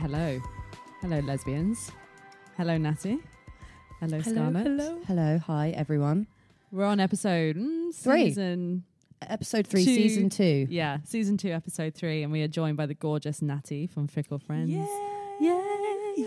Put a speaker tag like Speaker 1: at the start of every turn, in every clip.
Speaker 1: Hello. Hello, lesbians. Hello, Natty. Hello, Scarlett.
Speaker 2: Hello, hi everyone.
Speaker 1: We're on episode mm,
Speaker 2: Three.
Speaker 1: Season,
Speaker 2: Episode three,
Speaker 1: Two.
Speaker 2: season two.
Speaker 1: yeah, season two, episode three, and we are joined by the gorgeous Natty from Fickle Friends. Yay!
Speaker 2: Hello,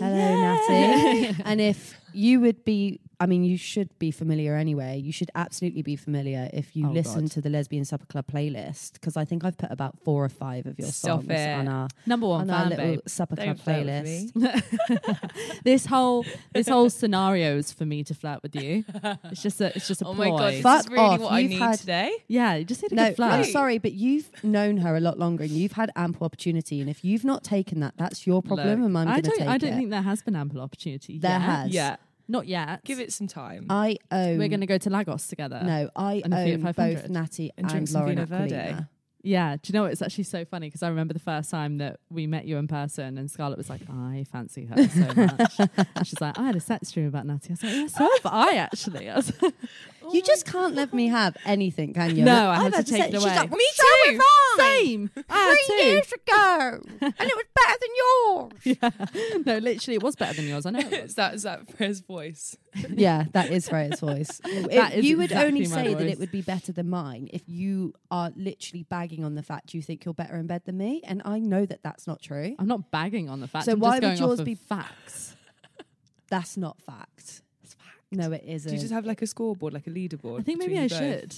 Speaker 2: Natty. and if you would be, I mean, you should be familiar anyway. You should absolutely be familiar if you
Speaker 1: Oh,
Speaker 2: listen
Speaker 1: God.
Speaker 2: to the Lesbian Supper Club playlist because I think I've put about four or five of your
Speaker 1: Stop
Speaker 2: songs
Speaker 1: it.
Speaker 2: on our
Speaker 1: Number one
Speaker 2: on our
Speaker 1: fan,
Speaker 2: little
Speaker 1: babe.
Speaker 2: supper club
Speaker 3: Don't flirt with
Speaker 2: playlist.
Speaker 1: This whole this whole scenario is for me to flirt with you. It's just a it's just a
Speaker 3: Oh my
Speaker 1: ploy.
Speaker 3: god,
Speaker 2: Fuck
Speaker 3: this is really
Speaker 2: off,
Speaker 3: what I
Speaker 2: you've
Speaker 3: need
Speaker 2: had-
Speaker 3: today.
Speaker 1: Yeah, you just need a
Speaker 2: No,
Speaker 1: good
Speaker 2: I'm
Speaker 1: flirt.
Speaker 2: sorry, but you've known her a lot longer and you've had ample opportunity. And if you've not taken that, that's your problem,
Speaker 1: Look,
Speaker 2: and I'm
Speaker 1: I
Speaker 2: going to
Speaker 1: don't.
Speaker 2: take
Speaker 1: I don't
Speaker 2: it.
Speaker 1: think there has been ample opportunity.
Speaker 2: There
Speaker 1: yet.
Speaker 2: has.
Speaker 3: Yeah,
Speaker 1: Not yet.
Speaker 3: give it some time.
Speaker 2: I own.
Speaker 1: We're going to go to Lagos together.
Speaker 2: no, I
Speaker 1: and the Fiat
Speaker 2: own
Speaker 1: 500.
Speaker 2: both Natty
Speaker 3: And
Speaker 2: and,
Speaker 3: drink some
Speaker 2: Lauren
Speaker 3: Vino Verde.
Speaker 2: Aquilina.
Speaker 1: Yeah. Do you know what? It's actually so funny because I remember the first time that we met you in person, and Scarlett was like, "I fancy her so much." and she's like, "I had a sex dream about Natty." I was like, "Yeah, so have I actually." I was like,
Speaker 2: You just can't let me have anything, can you?
Speaker 1: No,
Speaker 2: Like,
Speaker 1: I had
Speaker 2: I've
Speaker 1: to
Speaker 2: had
Speaker 1: take
Speaker 2: say-
Speaker 1: it
Speaker 2: She's
Speaker 1: away.
Speaker 2: like,
Speaker 3: Me
Speaker 2: so
Speaker 3: too.
Speaker 2: have I.
Speaker 1: "Same." I
Speaker 2: Three
Speaker 1: had two.
Speaker 2: years ago, and it was better than yours.
Speaker 1: No, literally, it was better than yours. I know it was.
Speaker 3: Is that is that for his voice?
Speaker 2: yeah, that is Freya's voice.
Speaker 1: That
Speaker 2: It-
Speaker 1: is
Speaker 2: you would
Speaker 1: exactly
Speaker 2: only
Speaker 1: my
Speaker 2: say that
Speaker 1: voice.
Speaker 2: it would be better than mine if you are literally bagging on the fact you think you're better in bed than me, and I know that that's not true.
Speaker 1: I'm not bagging on the fact.
Speaker 2: So
Speaker 1: I'm
Speaker 2: why
Speaker 1: just
Speaker 2: would
Speaker 1: going
Speaker 2: yours
Speaker 1: off of
Speaker 2: be-
Speaker 1: facts?
Speaker 2: That's not fact. It's fact. No, it isn't.
Speaker 3: Do you just have like a scoreboard, like a leaderboard?
Speaker 1: I think maybe
Speaker 3: between
Speaker 1: I
Speaker 3: you both?
Speaker 1: should.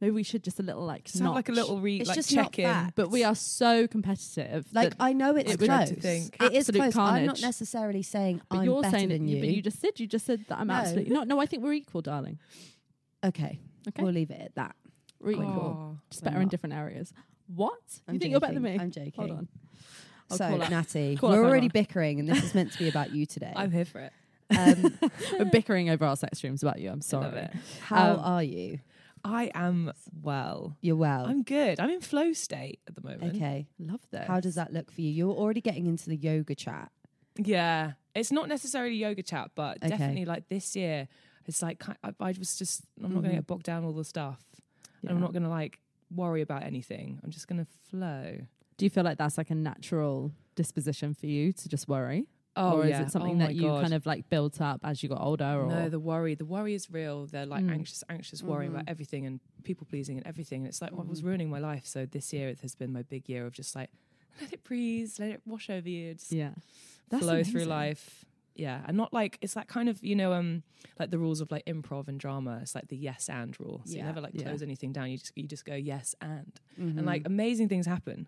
Speaker 1: Maybe we should just a little like
Speaker 3: Just have like a
Speaker 1: notch.
Speaker 3: little re,
Speaker 2: It's
Speaker 3: like
Speaker 2: just not
Speaker 3: check in.
Speaker 2: fact.
Speaker 1: But we are so competitive.
Speaker 2: like
Speaker 1: that-
Speaker 2: I know it's
Speaker 1: it would-
Speaker 2: close.
Speaker 3: to think.
Speaker 2: It is
Speaker 1: Absolute
Speaker 2: close. I'm not
Speaker 1: carnage.
Speaker 2: necessarily saying
Speaker 1: but
Speaker 2: I'm
Speaker 1: you're
Speaker 2: better
Speaker 1: saying
Speaker 2: than
Speaker 1: that,
Speaker 2: you.
Speaker 1: But you just said you just said that I'm
Speaker 2: No.
Speaker 1: absolutely not. No, I think we're equal, darling.
Speaker 2: okay,
Speaker 1: Okay.
Speaker 2: we'll leave it at that.
Speaker 1: We're equal.
Speaker 3: Oh.
Speaker 1: Just
Speaker 2: We're
Speaker 1: better in
Speaker 2: not.
Speaker 1: different areas. What?
Speaker 2: I'm
Speaker 1: you think you're better than
Speaker 2: joking.
Speaker 1: me?
Speaker 2: I'm joking.
Speaker 1: Hold on. I'll
Speaker 2: so
Speaker 1: call up-
Speaker 2: Natty,
Speaker 1: call up
Speaker 2: we're already
Speaker 1: Emma.
Speaker 2: bickering, and this is meant to be about you today.
Speaker 3: I'm here for it.
Speaker 2: Um,
Speaker 1: We're bickering over our sex dreams about you. I'm
Speaker 3: I love
Speaker 1: sorry.
Speaker 3: it.
Speaker 2: how
Speaker 3: Um,
Speaker 2: are you?
Speaker 3: I am well.
Speaker 2: You're well.
Speaker 3: I'm good. I'm in flow state at the moment.
Speaker 2: okay.
Speaker 1: Love that.
Speaker 2: How does that look for you? You're already getting into the yoga chat.
Speaker 3: Yeah, it's not necessarily yoga chat, but
Speaker 2: Okay.
Speaker 3: definitely like this year, it's like ki- I, I was just I'm not going
Speaker 2: Mm-hmm.
Speaker 1: Mhm.
Speaker 3: to get bogged down in all the stuff. and I'm not going to like worry about anything. I'm just going to flow.
Speaker 1: Do you feel like that's like a natural disposition for you to just worry, or
Speaker 3: Oh,
Speaker 1: Oh, is it something that you kind of like built up as you got older? Or
Speaker 3: no the worry the worry is real they're like
Speaker 1: Mm. Mm-hmm.
Speaker 3: anxious anxious worrying about everything and people pleasing and everything and it's like well, I was ruining my life so this year it has been my big year of just like let it breathe let it wash over you just
Speaker 1: yeah,
Speaker 3: flow
Speaker 1: amazing.
Speaker 3: through life yeah and not like it's that kind of you know um like the rules of like improv and drama it's like the yes and rule so
Speaker 2: Yeah,
Speaker 3: you never like
Speaker 1: yeah.
Speaker 3: close anything down you just you just go yes and
Speaker 1: Mm-hmm.
Speaker 3: and like amazing things happen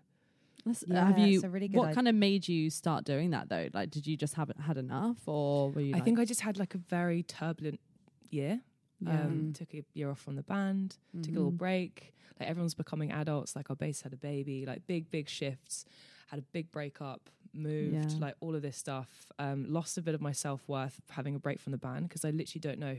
Speaker 1: That's-
Speaker 2: Yeah,
Speaker 1: uh, have you?
Speaker 2: it's Mm-hmm. a really good
Speaker 1: what
Speaker 2: idea.
Speaker 1: kind of made you start doing that though? Like, did you just haven't had enough, or were you?
Speaker 3: I
Speaker 1: like,
Speaker 3: think I just had like a very turbulent year.
Speaker 1: Yeah. Mm.
Speaker 3: Um, took a year off from the band,
Speaker 2: Mm-hmm.
Speaker 3: took a little break. Like everyone's becoming adults. Like our bass had a baby. Like big, big shifts. Had a big breakup. Moved.
Speaker 1: Yeah.
Speaker 3: Like all of this stuff. Um, lost a bit of my self worth having a break from the band because I literally don't know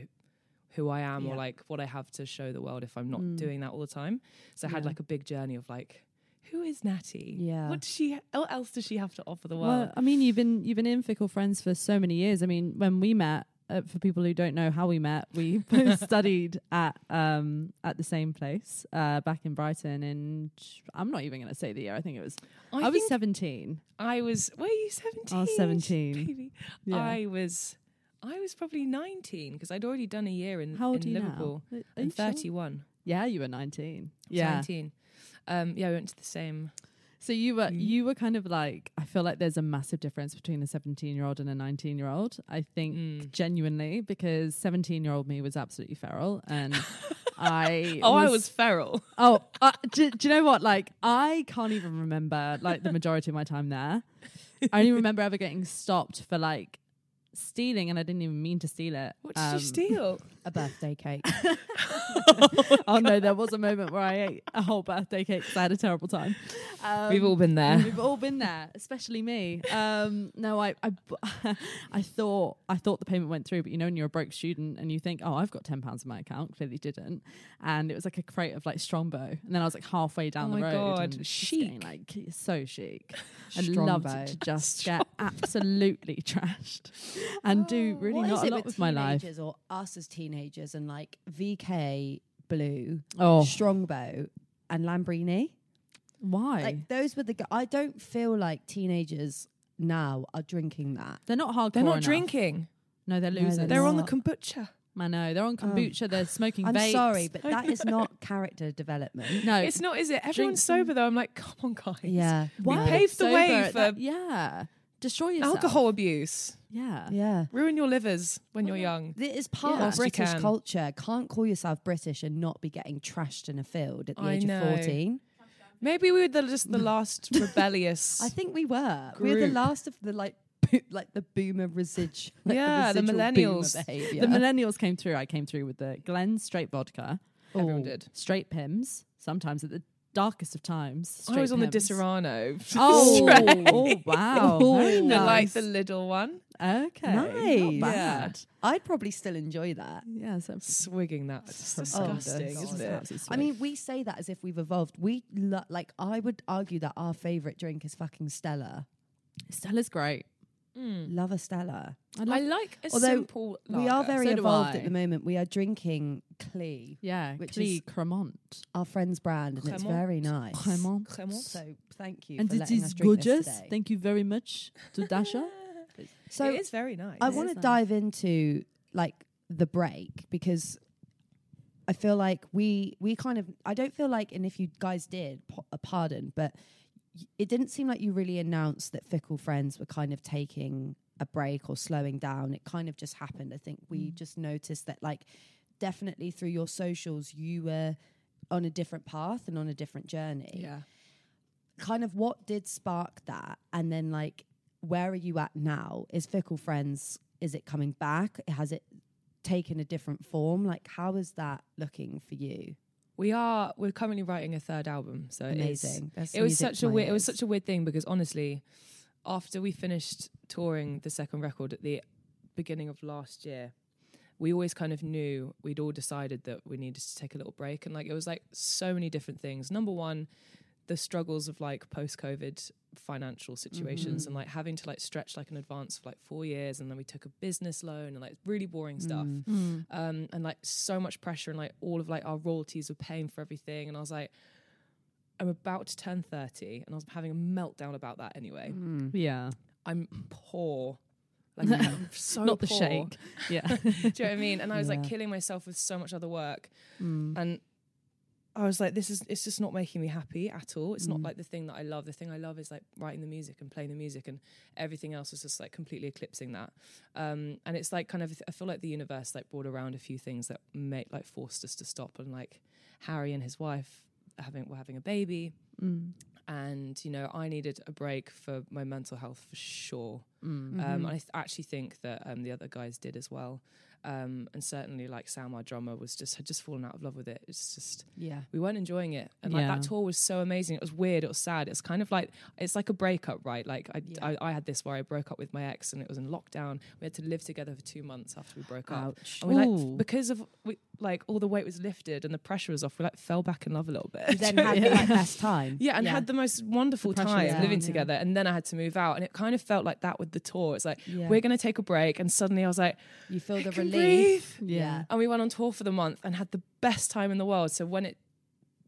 Speaker 3: who I am
Speaker 2: Yeah.
Speaker 3: or like what I have to show the world if I'm not
Speaker 1: Mm.
Speaker 3: doing that all the time. So I had
Speaker 1: Yeah.
Speaker 3: like a big journey of like, who is Natty?
Speaker 2: Yeah.
Speaker 3: What does she? What else does she have to offer the world?
Speaker 1: Well, I mean, you've been you've been in Fickle Friends for so many years. I mean, when we met, uh, for people who don't know how we met, we both studied at um at the same place uh, back in Brighton. And I'm not even going to say the year. I think it was I, was
Speaker 3: think
Speaker 1: 17.
Speaker 3: I was. Were you seventeen?
Speaker 1: I was 17.
Speaker 3: Baby.
Speaker 1: Yeah.
Speaker 3: I was. I was probably nineteen because I'd already done a year in,
Speaker 1: How old
Speaker 3: in
Speaker 1: are you
Speaker 3: Liverpool.
Speaker 1: now? Are- are
Speaker 3: I'm
Speaker 1: you sure?
Speaker 3: thirty-one.
Speaker 1: Yeah, you were 19.
Speaker 3: Yeah.
Speaker 1: Yeah.
Speaker 3: Nineteen. Um, yeah, I went to the same.
Speaker 1: So you
Speaker 3: Mm-hmm.
Speaker 1: were you were kind of like I feel like there's a massive difference between a 17 year old and a 19 year old. I think
Speaker 3: Mm.
Speaker 1: genuinely because 17 year old me was absolutely feral and I
Speaker 3: Oh, I was feral.
Speaker 1: oh uh, do, do you know what like I can't even remember like the majority of my time there. I only remember ever getting stopped for like stealing and I didn't even mean to steal it.
Speaker 3: What did
Speaker 1: Um,
Speaker 3: you steal?
Speaker 2: A birthday cake.
Speaker 1: Oh no, there was a moment where I ate a whole birthday cake 'cause I had a terrible time. Um,
Speaker 3: We've all been there.
Speaker 1: We've all been there, especially me. Um, no, I, I, bu- I thought I thought the payment went through, but you know, when you're a broke student and you think, oh, I've got ten pounds in my account, clearly didn't, and it was like a crate of like Strongbow, and then I was like halfway down
Speaker 3: Oh
Speaker 1: the
Speaker 3: my
Speaker 1: road,
Speaker 3: God,
Speaker 1: and just getting,
Speaker 3: chic.
Speaker 1: like so chic, and loved
Speaker 2: Strongbow.
Speaker 1: to just get absolutely trashed and do really
Speaker 2: What
Speaker 1: not
Speaker 2: is
Speaker 1: a
Speaker 2: it
Speaker 1: lot
Speaker 2: with
Speaker 1: with my life.
Speaker 2: teenagers or us as teenagers and like VK Blue,
Speaker 1: Oh,
Speaker 2: Strongbow, and Lambrini?
Speaker 1: why?
Speaker 2: Like those were the. Go- I don't feel like teenagers now are drinking that.
Speaker 1: They're not hardcore.
Speaker 3: They're not
Speaker 1: enough.
Speaker 3: drinking.
Speaker 1: No, they're
Speaker 2: No, they're
Speaker 1: losers.
Speaker 2: It's
Speaker 3: They're on the
Speaker 2: not.
Speaker 3: kombucha.
Speaker 1: I know. They're on
Speaker 2: Oh.
Speaker 1: kombucha. They're smoking
Speaker 2: I'm
Speaker 1: vapes.
Speaker 2: sorry, but that is not character development.
Speaker 1: No.
Speaker 3: It's not, is it? Everyone's sober though. I'm like, come on, guys.
Speaker 2: Yeah.
Speaker 3: We
Speaker 1: Why?
Speaker 3: paved the way
Speaker 1: Sober,
Speaker 3: for-
Speaker 1: that- yeah. Destroy yourself.
Speaker 3: Alcohol abuse.
Speaker 1: Yeah.
Speaker 2: Yeah.
Speaker 3: Ruin your livers when you're young.
Speaker 2: It is part
Speaker 1: Yeah.
Speaker 2: of
Speaker 1: Whilst
Speaker 3: you
Speaker 2: British
Speaker 3: can.
Speaker 2: culture. Can't call yourself British and not be getting trashed in a field at the
Speaker 3: I
Speaker 2: age
Speaker 3: know.
Speaker 2: of 14.
Speaker 3: Maybe we were the, just the last rebellious.
Speaker 2: I think we were. We were the
Speaker 3: Group.
Speaker 2: last of the like bo- like the boomer residual. Like
Speaker 3: Yeah, the
Speaker 2: residual boomer
Speaker 3: millennials.
Speaker 2: behaviour.
Speaker 1: The millennials came through. I came through with the Glen straight vodka,
Speaker 3: everyone
Speaker 2: Oh.
Speaker 3: did.
Speaker 1: straight pims, sometimes at the darkest of times.
Speaker 3: I was
Speaker 1: straight
Speaker 3: on the
Speaker 1: Pims.
Speaker 3: Disaronno.
Speaker 1: Oh,
Speaker 3: Straight.
Speaker 1: oh wow.
Speaker 2: Oh,
Speaker 1: Very
Speaker 2: the
Speaker 3: the, like
Speaker 1: nice.
Speaker 3: the little one.
Speaker 1: Okay.
Speaker 2: Nice.
Speaker 1: Not
Speaker 3: Yeah.
Speaker 1: bad.
Speaker 2: I'd probably still enjoy that.
Speaker 1: Yeah. so- oh,
Speaker 3: Swigging that. It's disgusting,
Speaker 2: God.
Speaker 3: isn't it?
Speaker 2: I mean, we say that as if we've evolved. We lo- like I would argue that our favorite drink is fucking Stella.
Speaker 1: Stella's great.
Speaker 2: Love a Stella.
Speaker 3: Mm. I like a
Speaker 2: Although
Speaker 3: simple
Speaker 2: We are
Speaker 3: lager.
Speaker 2: very
Speaker 1: So do
Speaker 2: evolved
Speaker 1: I.
Speaker 2: at the moment. We are drinking Clee,
Speaker 1: Yeah.
Speaker 2: Which
Speaker 1: Clee
Speaker 2: is-
Speaker 1: Cremont.
Speaker 2: our friend's brand, and it's
Speaker 3: Cremant.
Speaker 2: very nice.
Speaker 1: Cremont.
Speaker 3: Cremant.
Speaker 2: So thank you.
Speaker 1: And
Speaker 2: for
Speaker 1: it
Speaker 2: letting
Speaker 1: is
Speaker 2: us drink this
Speaker 1: gorgeous.
Speaker 2: today.
Speaker 1: Thank you very much to Dasha.
Speaker 2: so
Speaker 3: it is very nice.
Speaker 2: I
Speaker 1: It
Speaker 2: want
Speaker 1: is
Speaker 2: to
Speaker 1: nice.
Speaker 2: dive into like the break because I feel like we we kind of I don't feel like and if you guys did p- uh, pardon but y- it didn't seem like you really announced that fickle friends were kind of taking a break or slowing down it kind of just happened I think we
Speaker 1: Mm.
Speaker 2: just noticed that like definitely through your socials you were on a different path and on a different journey
Speaker 3: yeah.
Speaker 2: kind of what did spark that and then like where are you at now is fickle friends is it coming back has it taken a different form like how is that looking for you
Speaker 3: We are. We're currently writing a third album, so it is-
Speaker 2: amazing That's
Speaker 3: Uh, It was
Speaker 2: music
Speaker 3: such
Speaker 2: to
Speaker 3: a
Speaker 2: my
Speaker 3: weird. It was
Speaker 2: ears.
Speaker 3: such a weird thing because honestly, after we finished touring the second record at the beginning of last year, we always kind of knew we'd all decided that we needed to take a little break, and like it was like so many different things. Number one, the struggles of like post COVID financial
Speaker 2: Mm-hmm.
Speaker 3: situations and like having to like stretch like an advance for like four years, and then we took a business loan and like really boring stuff
Speaker 2: Mm.
Speaker 1: Hmm.
Speaker 3: um, and like so much pressure and like all of like our royalties were paying for everything and i was like i'm about to turn 30 and i was having a meltdown about that anyway
Speaker 1: Mm.
Speaker 2: Mm-hmm.
Speaker 1: Yeah.
Speaker 3: i'm poor like I'm so
Speaker 1: Not the
Speaker 3: Oh, poor.
Speaker 1: shake. Yeah.
Speaker 3: do you know what i mean and i was like
Speaker 2: Yeah.
Speaker 3: killing myself with so much other work
Speaker 1: Mm.
Speaker 3: and i was like this is it's just not making me happy at all it's not
Speaker 2: Mm.
Speaker 3: like the thing that i love the thing i love is like writing the music and playing the music and everything else was just like completely eclipsing that um and it's like kind of i feel like the universe like brought around a few things that make like forced us to stop and like harry and his wife having were having a baby
Speaker 1: Mm.
Speaker 3: and you know i needed a break for my mental health for sure
Speaker 1: Mm.
Speaker 2: Mm-hmm.
Speaker 3: um, I th- actually think that um, the other guys did as well, um, and certainly like Sam, our drummer, was just had just fallen out of love with it. It's just
Speaker 2: yeah
Speaker 3: we weren't enjoying it, and like
Speaker 1: Yeah.
Speaker 3: that tour was so amazing. It was weird. It was sad. It's kind of like it's like a breakup, right? Like I,
Speaker 2: Yeah.
Speaker 3: I, I had this where I broke up with my ex, and it was in lockdown. We had to live together for two months after we broke up.
Speaker 2: ouch
Speaker 3: And we like f-
Speaker 1: Ooh.
Speaker 3: because of we, like all the weight was lifted and the pressure was off. We like fell back in love a little bit.
Speaker 2: you then had the like, best time
Speaker 3: Yeah, and had the most wonderful
Speaker 1: The pressure
Speaker 3: time
Speaker 2: was
Speaker 3: living
Speaker 2: down,
Speaker 1: yeah.
Speaker 3: together. And then I had to move out. And it kind of felt like that with the tour. It's like,
Speaker 2: Yeah.
Speaker 3: we're going to take a break. And suddenly I was like,
Speaker 2: you feel the
Speaker 3: I can
Speaker 2: relief
Speaker 3: breathe.
Speaker 1: Yeah.
Speaker 3: And we went on tour for the month and had the best time in the world. So when it,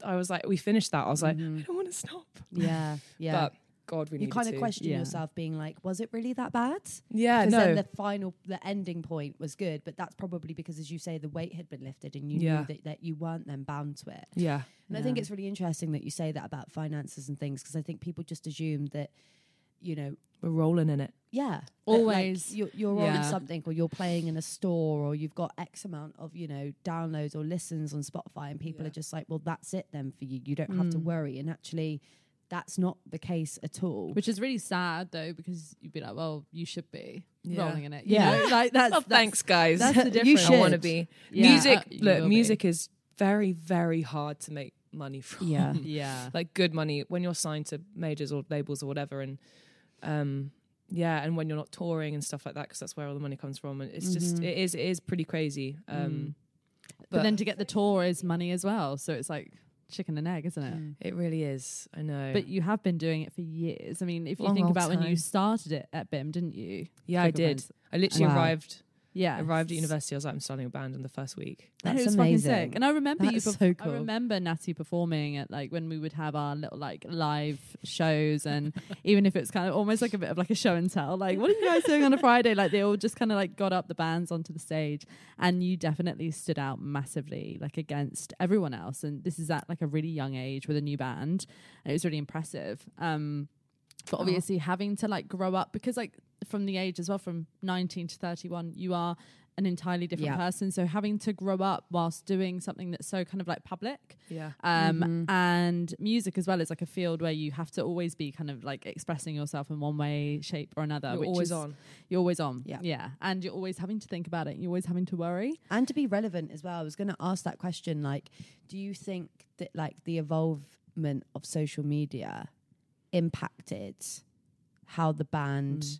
Speaker 3: I was like, we finished that. I was
Speaker 1: Mm.
Speaker 3: like, I don't want to stop.
Speaker 2: Mm-hmm. yeah yeah
Speaker 3: But God, we
Speaker 2: you
Speaker 3: needed
Speaker 2: kind of
Speaker 3: to.
Speaker 2: question
Speaker 1: Yeah.
Speaker 2: yourself being like was it really that bad
Speaker 3: Yeah,
Speaker 2: Because
Speaker 3: no.
Speaker 2: then the final, the ending point was good, but that's probably because, as you say, the weight had been lifted and you
Speaker 3: Yeah.
Speaker 2: knew that, that you weren't then bound to it.
Speaker 3: yeah.
Speaker 2: And I think it's really interesting that you say that about finances and things because I think people just assume that, you know,
Speaker 3: We're rolling in it.
Speaker 2: yeah, that, like,
Speaker 1: Always.
Speaker 2: you're, you're on
Speaker 1: Yeah.
Speaker 2: something or you're playing in a store or you've got X amount of, you know, downloads or listens on Spotify, and people
Speaker 3: Yeah.
Speaker 2: are just like, well, that's it then for you. You don't have to
Speaker 1: Mm.
Speaker 2: worry. And actually, that's not the case at all.
Speaker 1: Which is really sad though, because you'd be like, well, you should be
Speaker 3: Yeah.
Speaker 1: rolling in it. You
Speaker 2: Yeah.
Speaker 1: know, like that's,
Speaker 3: Oh,
Speaker 1: that's-
Speaker 3: thanks, guys.
Speaker 1: That's the
Speaker 2: You
Speaker 1: difference.
Speaker 3: I want to
Speaker 2: should.
Speaker 3: be.
Speaker 1: Yeah.
Speaker 3: Music,
Speaker 1: Uh, you
Speaker 3: look,
Speaker 1: will be.
Speaker 3: music is very, very hard to make money from.
Speaker 2: Yeah.
Speaker 1: Yeah.
Speaker 3: like good money when you're signed to majors or labels or whatever and um yeah and when you're not touring and stuff like that because that's where all the money comes from and it's just it is it is pretty crazy um
Speaker 1: Mm-hmm. Mm. But, then to get the tour is money as well. So it's like chicken and egg, isn't it?
Speaker 2: Mm.
Speaker 3: it really is i know
Speaker 1: But you have been doing it for years. I mean, if you
Speaker 3: Long
Speaker 1: think
Speaker 3: old
Speaker 1: about when you
Speaker 3: time.
Speaker 1: started it at BIM, didn't you?
Speaker 3: yeah i
Speaker 1: Fickle
Speaker 3: did
Speaker 1: Friends.
Speaker 3: i literally
Speaker 2: Wow.
Speaker 3: arrived
Speaker 1: yeah.
Speaker 3: Arrived at university, I was like, I'm starting a band in the first week.
Speaker 1: And
Speaker 2: That's
Speaker 1: it was
Speaker 2: amazing.
Speaker 1: fucking sick. And I remember
Speaker 2: That's
Speaker 1: you.
Speaker 2: so
Speaker 1: I
Speaker 2: cool.
Speaker 1: remember Natty performing at like when we would have our little like live shows, and even if it's kind of almost like a bit of like a show and tell, like what are you guys doing on a Friday? Like they all just kind of like got up the bands onto the stage, and you definitely stood out massively, like against everyone else. And this is at like a really young age with a new band, and it was really impressive. Um, but
Speaker 3: Oh,
Speaker 2: Aw.
Speaker 1: obviously having to like grow up because like from the age as well from 19 to 31 you are an entirely different
Speaker 2: Yeah.
Speaker 1: person so having to grow up whilst doing something that's so kind of like public
Speaker 3: Yeah.
Speaker 1: um
Speaker 2: Mhm.
Speaker 1: and music as well is like a field where you have to always be kind of like expressing yourself in one way shape or another
Speaker 3: You're
Speaker 1: which
Speaker 3: always
Speaker 1: is,
Speaker 3: on.
Speaker 1: you're always on
Speaker 2: Yeah.
Speaker 1: yeah and you're always having to think about it and you're always having to worry
Speaker 2: and to be relevant as well i was going to ask that question like do you think that like the evolvement of social media impacted how the band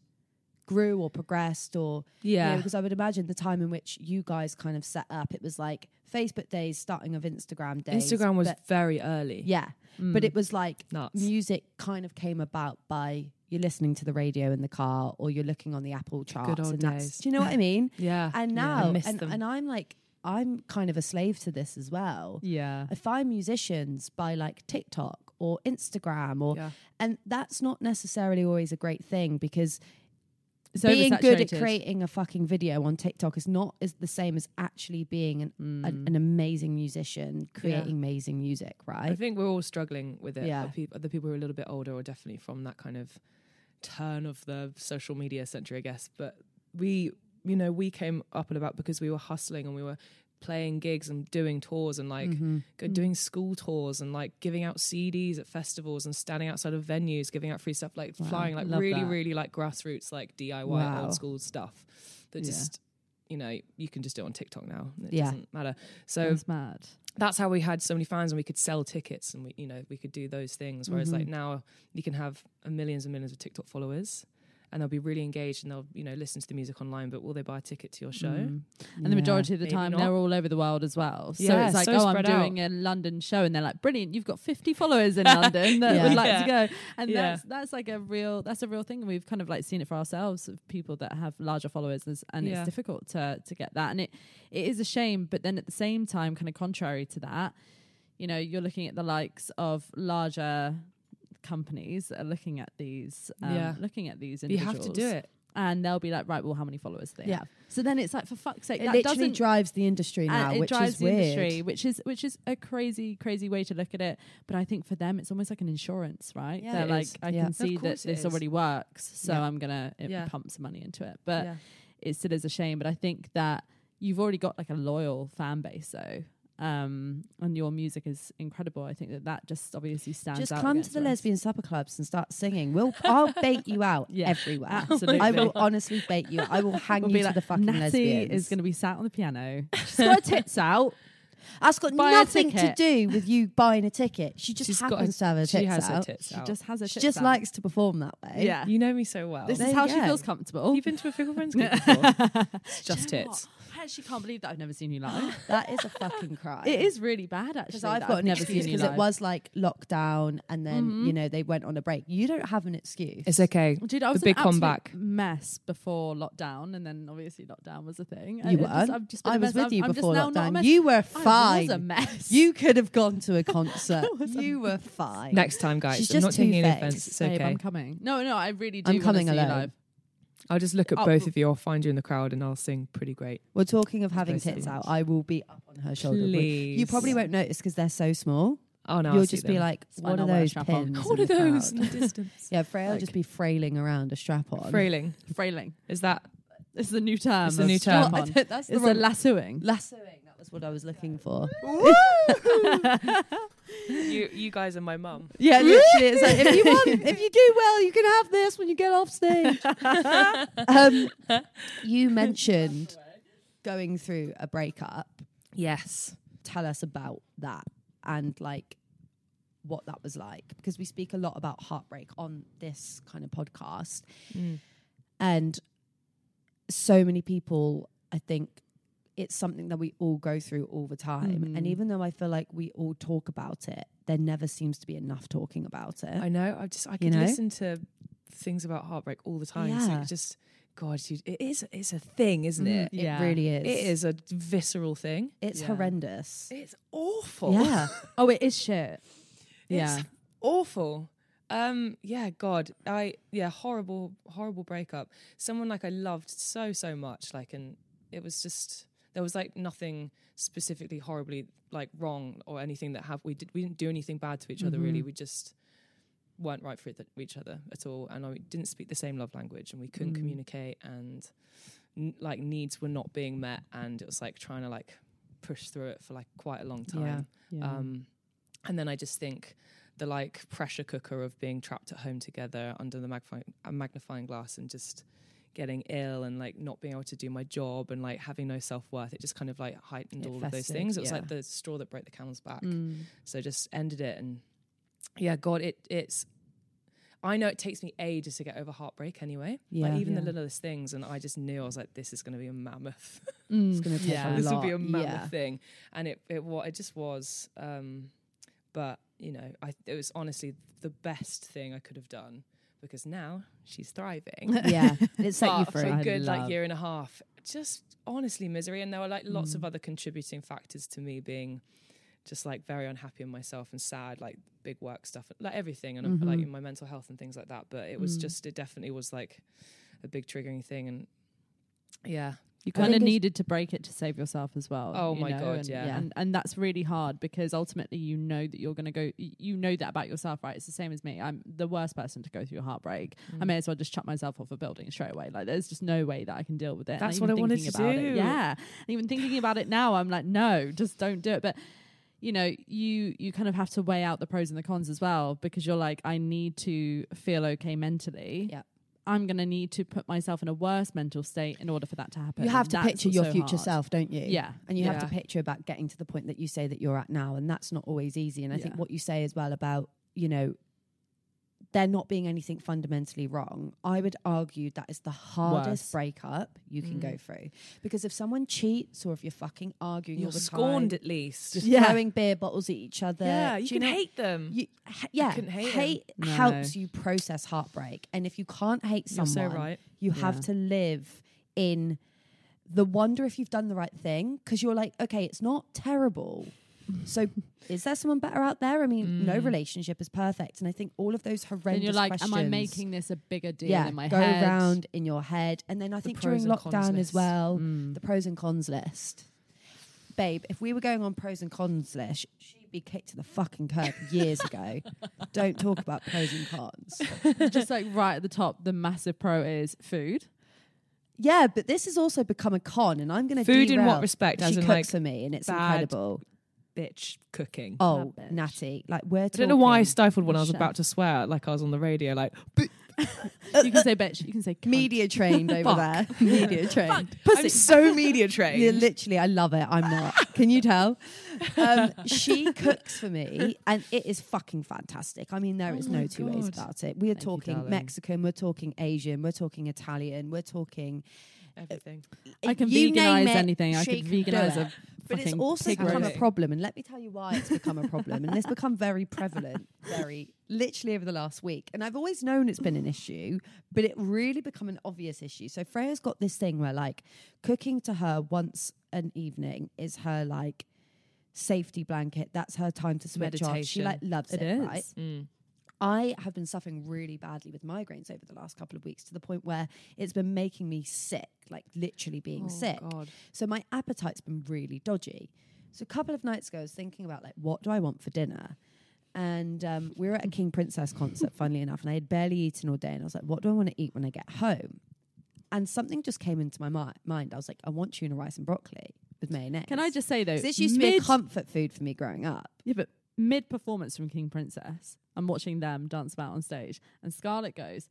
Speaker 2: grew or progressed or you know,
Speaker 3: Mm. Yeah.
Speaker 2: because i would imagine the time in which you guys kind of set up it was like facebook days starting of instagram days
Speaker 3: Instagram was Mm.
Speaker 2: but-
Speaker 3: very early.
Speaker 2: yeah but
Speaker 1: Mm.
Speaker 2: it was like
Speaker 3: Nuts.
Speaker 2: music kind of came about by you're listening to the radio in the car or you're looking on the apple charts
Speaker 3: old
Speaker 2: and that's-
Speaker 3: days.
Speaker 2: do you know what i mean
Speaker 3: yeah.
Speaker 2: and
Speaker 3: Yeah.
Speaker 2: now
Speaker 3: I miss
Speaker 2: and,
Speaker 3: them.
Speaker 2: and i'm like i'm kind of a slave to this as well
Speaker 1: yeah
Speaker 2: i find musicians by like tiktok or instagram or
Speaker 3: Yeah.
Speaker 2: and that's not necessarily always a great thing because
Speaker 1: so
Speaker 2: being good at creating a fucking video on tiktok is not is the same as actually being an, an,
Speaker 3: Mm.
Speaker 2: an amazing musician creating amazing music
Speaker 3: I
Speaker 2: right
Speaker 3: think we're all struggling with it.
Speaker 2: Yeah.
Speaker 3: Yeah. The people who are a little bit older are definitely from that kind of turn of the social media century, I guess. But we, you know, we came up and about because we were hustling and we were playing gigs and doing tours and like
Speaker 2: Mm-hmm.
Speaker 3: go
Speaker 1: Mm.
Speaker 3: doing school tours and like giving out CDs at festivals and standing outside of venues, giving out free stuff, like flying, like
Speaker 1: love
Speaker 3: really,
Speaker 1: that.
Speaker 3: really like grassroots, like DIY,
Speaker 2: Wow.
Speaker 3: old school stuff that
Speaker 1: Yeah.
Speaker 3: just, you know, you can just do on TikTok now. It
Speaker 2: Yeah.
Speaker 3: doesn't matter. So
Speaker 1: that's mad
Speaker 3: that's how we had so many fans and we could sell tickets and we you know we could do those things whereas
Speaker 1: Mm-hmm.
Speaker 3: like now you can have a millions and millions of tiktok followers and they'll be really engaged and they'll you know listen to the music online but will they buy a ticket to your show
Speaker 2: Mm.
Speaker 1: And the
Speaker 2: Yeah.
Speaker 1: majority of the
Speaker 3: Maybe
Speaker 1: time,
Speaker 3: not.
Speaker 1: they're all over the world as well. So
Speaker 3: Yeah,
Speaker 1: it's like,
Speaker 3: so
Speaker 1: oh, I'm
Speaker 3: spread out.
Speaker 1: doing a London show, and they're like, brilliant, you've got 50 followers in London that
Speaker 2: Yeah.
Speaker 1: would like to go, and
Speaker 3: Yeah.
Speaker 1: that's that's like a real that's a real thing. And we've kind of like seen it for ourselves of people that have larger followers, and, s- and
Speaker 3: Yeah.
Speaker 1: it's difficult to to get that. And it it is a shame, but then at the same time, kind of contrary to that, you know, you're looking at the likes of larger companies that are looking at these um,
Speaker 3: Yeah.
Speaker 1: looking at these
Speaker 3: But you have
Speaker 1: individuals
Speaker 3: to do it
Speaker 1: and they'll be like right well how many followers do they
Speaker 2: Yeah.
Speaker 1: have so then it's like for fuck's sake
Speaker 2: it
Speaker 1: that
Speaker 2: literally
Speaker 1: doesn't
Speaker 2: drives the industry now,
Speaker 1: and it
Speaker 2: which
Speaker 1: drives
Speaker 2: is
Speaker 1: the
Speaker 2: weird.
Speaker 1: industry, which is which is a crazy, crazy way to look at it. But I think for them, it's almost like an insurance, right?
Speaker 3: Yeah,
Speaker 1: They're
Speaker 3: it
Speaker 1: like,
Speaker 3: is.
Speaker 1: I
Speaker 2: Yeah.
Speaker 1: can
Speaker 2: Of
Speaker 1: see that
Speaker 3: course it
Speaker 1: this
Speaker 3: is.
Speaker 1: already works, so
Speaker 2: Yeah.
Speaker 1: I'm gonna it
Speaker 3: Yeah.
Speaker 1: pump some money into it. But
Speaker 3: Yeah.
Speaker 1: it still is a shame. But I think that you've already got like a loyal fan base, so um, and your music is incredible. I think that that just obviously stands
Speaker 2: Just
Speaker 1: out.
Speaker 2: come to
Speaker 1: against
Speaker 2: the
Speaker 1: rest.
Speaker 2: lesbian supper clubs and start singing. We'll I'll bait you out
Speaker 1: Yeah,
Speaker 2: everywhere.
Speaker 1: absolutely.
Speaker 2: I will honestly bait you. I will hang
Speaker 1: We'll
Speaker 2: you
Speaker 1: be
Speaker 2: to
Speaker 1: like,
Speaker 2: the fucking
Speaker 1: Natty
Speaker 2: lesbians.
Speaker 1: is going to be sat on the piano. She's got her tits out.
Speaker 2: That's got
Speaker 1: buy a
Speaker 2: nothing to
Speaker 1: ticket.
Speaker 2: do with you buying a ticket. She just
Speaker 3: She's got her-
Speaker 2: happens to have her tits
Speaker 3: she has her
Speaker 2: out.
Speaker 3: tits
Speaker 1: Oh, She
Speaker 3: out.
Speaker 1: just has her.
Speaker 2: she
Speaker 1: tits
Speaker 2: just
Speaker 1: out.
Speaker 2: likes to perform that way.
Speaker 1: Yeah.
Speaker 3: you know me so well
Speaker 1: This
Speaker 2: There
Speaker 1: is
Speaker 2: you
Speaker 1: how she
Speaker 2: go.
Speaker 1: feels comfortable.
Speaker 3: you've been to a fickle friends group before it's just
Speaker 1: Do you know
Speaker 3: tits
Speaker 1: what? I actually can't believe that I've never seen you live.
Speaker 2: That is a fucking crime.
Speaker 1: it is really bad, actually.
Speaker 2: Because I've
Speaker 1: that
Speaker 2: got an
Speaker 1: never
Speaker 2: excuse
Speaker 1: seen you
Speaker 2: because it
Speaker 1: live.
Speaker 2: was like lockdown and then,
Speaker 1: Mm-hmm.
Speaker 2: you know, they went on a break. You don't have an excuse.
Speaker 3: it's okay
Speaker 1: Dude, I
Speaker 3: The
Speaker 1: was
Speaker 3: big
Speaker 1: an absolute
Speaker 3: comeback.
Speaker 1: mess before lockdown, and then obviously lockdown was a thing.
Speaker 2: you
Speaker 1: I,
Speaker 2: were.
Speaker 1: I just, I've just been
Speaker 2: I
Speaker 1: a
Speaker 2: was
Speaker 1: mess.
Speaker 2: with
Speaker 1: I'm-
Speaker 2: you
Speaker 1: I'm just
Speaker 2: before
Speaker 1: now not a
Speaker 2: lockdown.
Speaker 1: mess.
Speaker 2: You were
Speaker 1: I was a
Speaker 2: fine.
Speaker 1: mess.
Speaker 2: You could have gone to a concert. you were fine.
Speaker 3: next time guys
Speaker 2: She's
Speaker 3: i'm
Speaker 2: just
Speaker 3: not taking any
Speaker 2: two-faced.
Speaker 3: offense it's
Speaker 1: Babe,
Speaker 3: okay
Speaker 1: I'm coming. No, no, I really do.
Speaker 2: I'm
Speaker 1: wanna
Speaker 2: coming
Speaker 1: see you
Speaker 2: alone.
Speaker 1: live.
Speaker 3: i'll just look at
Speaker 1: Oh,
Speaker 3: both of you i'll find you in the crowd and i'll sing pretty great
Speaker 2: We're talking of having
Speaker 3: basically
Speaker 2: tits
Speaker 3: what
Speaker 2: out.
Speaker 3: she-
Speaker 2: I will be up on her shoulder.
Speaker 3: Please.
Speaker 2: You probably won't notice because they're so small.
Speaker 3: oh no I'll
Speaker 2: You'll
Speaker 3: see
Speaker 2: just be
Speaker 3: them.
Speaker 2: like,
Speaker 1: It's fine,
Speaker 2: one of
Speaker 1: I'll wear a
Speaker 2: those
Speaker 1: strap on.
Speaker 2: pins.
Speaker 3: one
Speaker 2: in
Speaker 3: of
Speaker 2: the
Speaker 3: those in
Speaker 2: crowd.
Speaker 3: the distance
Speaker 2: Yeah, Freya will
Speaker 3: Like-
Speaker 2: just be frailing around a strap on.
Speaker 3: frailing
Speaker 1: Frailing.
Speaker 3: is that
Speaker 1: It's the new term.
Speaker 3: It's the
Speaker 1: of
Speaker 3: new
Speaker 1: strap
Speaker 3: term.
Speaker 1: on.
Speaker 2: I don't- that's the
Speaker 1: It's a
Speaker 2: wrong.
Speaker 1: lassoing.
Speaker 2: lassoing. That was what I was looking for.
Speaker 3: you you guys and my mum
Speaker 2: Yeah, literally. It's like, if you want, if you do well, you can have this when you get off stage. um, you mentioned going through a breakup.
Speaker 3: yes
Speaker 2: Tell us about that and like what that was like because we speak a lot about heartbreak on this kind of podcast,
Speaker 3: Mm.
Speaker 2: and so many people, I think. It's something that we all go through all the time. And even though I feel like we all talk about it, there never seems to be enough talking about it.
Speaker 3: I know. I just I could
Speaker 2: know?
Speaker 3: listen to things about heartbreak all the time. So
Speaker 2: Yeah.
Speaker 3: it just God, you, it is it's a thing, isn't
Speaker 2: Mhm.
Speaker 3: it?
Speaker 1: Yeah.
Speaker 2: It really is.
Speaker 3: It is a visceral thing.
Speaker 2: It's
Speaker 1: Yeah.
Speaker 2: horrendous.
Speaker 3: It's awful.
Speaker 2: Yeah.
Speaker 1: Oh, it is shit. Yeah.
Speaker 3: It's awful. Um, yeah, God, I yeah, horrible, horrible breakup. Someone like I loved so so much, like, and it was just there was like nothing specifically horribly like wrong or anything that have we did we didn't do anything bad to each other really.
Speaker 1: Mm-hmm.
Speaker 3: We just weren't right for it- each other at all, and I didn't speak the same love language, and we couldn't
Speaker 1: Mm.
Speaker 3: communicate, and n- like needs were not being met, and it was like trying to like push through it for like quite a long time.
Speaker 1: Yeah.
Speaker 2: Mm.
Speaker 1: Yeah.
Speaker 3: Um, and then I just think the like pressure cooker of being trapped at home together under the magnifying, uh, magnifying glass and just getting ill and like not being able to do my job and like having no self worth. It just kind of like heightened
Speaker 2: It
Speaker 3: all of those
Speaker 2: festered,
Speaker 3: things. It was like
Speaker 2: yeah.
Speaker 3: the straw that broke the camel's back.
Speaker 1: Mm.
Speaker 3: So just ended it and yeah, God, it it's. I know it takes me ages to get over heartbreak anyway.
Speaker 2: Yeah.
Speaker 3: like even
Speaker 1: Yeah.
Speaker 3: the littlest things, and I just knew I was like, this is going to be a mammoth
Speaker 1: Mm.
Speaker 2: gonna take
Speaker 1: yeah.
Speaker 2: a
Speaker 3: this
Speaker 2: lot.
Speaker 3: will be a mammoth
Speaker 2: yeah.
Speaker 3: thing and it it what it just was um but you know i it was honestly the best thing i could have done because now she's thriving
Speaker 2: yeah. It's set you
Speaker 3: But for
Speaker 2: free.
Speaker 3: a
Speaker 1: I
Speaker 3: good like
Speaker 1: love-
Speaker 3: year and a half just honestly misery and there were like lots of
Speaker 1: Mm.
Speaker 3: other contributing factors to me being just like very unhappy in myself and sad like big work stuff like everything and uh, like
Speaker 2: Mhm.
Speaker 3: in my mental health and things like that but it was
Speaker 1: Mm.
Speaker 3: just it definitely was like a big triggering thing and yeah
Speaker 1: You
Speaker 2: I
Speaker 1: kind of
Speaker 2: think it's-
Speaker 1: needed to break it to save yourself as well.
Speaker 3: Oh
Speaker 1: you
Speaker 3: my
Speaker 1: know,
Speaker 3: God,
Speaker 1: and,
Speaker 3: yeah.
Speaker 1: and and that's really hard because ultimately you know that you're going to go. y- You know that about yourself, right? It's the same as me. I'm the worst person to go through a heartbreak.
Speaker 3: Mm.
Speaker 1: I may as well just chuck myself off a building straight away. Like there's just no way that I can deal with it. And
Speaker 3: That's
Speaker 1: even
Speaker 3: what I wanted
Speaker 1: thinking
Speaker 3: to
Speaker 1: about it-
Speaker 3: do.
Speaker 1: yeah, and even thinking about it now, I'm like, no, just don't do it. But you know you you kind of have to weigh out the pros and the cons as well because you're like i need to feel okay mentally
Speaker 2: Yeah.
Speaker 1: i'm going to need to put myself in a worse mental state in order for that to happen
Speaker 2: You have to
Speaker 1: That's
Speaker 2: picture your
Speaker 1: also
Speaker 2: future
Speaker 1: hard.
Speaker 2: self, don't you?
Speaker 1: yeah
Speaker 2: And you have to
Speaker 3: Yeah.
Speaker 2: picture about getting to the point that you say that you're at now. And that's not always easy. And I think
Speaker 1: Yeah.
Speaker 2: what you say as well about, you know, there not being anything fundamentally wrong, I would argue that is the hardest
Speaker 1: Worse.
Speaker 2: breakup you can
Speaker 3: Mm.
Speaker 2: go through. Because if someone cheats or if you're fucking arguing,
Speaker 3: you're
Speaker 2: all the
Speaker 3: scorned
Speaker 2: time,
Speaker 3: at least
Speaker 2: just
Speaker 1: Yeah.
Speaker 2: throwing beer bottles at each other.
Speaker 3: yeah,
Speaker 2: do
Speaker 3: you can
Speaker 2: know-
Speaker 3: hate them.
Speaker 2: You, ha- yeah,
Speaker 3: couldn't hate
Speaker 2: hate,
Speaker 3: 'em.
Speaker 1: No.
Speaker 2: helps you process heartbreak, and if you can't hate
Speaker 3: You're
Speaker 2: someone,
Speaker 3: so right.
Speaker 2: you have
Speaker 1: Yeah.
Speaker 2: to live in the wonder if you've done the right thing because you're like, okay, it's not terrible. So, is there someone better out there? I mean, no
Speaker 3: Mm.
Speaker 2: relationship is perfect, and I think all of those horrendous.
Speaker 1: and you're like am i
Speaker 2: questions-
Speaker 1: making this a bigger deal
Speaker 2: yeah,
Speaker 1: in my
Speaker 2: go
Speaker 1: head
Speaker 2: around in your head, and then I think
Speaker 3: pros
Speaker 2: during
Speaker 3: and cons
Speaker 2: lockdown as
Speaker 3: list.
Speaker 2: well,
Speaker 1: Mm.
Speaker 2: the pros and cons list. Babe, if we were going on pros and cons list, she'd be kicked to the fucking curb years ago. Don't talk about pros and cons.
Speaker 1: just like right at the top the massive pro is food
Speaker 2: Yeah, but this has also become a con, and I'm going to
Speaker 3: Food in
Speaker 2: derail.
Speaker 3: what respect?
Speaker 2: She
Speaker 3: As
Speaker 2: cooks
Speaker 3: in like
Speaker 2: for me, and it's
Speaker 3: bad-
Speaker 2: incredible.
Speaker 3: bitch cooking.
Speaker 2: Oh,
Speaker 1: bitch.
Speaker 2: Natty, like we're.
Speaker 3: I don't know why I
Speaker 2: talking
Speaker 3: stifled when I was
Speaker 1: Chef.
Speaker 3: about to swear, like I was on the radio, like
Speaker 1: you can say bitch you can say cunt.
Speaker 2: Uh, media trained over there. Media trained.
Speaker 3: I'm so media trained.
Speaker 2: Yeah, literally, I love it. I'm not. Can you tell? Um, she cooks for me, and it is fucking fantastic. I mean, there
Speaker 3: Oh
Speaker 2: is
Speaker 3: my
Speaker 2: no two ways
Speaker 3: God.
Speaker 2: about it. We are
Speaker 1: Thank you,
Speaker 2: talking
Speaker 1: darling.
Speaker 2: Mexican, we're talking Asian, we're talking Italian, we're talking.
Speaker 3: Everything.
Speaker 1: i can
Speaker 2: you name
Speaker 1: veganize
Speaker 2: it,
Speaker 1: anything i
Speaker 2: she
Speaker 1: could
Speaker 2: can do
Speaker 1: veganize
Speaker 2: it.
Speaker 1: a
Speaker 2: But it's
Speaker 1: fucking
Speaker 2: also
Speaker 1: pig
Speaker 2: become a
Speaker 3: roast.
Speaker 2: problem, and let me tell you why it's become a problem. and it's become very prevalent, very literally over the last week. And I've always known it's been an issue, but it really become an obvious issue. So Freya's got this thing where like cooking to her once an evening is her like safety blanket. That's her time to switch off. She
Speaker 3: Meditation.
Speaker 2: like loves it,
Speaker 1: It is.
Speaker 2: right?
Speaker 3: Mm.
Speaker 2: I have been suffering really badly with migraines over the last couple of weeks to the point where it's been making me sick, like literally being sick.
Speaker 3: God.
Speaker 2: So my appetite's been really dodgy. So a couple of nights ago, I was thinking about like, what do I want for dinner? And um, we were at a King Princess concert, funnily enough, and I had barely eaten all day. And I was like, what do I want to eat when I get home? And something just came into my mi- mind. I was like, I want tuna rice and broccoli with mayonnaise.
Speaker 1: can i just say though
Speaker 2: 'Cause This used to be a
Speaker 1: mid-
Speaker 2: comfort food for me growing up.
Speaker 1: Yeah, but mid performance from King Princess, I'm watching them dance about on stage, and Scarlett goes,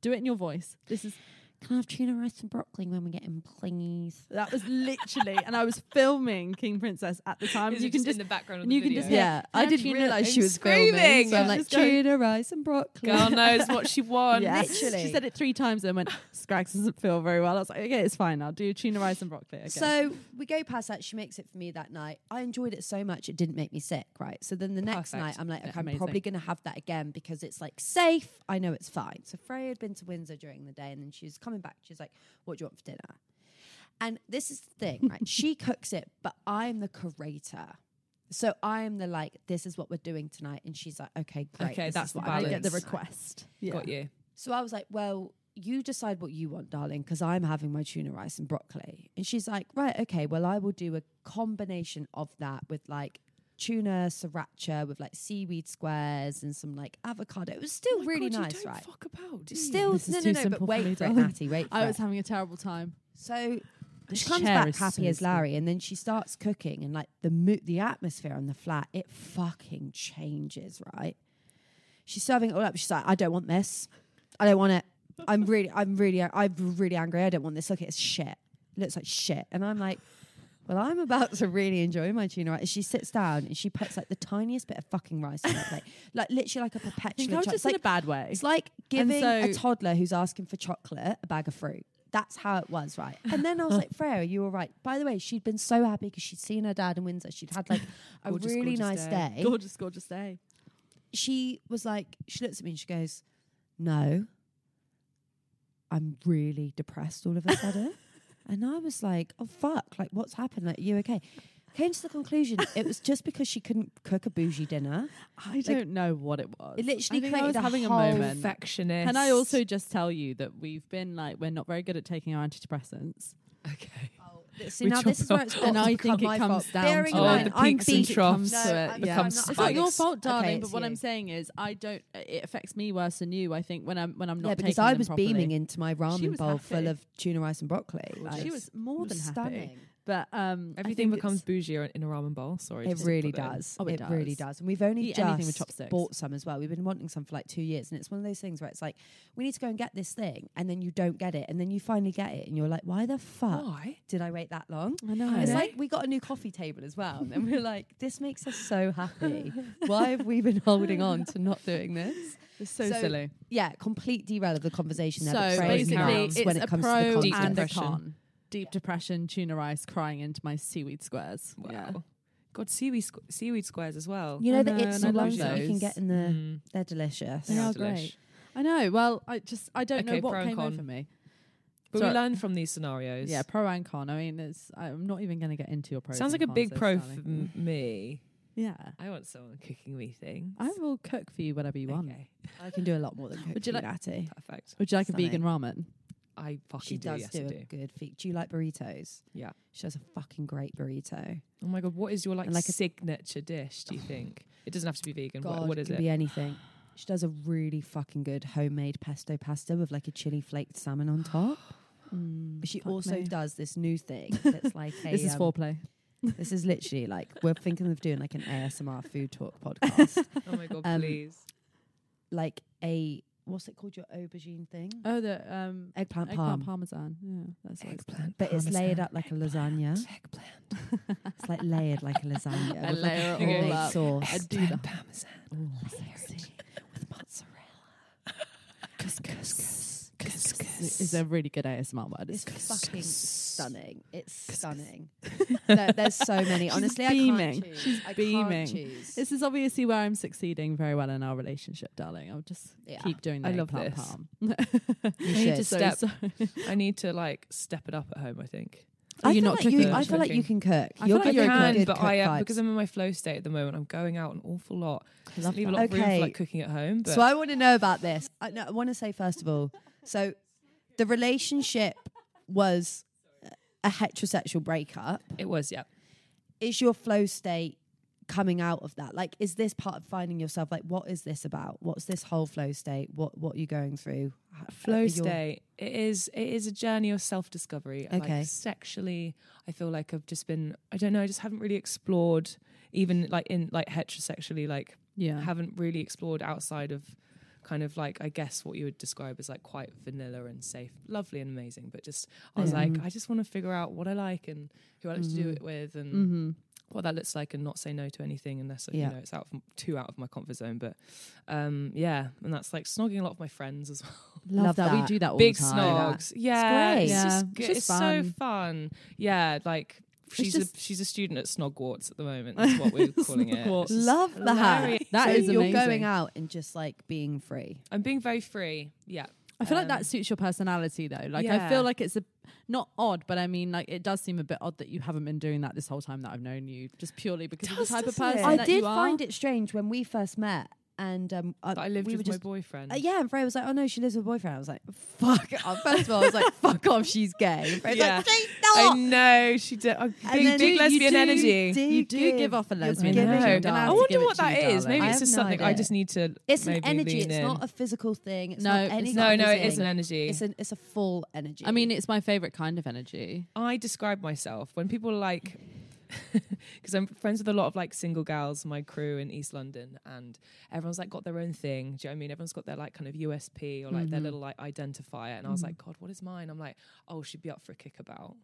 Speaker 1: "Do it in your voice." This is
Speaker 2: Can I have tuna rice and broccoli when we get in, please?
Speaker 1: that was literally, and I was filming King Princess at the time. Um, you can just
Speaker 3: in the background
Speaker 1: of the you can just- video?
Speaker 2: Yeah, I
Speaker 1: Yeah,
Speaker 2: didn't
Speaker 1: tuna
Speaker 2: realize
Speaker 3: and
Speaker 2: she was
Speaker 3: screaming.
Speaker 2: filming. So I'm
Speaker 3: Yeah.
Speaker 2: like,
Speaker 1: Just going-
Speaker 2: tuna rice and broccoli.
Speaker 3: girl knows what she wants.
Speaker 1: Yes.
Speaker 2: Literally.
Speaker 1: she said it three times and went, "Scrags doesn't feel very well." I was like, "Okay, it's fine. I'll do tuna rice and broccoli." Okay.
Speaker 2: So we go past that. She makes it for me that night. I enjoyed it so much, it didn't make me sick, right? So then the next
Speaker 3: Perfect.
Speaker 2: night, I'm like,
Speaker 1: Yeah,
Speaker 2: okay, I'm
Speaker 1: amazing.
Speaker 2: probably going to have that again because it's like safe. I know it's fine. So Freya had been to Windsor during the day and then she was coming back. She's like, "What do you want for dinner?" And this is the thing, right? she cooks it, but I'm the curator. So I'm the like, this is what we're doing tonight, and she's like, okay, great.
Speaker 3: Okay,
Speaker 2: this
Speaker 3: that's
Speaker 2: is
Speaker 3: the
Speaker 2: what
Speaker 1: I
Speaker 2: I'm doing
Speaker 1: get the
Speaker 3: balance.
Speaker 2: tonight."
Speaker 1: request. Yeah.
Speaker 3: Got you.
Speaker 2: So I was like, well, you decide what you want, darling, because I'm having my tuna rice and broccoli. And she's like, right, okay, well, I will do a combination of that with like tuna sriracha with like seaweed squares and some like avocado. It was still
Speaker 3: Oh my
Speaker 2: really
Speaker 3: God, you
Speaker 2: nice,
Speaker 3: don't
Speaker 2: right?
Speaker 3: Fuck about. do you?
Speaker 2: Still,
Speaker 1: This is
Speaker 2: no,
Speaker 1: too
Speaker 2: no, no, but
Speaker 1: simple for
Speaker 2: wait
Speaker 1: me,
Speaker 2: for it,
Speaker 1: darling.
Speaker 2: Natty, wait for
Speaker 1: I
Speaker 2: it.
Speaker 1: was having a terrible time.
Speaker 2: So
Speaker 1: This
Speaker 2: she comes
Speaker 1: chair
Speaker 2: back
Speaker 1: is so
Speaker 2: happy as
Speaker 1: silly.
Speaker 2: Larry, and then she starts cooking, and like the mo- the atmosphere on the flat, it fucking changes, right? She's serving it all up. She's like, I don't want this. I don't want it. I'm really, I'm really, I'm really angry. I don't want this. Look, it's shit. It looks like shit. And I'm like, well, I'm about to really enjoy my tuna rice. And She sits down and she puts like the tiniest bit of fucking rice on her plate, like literally like a
Speaker 1: I think I
Speaker 2: perpetual.
Speaker 1: was
Speaker 2: Ch-
Speaker 1: just
Speaker 2: like
Speaker 1: in a bad way.
Speaker 2: it's like giving a
Speaker 1: so-
Speaker 2: toddler who's asking for chocolate a bag of fruit. That's how it was, right? And then I was like, Freya, you were right. By the way, she'd been so happy because she'd seen her dad in Windsor. She'd had like a
Speaker 3: Gorgeous,
Speaker 2: really
Speaker 3: gorgeous
Speaker 2: nice
Speaker 3: day.
Speaker 2: day.
Speaker 1: gorgeous, gorgeous day.
Speaker 2: She was like, she looks at me and she goes, No, I'm really depressed all of a sudden. and I was like, Oh, fuck. Like, what's happened? Like, you okay? Came to the conclusion it was just because she couldn't cook a bougie dinner.
Speaker 1: I don't know what it was.
Speaker 2: It literally
Speaker 1: I think I
Speaker 2: created
Speaker 1: was
Speaker 2: a
Speaker 1: having a
Speaker 2: whole
Speaker 1: moment.
Speaker 3: Perfectionist.
Speaker 1: Can I also just tell you that we've been like we're not very good at taking our antidepressants.
Speaker 3: Okay.
Speaker 2: See,
Speaker 3: We
Speaker 2: now this
Speaker 3: chop
Speaker 2: is where it's
Speaker 3: up.
Speaker 1: Oh.
Speaker 2: got
Speaker 1: And
Speaker 2: to
Speaker 1: I
Speaker 2: become
Speaker 1: think it
Speaker 2: my
Speaker 1: comes
Speaker 2: fault.
Speaker 1: down
Speaker 2: Bearing
Speaker 1: to it. Oh,
Speaker 2: in mind,
Speaker 3: the
Speaker 2: I'm
Speaker 3: peaks and
Speaker 2: beat.
Speaker 3: troughs
Speaker 1: No,
Speaker 3: so it
Speaker 1: I'm-
Speaker 3: becomes
Speaker 2: I'm not-
Speaker 1: It's not your
Speaker 3: spikes.
Speaker 1: fault, darling.
Speaker 2: it's
Speaker 1: but what
Speaker 2: you.
Speaker 1: I'm saying is, I don't. It affects me worse than you. I think when I'm when I'm not
Speaker 2: yeah, because
Speaker 1: taking
Speaker 2: I
Speaker 1: them
Speaker 2: was
Speaker 1: properly.
Speaker 2: beaming into my ramen
Speaker 1: was
Speaker 2: bowl full
Speaker 1: happy.
Speaker 2: of tuna rice and broccoli. Like,
Speaker 1: She was more
Speaker 2: it
Speaker 1: than
Speaker 2: was
Speaker 1: happy. But um, I
Speaker 3: Everything
Speaker 1: think
Speaker 3: becomes
Speaker 1: it's-
Speaker 3: bougier in a ramen bowl. Sorry.
Speaker 2: It
Speaker 3: just to
Speaker 2: really
Speaker 3: put that in.
Speaker 2: does.
Speaker 1: Oh, it
Speaker 2: it
Speaker 1: does.
Speaker 2: really does. And we've only
Speaker 1: Eat
Speaker 2: just
Speaker 1: anything with chopsticks.
Speaker 2: bought some as well. We've been wanting some for like two years, and it's one of those things where it's like we need to go and get this thing, and then you don't get it, and then you finally get it, and you're like, why the fuck
Speaker 3: Why?
Speaker 2: did I wait that long?
Speaker 1: Oh. I know.
Speaker 3: I
Speaker 2: It's
Speaker 3: know.
Speaker 2: like we got a new coffee table as well, and then we're like, this makes us so happy. why have we been holding on to not doing this?
Speaker 1: It's so,
Speaker 2: So-
Speaker 1: silly.
Speaker 2: yeah, complete derail of the conversation.
Speaker 1: So
Speaker 2: there, but Freya's
Speaker 1: basically,
Speaker 2: nuts
Speaker 1: it's
Speaker 2: when
Speaker 1: a
Speaker 2: it comes
Speaker 1: pro
Speaker 2: to the
Speaker 3: Deep
Speaker 1: and
Speaker 2: content.
Speaker 1: a
Speaker 3: depression.
Speaker 1: con. Deep depression, tuna rice, crying into my seaweed squares.
Speaker 3: Wow.
Speaker 1: Yeah.
Speaker 3: God, seaweed squ- seaweed squares as well.
Speaker 2: You know
Speaker 1: I
Speaker 2: the
Speaker 1: know,
Speaker 2: it's
Speaker 1: and I
Speaker 2: the
Speaker 1: love
Speaker 2: ones that you can
Speaker 1: those. Mm-hmm.
Speaker 2: get in the.
Speaker 3: Mm,
Speaker 2: They're delicious.
Speaker 1: They
Speaker 3: yeah,
Speaker 1: are
Speaker 3: delish.
Speaker 1: great. I know. Well, I just I don't
Speaker 3: Okay,
Speaker 1: know
Speaker 3: pro
Speaker 1: what
Speaker 3: and
Speaker 1: came
Speaker 3: con.
Speaker 1: over me.
Speaker 3: But
Speaker 1: So-
Speaker 3: we learn from these scenarios.
Speaker 1: Yeah, pro and con. I mean, it's I'm not even going to get into your pro.
Speaker 3: Sounds like a big pro for m- me.
Speaker 1: yeah,
Speaker 3: I want someone cooking me things.
Speaker 1: I will cook for you whatever you want.
Speaker 3: Okay,
Speaker 2: I can do a lot more than cook.
Speaker 1: Would you like-
Speaker 2: Natty?
Speaker 3: perfect.
Speaker 1: Would you like
Speaker 2: Stunning.
Speaker 1: a vegan ramen?
Speaker 3: I fucking
Speaker 2: She
Speaker 3: do.
Speaker 2: does
Speaker 3: yes,
Speaker 2: do
Speaker 3: I
Speaker 2: a
Speaker 3: do.
Speaker 2: good feat. Do you like burritos?
Speaker 3: Yeah.
Speaker 2: She does a fucking great burrito.
Speaker 3: Oh my god, what is your like,
Speaker 2: And like a- Oh.
Speaker 3: signature dish? Do you think it doesn't have to be vegan?
Speaker 2: God,
Speaker 3: what, what is
Speaker 2: can
Speaker 3: it?
Speaker 2: be anything. She does a really fucking good homemade pesto pasta with like a chili flaked salmon on top. But she
Speaker 1: Fuck
Speaker 2: also
Speaker 1: me.
Speaker 2: does this new thing that's like a
Speaker 1: This is
Speaker 2: um,
Speaker 1: foreplay.
Speaker 2: This is literally like we're thinking of doing like an ASMR food talk podcast,
Speaker 3: oh my god,
Speaker 2: Um,
Speaker 3: please.
Speaker 2: like a what's it called? Your aubergine thing,
Speaker 1: Oh, the um,
Speaker 2: eggplant,
Speaker 1: eggplant
Speaker 2: parm.
Speaker 1: parmesan. Yeah, that's what it's called.
Speaker 2: But it's layered up like a lasagna.
Speaker 3: Eggplant.
Speaker 2: It's like layered like a lasagna.
Speaker 1: I
Speaker 2: with like
Speaker 1: layer it
Speaker 3: Okay.
Speaker 1: all
Speaker 2: homemade
Speaker 1: up.
Speaker 2: sauce. Oh,
Speaker 1: I do that.
Speaker 3: parmesan.
Speaker 2: with mozzarella.
Speaker 1: Couscous. Couscous is a really good ASMR word.
Speaker 2: It's
Speaker 1: It's
Speaker 2: fucking stunning. It's stunning. There- there's so many.
Speaker 1: She's
Speaker 2: Honestly, I
Speaker 1: beaming.
Speaker 2: can't choose.
Speaker 1: She's
Speaker 2: I
Speaker 1: beaming.
Speaker 2: Can't choose.
Speaker 1: This is obviously where I'm succeeding very well in our relationship, darling. I'll just
Speaker 2: Yeah.
Speaker 1: keep doing the
Speaker 3: I love
Speaker 1: eggplant
Speaker 3: this.
Speaker 1: palm.
Speaker 2: You
Speaker 3: I need
Speaker 2: should.
Speaker 3: to
Speaker 1: So
Speaker 3: step.
Speaker 1: sorry.
Speaker 3: I need to like step it up at home. I think.
Speaker 1: Are
Speaker 2: I
Speaker 1: you
Speaker 2: feel
Speaker 1: not
Speaker 2: like
Speaker 1: cooking?
Speaker 2: I feel like you can cook.
Speaker 1: I feel
Speaker 2: You're
Speaker 1: like
Speaker 2: giving
Speaker 1: you
Speaker 2: me
Speaker 1: can,
Speaker 2: good
Speaker 3: but
Speaker 2: cook
Speaker 3: I
Speaker 2: vibes.
Speaker 3: uh, because I'm in my flow state at the moment. I'm going out an awful lot. I
Speaker 1: love
Speaker 3: leave a
Speaker 1: that.
Speaker 3: lot of room
Speaker 2: Okay.
Speaker 3: for like cooking at home. But
Speaker 2: So I want to know about this. I, no, I want to say first of all, so the relationship was a heterosexual breakup.
Speaker 3: it was yeah.
Speaker 2: Is your flow state coming out of that? Like, is this part of finding yourself? Like, what is this about? What's this whole flow state? What What are you going through? Uh, H- are
Speaker 3: flow
Speaker 2: your-
Speaker 3: state it is it is a journey of self-discovery And,
Speaker 2: Okay.
Speaker 3: like sexually i feel like i've just been i don't know i just haven't really explored even like in like heterosexually like
Speaker 1: yeah.
Speaker 3: haven't really explored outside of kind of like i guess what you would describe as like quite vanilla and safe lovely and amazing but just i was
Speaker 2: Yeah.
Speaker 3: like
Speaker 1: Mhm.
Speaker 3: i just want to figure out what i like and who i like to do
Speaker 2: Mhm.
Speaker 3: it with and
Speaker 1: mm-hmm.
Speaker 3: what that looks like and not say no to anything unless
Speaker 2: Yeah.
Speaker 3: you know it's out of too out of my comfort zone but um yeah and that's like snogging a lot of my friends as well
Speaker 1: Love,
Speaker 2: Love
Speaker 1: that.
Speaker 2: that.
Speaker 1: We do that all
Speaker 3: big
Speaker 1: the time.
Speaker 3: snogs. Yeah,
Speaker 2: great.
Speaker 3: it's,
Speaker 1: Yeah,
Speaker 3: just
Speaker 1: it's
Speaker 3: good.
Speaker 1: just
Speaker 3: It's so
Speaker 1: fun.
Speaker 3: fun. Yeah, like she's
Speaker 1: just-
Speaker 3: a she's a student at Snogwarts at the moment. That's what we're calling it.
Speaker 1: Snogwarts.
Speaker 3: It's just-
Speaker 2: Love that.
Speaker 3: hilarious.
Speaker 1: That
Speaker 2: so
Speaker 1: is
Speaker 2: you're
Speaker 1: amazing.
Speaker 2: going out and just like being free.
Speaker 3: I'm being very free. Yeah,
Speaker 1: I feel
Speaker 3: Um,
Speaker 1: like that suits your personality though. Like I
Speaker 3: Yeah.
Speaker 1: feel like it's a not odd, but I mean like it does seem a bit odd that you haven't been doing that this whole time that I've known you, just purely because of
Speaker 3: Does,
Speaker 1: the type of
Speaker 3: doesn't it?
Speaker 1: person
Speaker 2: I
Speaker 1: that
Speaker 2: did
Speaker 1: you are.
Speaker 2: find it strange when we first met, and um,
Speaker 3: But I lived
Speaker 2: we were
Speaker 3: with
Speaker 2: just
Speaker 3: my boyfriend.
Speaker 2: Uh, yeah, and Freya was like, "Oh no, she lives with a boyfriend." I was like, "Fuck!" off." First of all, I was like, "Fuck off, she's gay." And Freya's
Speaker 3: Yeah.
Speaker 2: like, "She's
Speaker 3: I
Speaker 2: not."
Speaker 3: know she did. Oh,
Speaker 2: And
Speaker 3: big,
Speaker 2: then
Speaker 3: big
Speaker 2: you-
Speaker 3: lesbian
Speaker 1: do-
Speaker 3: energy.
Speaker 1: You do give off a
Speaker 2: you're
Speaker 1: lesbian
Speaker 2: giving
Speaker 3: energy,
Speaker 2: it,
Speaker 3: don't
Speaker 1: I
Speaker 2: darling.
Speaker 3: I
Speaker 1: have to
Speaker 3: wonder
Speaker 1: give it
Speaker 3: what
Speaker 1: to you,
Speaker 3: that is.
Speaker 1: darling.
Speaker 3: Maybe
Speaker 2: I
Speaker 3: it's
Speaker 2: have
Speaker 3: just
Speaker 2: no
Speaker 3: something I
Speaker 2: idea.
Speaker 3: just need to.
Speaker 2: It's an
Speaker 3: maybe
Speaker 2: energy.
Speaker 3: lean
Speaker 2: It's not
Speaker 3: in.
Speaker 2: a physical thing. It's
Speaker 1: No,
Speaker 2: not any
Speaker 1: it's
Speaker 3: no,
Speaker 2: kind
Speaker 3: no,
Speaker 2: of
Speaker 3: it is
Speaker 2: thing.
Speaker 3: an energy.
Speaker 2: It's an it's a full energy.
Speaker 1: I mean, it's my favorite kind of energy.
Speaker 3: I describe myself when people are like because I'm friends with a lot of like single gals, my crew in East London, and everyone's like got their own thing. Do you know what I mean? Everyone's got their like kind of USP or like
Speaker 1: Mhm.
Speaker 3: their
Speaker 2: Mm-hmm.
Speaker 3: little like identifier. And I was like, God, what is mine? I'm like, oh, she'd be up for a kickabout.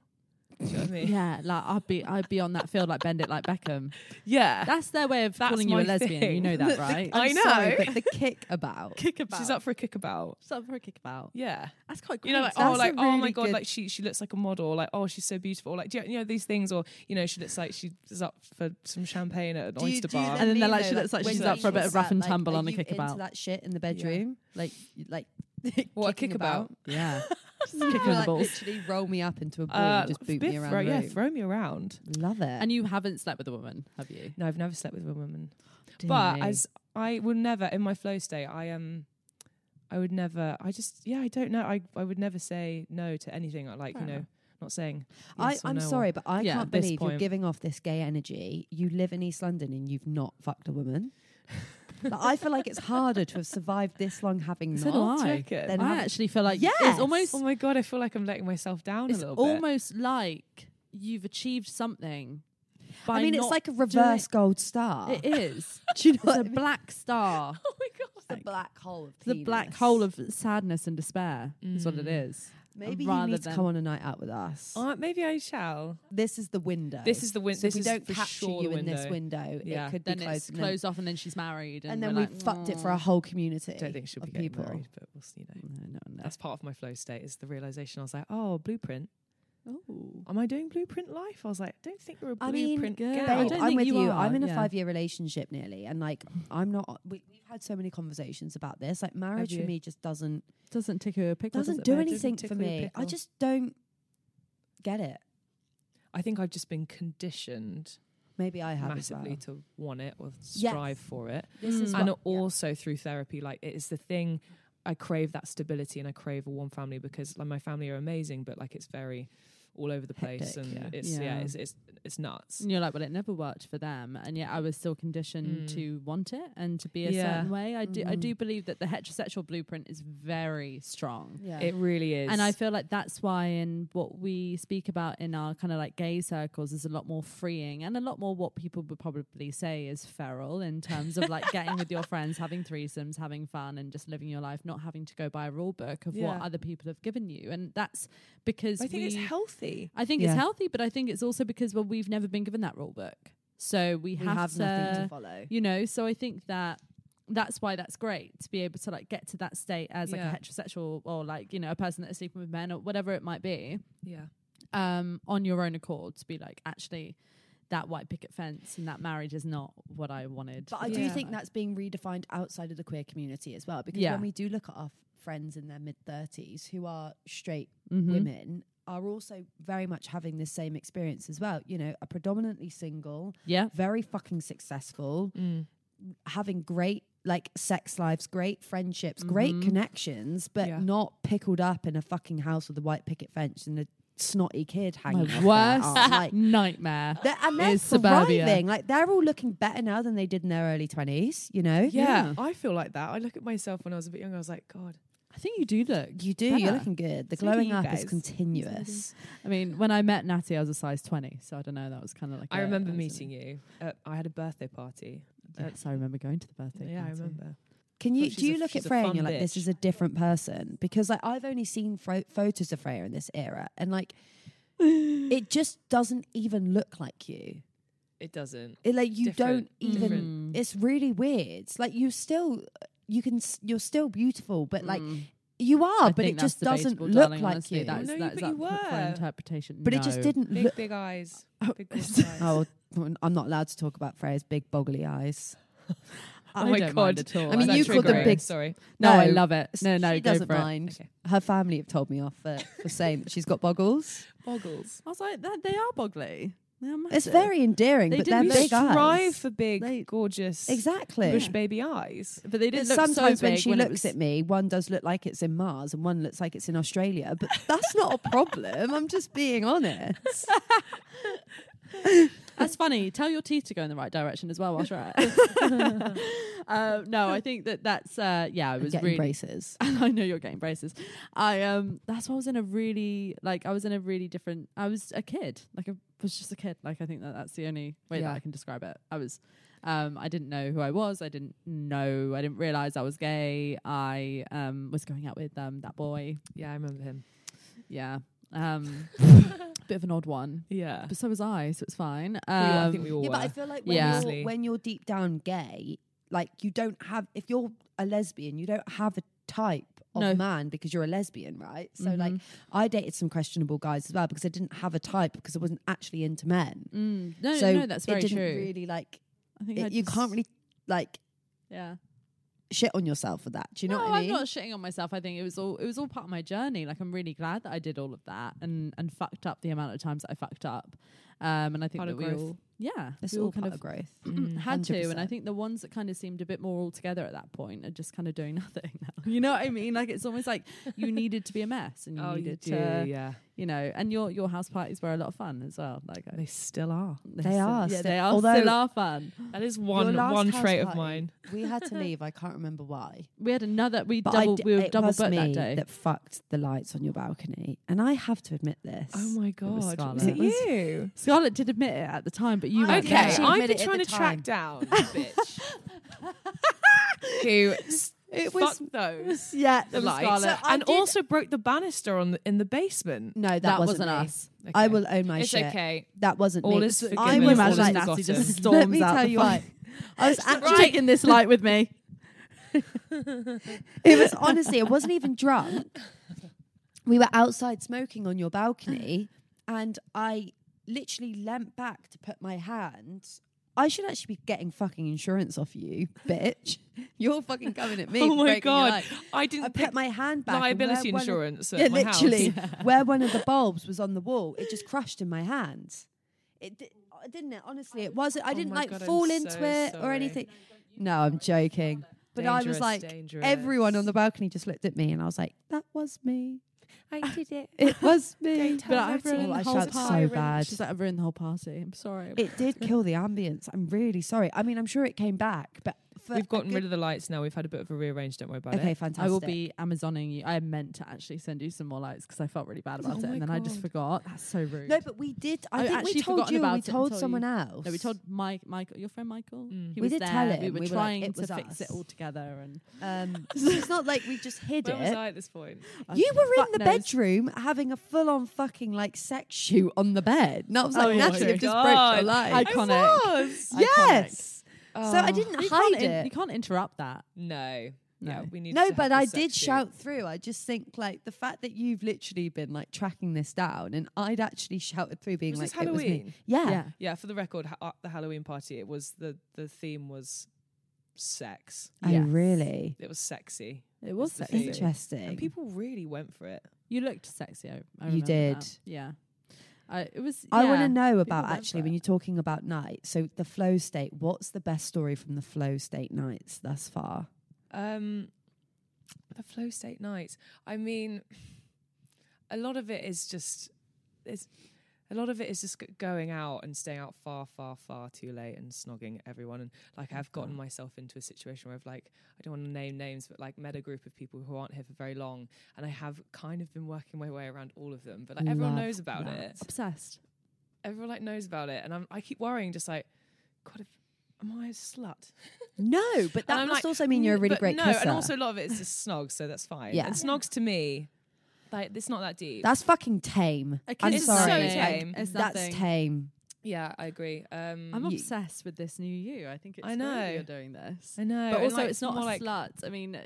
Speaker 3: Do you know what I mean?
Speaker 1: Yeah, like I'd be I'd be on that field like bend it like Beckham.
Speaker 3: yeah.
Speaker 1: That's their way of
Speaker 3: That's
Speaker 1: calling you a
Speaker 3: my
Speaker 1: lesbian. You
Speaker 3: thing.
Speaker 1: know that, right?
Speaker 3: I
Speaker 2: I'm sorry,
Speaker 3: know.
Speaker 2: but the kick about.
Speaker 1: kickabout.
Speaker 3: She's up for a kickabout.
Speaker 1: Stop for a kickabout.
Speaker 3: Yeah.
Speaker 1: That's quite great.
Speaker 3: You know, like
Speaker 2: That's
Speaker 3: oh,
Speaker 2: a
Speaker 3: like oh my
Speaker 2: really
Speaker 3: god,
Speaker 2: good-
Speaker 3: like she she looks like a model, or like oh she's so beautiful, or like do you, you know these things, or you know she looks like she's up for some champagne at an
Speaker 2: Do you-
Speaker 3: oyster
Speaker 2: do you
Speaker 3: bar.
Speaker 1: And then they're
Speaker 2: mean,
Speaker 1: like,
Speaker 2: though,
Speaker 1: she looks like
Speaker 2: when
Speaker 3: she's
Speaker 2: you
Speaker 3: up for a
Speaker 2: watch
Speaker 3: bit of
Speaker 1: rough
Speaker 2: that,
Speaker 1: and
Speaker 2: like,
Speaker 1: tumble
Speaker 2: are
Speaker 1: on a
Speaker 2: you
Speaker 1: kick
Speaker 2: into
Speaker 1: about.
Speaker 2: That shit in the bedroom, like you- like
Speaker 3: What a
Speaker 2: kicking
Speaker 3: kickabout?
Speaker 1: yeah.
Speaker 2: Just
Speaker 1: kick her in the
Speaker 2: like,
Speaker 1: balls.
Speaker 2: Literally roll me up into a ball
Speaker 3: Uh,
Speaker 2: and just boot
Speaker 3: bit
Speaker 2: me around.
Speaker 3: throw,
Speaker 2: the
Speaker 3: yeah,
Speaker 2: room.
Speaker 3: throw me around.
Speaker 2: Love it.
Speaker 1: And you haven't slept with a woman, have you?
Speaker 3: No, I've never slept with a woman.
Speaker 2: Do
Speaker 3: But
Speaker 2: you?
Speaker 3: as I will never in my flow state, I Um, I would never. I just, yeah, I don't know. I, I would never say no to anything. I Like,
Speaker 1: Fair
Speaker 3: you know,
Speaker 1: enough.
Speaker 3: not saying.
Speaker 2: I,
Speaker 3: yes or
Speaker 2: I'm
Speaker 3: no or-
Speaker 2: sorry, but I
Speaker 1: Yeah,
Speaker 2: can't
Speaker 3: at this
Speaker 2: believe you're
Speaker 3: point.
Speaker 2: giving off this gay energy. You live in East London and you've not fucked a woman. Like, I feel like it's harder to have survived this long having
Speaker 1: So do
Speaker 2: not.
Speaker 3: Do you
Speaker 1: I.
Speaker 3: reckon?
Speaker 2: Then- And
Speaker 1: I
Speaker 2: have-
Speaker 1: actually feel like
Speaker 2: Yes!
Speaker 1: it's almost
Speaker 3: oh my god, I feel like I'm letting myself down a
Speaker 1: it's
Speaker 3: little bit.
Speaker 1: almost like you've achieved something. By
Speaker 2: I mean, it's
Speaker 1: not-
Speaker 2: like a reverse gold star.
Speaker 1: it is.
Speaker 2: Do you know
Speaker 1: It's
Speaker 2: what I
Speaker 1: a
Speaker 2: mean?
Speaker 1: black star.
Speaker 3: Oh my god.
Speaker 2: It's a black hole of
Speaker 1: The black hole of sadness and despair is what it
Speaker 3: Mm.
Speaker 1: is.
Speaker 2: Maybe you
Speaker 1: rather
Speaker 2: need to
Speaker 1: than-
Speaker 2: come on a night out with us.
Speaker 3: Uh, maybe I shall.
Speaker 2: this is the window.
Speaker 3: This is the win-
Speaker 2: So
Speaker 3: this
Speaker 2: if we
Speaker 3: is
Speaker 2: don't
Speaker 3: for
Speaker 2: capture
Speaker 3: sure
Speaker 2: you
Speaker 3: the
Speaker 2: in this window,
Speaker 3: Yeah.
Speaker 2: it could
Speaker 1: Then
Speaker 2: be
Speaker 1: it's
Speaker 2: closed. and then-
Speaker 1: closed off, and then she's married, and,
Speaker 2: and then
Speaker 1: we're
Speaker 2: we've
Speaker 1: like,
Speaker 2: fucked it for a
Speaker 1: "Mm."
Speaker 2: whole community.
Speaker 3: I don't think she'll
Speaker 2: of
Speaker 3: be getting
Speaker 2: people.
Speaker 3: married, but we'll see. You know,
Speaker 1: No, no,
Speaker 3: that's part of my flow state. Is the realization I was like, oh, blueprint.
Speaker 1: no. Oh,
Speaker 3: Am I doing bluept life? I was like, I don't think you're a
Speaker 2: I mean,
Speaker 3: blueprint
Speaker 1: girl,
Speaker 3: gal.
Speaker 1: I
Speaker 2: Babe,
Speaker 1: don't
Speaker 2: I'm
Speaker 1: think
Speaker 2: with
Speaker 1: you
Speaker 2: you.
Speaker 1: are,
Speaker 2: I'm in a
Speaker 1: yeah.
Speaker 2: five year relationship nearly, and like I'm not. We, we've had so many conversations about this. Like marriage for
Speaker 3: you?
Speaker 2: me just doesn't
Speaker 1: doesn't tickle your pickle.
Speaker 2: doesn't
Speaker 1: does it,
Speaker 2: do
Speaker 1: babe?
Speaker 2: anything for
Speaker 3: tickle your
Speaker 2: me. I
Speaker 3: pickle.
Speaker 2: just don't get it.
Speaker 3: I think I've just been conditioned
Speaker 2: Maybe I have as
Speaker 3: massively
Speaker 2: well.
Speaker 3: to want it or
Speaker 2: Yes.
Speaker 3: strive for it.
Speaker 2: This is
Speaker 1: Mm.
Speaker 3: And
Speaker 2: what- yeah.
Speaker 3: also through therapy, like it is the thing I crave that stability and I crave a warm family because like my family are amazing, but like it's very all over the place
Speaker 2: Hectic,
Speaker 3: and
Speaker 2: yeah.
Speaker 3: it's yeah,
Speaker 1: Yeah.
Speaker 3: it's, it's it's nuts.
Speaker 1: And you're like, well, it never worked for them, and yet I was still conditioned
Speaker 3: Mm.
Speaker 1: to want it and to be a
Speaker 3: Yeah.
Speaker 1: certain way. I do, I
Speaker 2: Mhm.
Speaker 1: do believe that the heterosexual blueprint is very strong.
Speaker 2: Yeah.
Speaker 3: It really is.
Speaker 1: And I feel like that's why, in what we speak about in our kind of like gay circles, is a lot more freeing and a lot more what people would probably say is feral in terms of like getting with your friends, having threesomes, having fun, and just living your life, not having to go by a rule book of what
Speaker 3: Yeah.
Speaker 1: other people have given you. And that's because
Speaker 3: I think
Speaker 1: we
Speaker 3: it's healthy.
Speaker 1: I think it's
Speaker 2: Yeah.
Speaker 1: healthy, but I think it's also because well, we've never been given that rule book, so we,
Speaker 2: we
Speaker 1: have,
Speaker 2: have
Speaker 1: to,
Speaker 2: nothing to follow.
Speaker 1: you know. So I think that that's why that's great to be able to like get to that state as like
Speaker 3: Yeah.
Speaker 1: a heterosexual or like you know a person that is sleeping with men or whatever it might be,
Speaker 3: Yeah.
Speaker 1: um, on your own accord to be like actually that white picket fence and that marriage is not what I wanted.
Speaker 2: But
Speaker 1: for
Speaker 2: I do
Speaker 1: this
Speaker 3: Yeah.
Speaker 2: think
Speaker 1: life.
Speaker 2: that's being redefined outside of the queer community as well. Because
Speaker 1: Yeah.
Speaker 2: when we do look at our friends in their mid 30s who are straight
Speaker 1: Mhm.
Speaker 2: women, are also very much having the same experience as well. You know, are predominantly single,
Speaker 1: yeah,
Speaker 2: very fucking successful,
Speaker 3: Mm.
Speaker 2: having great like sex lives, great friendships, great
Speaker 1: Mhm.
Speaker 2: connections, but
Speaker 3: Yeah.
Speaker 2: not pickled up in a fucking house with a white picket fence and a snotty kid
Speaker 1: my
Speaker 2: hanging. off their arm.
Speaker 1: worst
Speaker 2: like,
Speaker 1: nightmare.
Speaker 2: they're, and they're
Speaker 1: is suburbia.
Speaker 2: thriving. Like they're all looking better now than they did in their early twenties. You know,
Speaker 3: Oh, yeah.
Speaker 1: Yeah.
Speaker 3: I feel like that. I look at myself when I was a bit younger, I was like, God,
Speaker 1: I think you do look.
Speaker 2: you do. You're
Speaker 1: Better.
Speaker 2: looking good. The
Speaker 3: So do
Speaker 2: glowing
Speaker 3: you
Speaker 2: up
Speaker 3: guys.
Speaker 2: is continuous.
Speaker 1: I mean, when I met Natty, I was a size twenty, so I don't know. That was kind of like
Speaker 3: I
Speaker 1: a-
Speaker 3: remember
Speaker 1: that was an-
Speaker 3: meeting you. At, I had a birthday party. Uh,
Speaker 1: Yes, I remember going to the birthday
Speaker 3: yeah, I
Speaker 1: party.
Speaker 3: remember.
Speaker 2: Can you
Speaker 3: She's
Speaker 2: do you
Speaker 3: a-
Speaker 2: look
Speaker 3: she's
Speaker 2: at
Speaker 3: a
Speaker 2: Freya and
Speaker 3: fun
Speaker 2: you're like, this
Speaker 3: bitch.
Speaker 2: is a different person? Because like I've only seen fro- photos of Freya in this era, and like it just doesn't even look like you.
Speaker 3: It doesn't.
Speaker 2: It, like you
Speaker 3: Different,
Speaker 2: don't even.
Speaker 3: different.
Speaker 1: Mm-hmm.
Speaker 2: It's really weird. It's like you still. You can, s- you're still beautiful, but like
Speaker 1: Mm.
Speaker 2: you are,
Speaker 1: I
Speaker 2: but it
Speaker 1: think
Speaker 2: just
Speaker 1: that's
Speaker 2: doesn't
Speaker 1: debatable,
Speaker 2: look
Speaker 1: darling,
Speaker 2: like
Speaker 1: honestly.
Speaker 2: you.
Speaker 1: That's,
Speaker 3: No, you-
Speaker 1: that's
Speaker 3: but you
Speaker 1: up for- for
Speaker 3: were.
Speaker 1: interpretation.
Speaker 2: but it just
Speaker 1: No.
Speaker 2: didn't
Speaker 3: Big,
Speaker 2: look.
Speaker 3: big eyes. Big, big eyes.
Speaker 2: Oh, well, I'm not allowed to talk about Freya's big boggly eyes.
Speaker 3: Oh
Speaker 1: I
Speaker 3: my
Speaker 1: don't
Speaker 3: God.
Speaker 1: mind at all.
Speaker 2: I mean,
Speaker 1: That's
Speaker 2: you called them
Speaker 1: triggering.
Speaker 2: big-
Speaker 3: Sorry.
Speaker 1: No, I
Speaker 2: No,
Speaker 1: love it. No, no,
Speaker 2: she
Speaker 1: go
Speaker 2: doesn't
Speaker 1: for it.
Speaker 2: mind.
Speaker 3: Okay.
Speaker 2: Her family have told me off for, for saying that she's got boggles.
Speaker 3: Boggles.
Speaker 1: I was like, that they are boggly. They are
Speaker 2: It's
Speaker 1: massive.
Speaker 2: very endearing,
Speaker 1: They
Speaker 2: but
Speaker 1: didn't
Speaker 3: We
Speaker 2: they're
Speaker 1: really
Speaker 2: big
Speaker 3: strive
Speaker 2: eyes.
Speaker 3: for big,
Speaker 1: They-
Speaker 3: gorgeous,
Speaker 2: Exactly.
Speaker 3: bush baby eyes.
Speaker 1: but they
Speaker 2: But
Speaker 1: didn't look so
Speaker 2: sometimes when
Speaker 1: big
Speaker 2: she
Speaker 1: it
Speaker 2: looks
Speaker 1: was-
Speaker 2: at me, one does look like it's in Mars and one looks like it's in Australia. But that's not a problem. I'm just being honest.
Speaker 1: That's funny. Tell your teeth to go in the right direction as well. I'll try uh, no, I think that that's uh, yeah. It was
Speaker 2: Getting
Speaker 1: really.
Speaker 2: braces.
Speaker 1: And I know you're getting braces. I um. That's why I was in a really like I was in a really different. I was a kid. Like I was just a kid. Like I think that that's the only way
Speaker 2: Yeah.
Speaker 1: that I can describe it. I was. Um, I didn't know who I was. I didn't know. I didn't realize I was gay. I um was going out with um that boy.
Speaker 3: Yeah, I remember him.
Speaker 1: Yeah. Um, bit of an odd one,
Speaker 3: Yeah.
Speaker 1: but so was I. So it's fine. Um,
Speaker 3: I think we all
Speaker 2: Yeah, but I
Speaker 3: were.
Speaker 2: feel like when,
Speaker 1: Yeah.
Speaker 2: you're, when you're deep down gay, like you don't have, if you're a lesbian, you don't have a type of
Speaker 1: No. Mm-hmm.
Speaker 2: man because you're a lesbian, right? So, like, I dated some questionable guys as well because I didn't have a type because I wasn't actually into men.
Speaker 1: Mm, no,
Speaker 2: so
Speaker 1: no, no, that's very
Speaker 2: it didn't
Speaker 1: true.
Speaker 2: really like,
Speaker 1: I think
Speaker 2: it-
Speaker 1: I
Speaker 2: you
Speaker 1: just-
Speaker 2: can't really like
Speaker 1: Yeah.
Speaker 2: shit on yourself for that. Do you know
Speaker 1: no,
Speaker 2: what I mean?
Speaker 1: am not shitting on myself. I think it was all it was all part of my journey. Like I'm really glad that I did all of that and and fucked up the amount of times that I fucked up. Um, and I think
Speaker 3: Part
Speaker 1: that
Speaker 3: of
Speaker 1: we
Speaker 3: growth.
Speaker 1: all yeah,
Speaker 2: it's
Speaker 1: we
Speaker 2: all
Speaker 1: all kind of
Speaker 2: part of growth. Mm,
Speaker 3: Mm.
Speaker 1: had to. And I
Speaker 2: 100%.
Speaker 1: think the ones that kind of seemed a bit more all together at that point are just kind of doing nothing now. You know what I mean? Like it's almost like you needed to be a mess and you
Speaker 3: Oh, you
Speaker 1: needed
Speaker 3: do,
Speaker 1: to
Speaker 3: yeah.
Speaker 1: you know. And your your house parties were a lot of fun as well. Like I,
Speaker 3: They still are.
Speaker 1: they
Speaker 2: are
Speaker 1: yeah,
Speaker 2: still-
Speaker 1: they are
Speaker 2: although-
Speaker 1: still are fun.
Speaker 3: That is
Speaker 2: Your
Speaker 3: one
Speaker 2: last
Speaker 3: one
Speaker 2: house
Speaker 3: trait of
Speaker 2: party,
Speaker 3: mine.
Speaker 2: We had to leave. I can't remember why.
Speaker 1: We had another we
Speaker 2: But
Speaker 1: double
Speaker 2: I d-
Speaker 1: we were
Speaker 2: it
Speaker 1: double
Speaker 2: was
Speaker 1: booked
Speaker 2: me
Speaker 1: that day.
Speaker 2: that fucked the lights on your balcony, and I have to admit this.
Speaker 1: Oh
Speaker 3: Oh my
Speaker 1: was
Speaker 3: was
Speaker 1: Scarlet.
Speaker 3: it you?
Speaker 1: Scarlett did admit it at the time, but you
Speaker 2: I
Speaker 1: weren't
Speaker 3: Okay,
Speaker 1: there.
Speaker 2: Yeah, she
Speaker 3: I've
Speaker 2: admitted
Speaker 3: been
Speaker 2: it at
Speaker 3: trying to track
Speaker 2: the
Speaker 3: down a bitch who s-
Speaker 2: It was-
Speaker 3: fucked those
Speaker 2: yeah,
Speaker 3: the
Speaker 2: it was
Speaker 3: lights
Speaker 2: Scarlett. I
Speaker 3: and
Speaker 2: did-
Speaker 3: also broke the banister on the, in the basement.
Speaker 2: no, that,
Speaker 1: that
Speaker 2: wasn't,
Speaker 1: wasn't
Speaker 2: me.
Speaker 1: us.
Speaker 2: I
Speaker 3: Okay.
Speaker 2: will own my
Speaker 3: It's
Speaker 2: shit.
Speaker 3: okay.
Speaker 2: That wasn't
Speaker 3: All
Speaker 2: me.
Speaker 3: is
Speaker 2: I
Speaker 3: forgiven,
Speaker 2: was
Speaker 3: all is
Speaker 2: like-
Speaker 3: forgotten.
Speaker 2: Let me tell you why. I was
Speaker 1: She's
Speaker 2: actually.
Speaker 1: taking this light with me.
Speaker 2: It was honestly. It wasn't even drunk. We were outside smoking on your balcony, and I literally leant back to put my hand. I should actually be getting fucking insurance off you, bitch. You're fucking coming at me.
Speaker 3: Oh
Speaker 2: for
Speaker 3: my
Speaker 2: breaking your
Speaker 3: God.
Speaker 2: light.
Speaker 3: I
Speaker 2: I
Speaker 3: didn't pick
Speaker 2: put my hand back. and where
Speaker 3: liability
Speaker 2: one of-
Speaker 3: insurance at
Speaker 2: yeah,
Speaker 3: my
Speaker 2: literally.
Speaker 3: house.
Speaker 2: Where one of the bulbs was on the wall, it just crushed in my hands. It di- uh, didn't it? Honestly, it wasn't. I
Speaker 3: Oh
Speaker 2: didn't
Speaker 3: my
Speaker 2: like
Speaker 3: God, I'm
Speaker 2: fall
Speaker 3: so
Speaker 2: into it or
Speaker 3: sorry.
Speaker 2: anything. No, I'm joking. But I was
Speaker 3: Dangerous,
Speaker 2: like,
Speaker 3: dangerous.
Speaker 2: everyone on the balcony just looked at me, and I was like, "That was me.
Speaker 3: I did it.
Speaker 2: It was me."
Speaker 3: Don't
Speaker 1: But
Speaker 3: Oh,
Speaker 1: I've
Speaker 3: that's
Speaker 1: ruined
Speaker 2: all.
Speaker 1: the
Speaker 2: I
Speaker 1: whole
Speaker 2: shout so
Speaker 1: party.
Speaker 2: bad.
Speaker 1: She's like, I've ruined the whole party. I'm sorry.
Speaker 2: it did kill the ambience. I'm really sorry. I mean, I'm sure it came back, but for
Speaker 3: We've gotten rid of the lights now. We've had a bit of eh? a rearrange. Don't worry about
Speaker 2: Okay,
Speaker 3: it.
Speaker 2: fantastic.
Speaker 1: I will be Amazoning you. I meant to actually send you some more lights because I felt really bad about
Speaker 3: Oh
Speaker 1: it,
Speaker 3: my
Speaker 1: and then I just
Speaker 3: God.
Speaker 1: forgot. That's so rude.
Speaker 2: No, but we did. I,
Speaker 1: I've
Speaker 2: think we
Speaker 1: actually
Speaker 2: told
Speaker 1: forgotten
Speaker 2: you. and
Speaker 1: about
Speaker 2: We
Speaker 1: it
Speaker 2: told
Speaker 1: until you-
Speaker 2: someone else.
Speaker 1: no, we told Mike, Michael, your friend Michael.
Speaker 3: Mm.
Speaker 1: He
Speaker 2: We
Speaker 1: was
Speaker 2: did
Speaker 1: there.
Speaker 2: tell
Speaker 1: We
Speaker 2: him.
Speaker 1: were
Speaker 2: We were like,
Speaker 1: trying
Speaker 2: "It
Speaker 1: to
Speaker 2: was
Speaker 1: fix it
Speaker 2: us."
Speaker 1: all together, and
Speaker 2: Um, so it's not like we just hid
Speaker 3: Where
Speaker 2: it.
Speaker 3: was I at this point?
Speaker 2: You were in
Speaker 1: Fuck
Speaker 2: the
Speaker 1: knows.
Speaker 2: bedroom having a full on fucking like sex shoot on the bed. And I was like,
Speaker 1: Oh my
Speaker 2: Natalie, you've just broke your
Speaker 3: God.
Speaker 2: life.
Speaker 1: Iconic.
Speaker 3: was.
Speaker 2: Yes. So I
Speaker 3: Oh.
Speaker 2: didn't
Speaker 1: You
Speaker 2: hide
Speaker 1: can't, in- you
Speaker 2: it.
Speaker 1: can't interrupt that.
Speaker 3: No. Yeah,
Speaker 1: No.
Speaker 3: we need
Speaker 2: No,
Speaker 3: to
Speaker 2: but
Speaker 3: have
Speaker 2: I
Speaker 3: the sex
Speaker 2: did
Speaker 3: shoot.
Speaker 2: shout through. I just think like the fact that you've literally been like tracking this down and I'd actually shouted through being
Speaker 3: Was
Speaker 2: like,
Speaker 3: this
Speaker 2: it was me.
Speaker 3: Halloween?
Speaker 2: Yeah.
Speaker 1: Yeah.
Speaker 3: Yeah, for the record, ha- uh, the Halloween party, it was the the theme was sex.
Speaker 2: Oh,
Speaker 1: Yes.
Speaker 2: really?
Speaker 3: It was sexy,
Speaker 1: It was
Speaker 3: It's the
Speaker 1: sexy.
Speaker 3: thing.
Speaker 2: Interesting.
Speaker 3: and people really went for it.
Speaker 1: You looked sexy. I, I
Speaker 2: You
Speaker 1: remember
Speaker 2: did.
Speaker 1: that. Yeah. I it was.
Speaker 2: I want
Speaker 1: yeah.
Speaker 2: to know
Speaker 1: People
Speaker 2: about
Speaker 1: went
Speaker 2: actually
Speaker 1: for
Speaker 2: when
Speaker 1: it.
Speaker 2: you're talking about night. So the flow state. What's the best story from the flow state nights thus far?
Speaker 3: Um, the flow state nights. I mean, a lot of it is just it's a lot of it is just g- going out and staying out far, far, far too late and snogging everyone. And like I've gotten myself into a situation where I've like I don't want to name names, but like met a group of people who aren't here for very long, and I have kind of been working my way around all of them. But like everyone
Speaker 2: Love
Speaker 3: knows about
Speaker 2: that.
Speaker 3: it.
Speaker 1: obsessed.
Speaker 3: everyone like knows about it, and I'm, I keep worrying, just like, God, if, am I a slut?
Speaker 2: No, but
Speaker 3: And
Speaker 2: that
Speaker 3: I'm like,
Speaker 2: must also mean you're a
Speaker 3: "N-
Speaker 2: really
Speaker 3: but
Speaker 2: great
Speaker 3: no,
Speaker 2: kisser.
Speaker 3: and also a lot of it is just snogs, so that's fine.
Speaker 2: Yeah.
Speaker 3: and snogs to me, like it's not that deep.
Speaker 2: That's fucking tame.
Speaker 1: A
Speaker 2: I'm
Speaker 1: kiss is
Speaker 2: sorry.
Speaker 1: nothing.
Speaker 3: So tame.
Speaker 1: It's
Speaker 2: That's
Speaker 1: nothing.
Speaker 2: tame.
Speaker 3: yeah, I agree. Um,
Speaker 1: I'm
Speaker 2: You-
Speaker 1: obsessed with this new you. I think it's
Speaker 3: I
Speaker 1: great that
Speaker 3: know.
Speaker 1: you're doing this.
Speaker 3: I know,
Speaker 1: but
Speaker 3: and,
Speaker 1: also,
Speaker 3: like,
Speaker 1: it's not a
Speaker 3: more like
Speaker 1: slut. I mean, uh,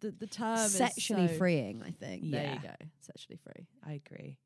Speaker 1: the the term
Speaker 2: Sexually
Speaker 1: is so-
Speaker 2: freeing, I think.
Speaker 1: There
Speaker 3: Yeah.
Speaker 1: you go. Sexually free.
Speaker 3: I agree.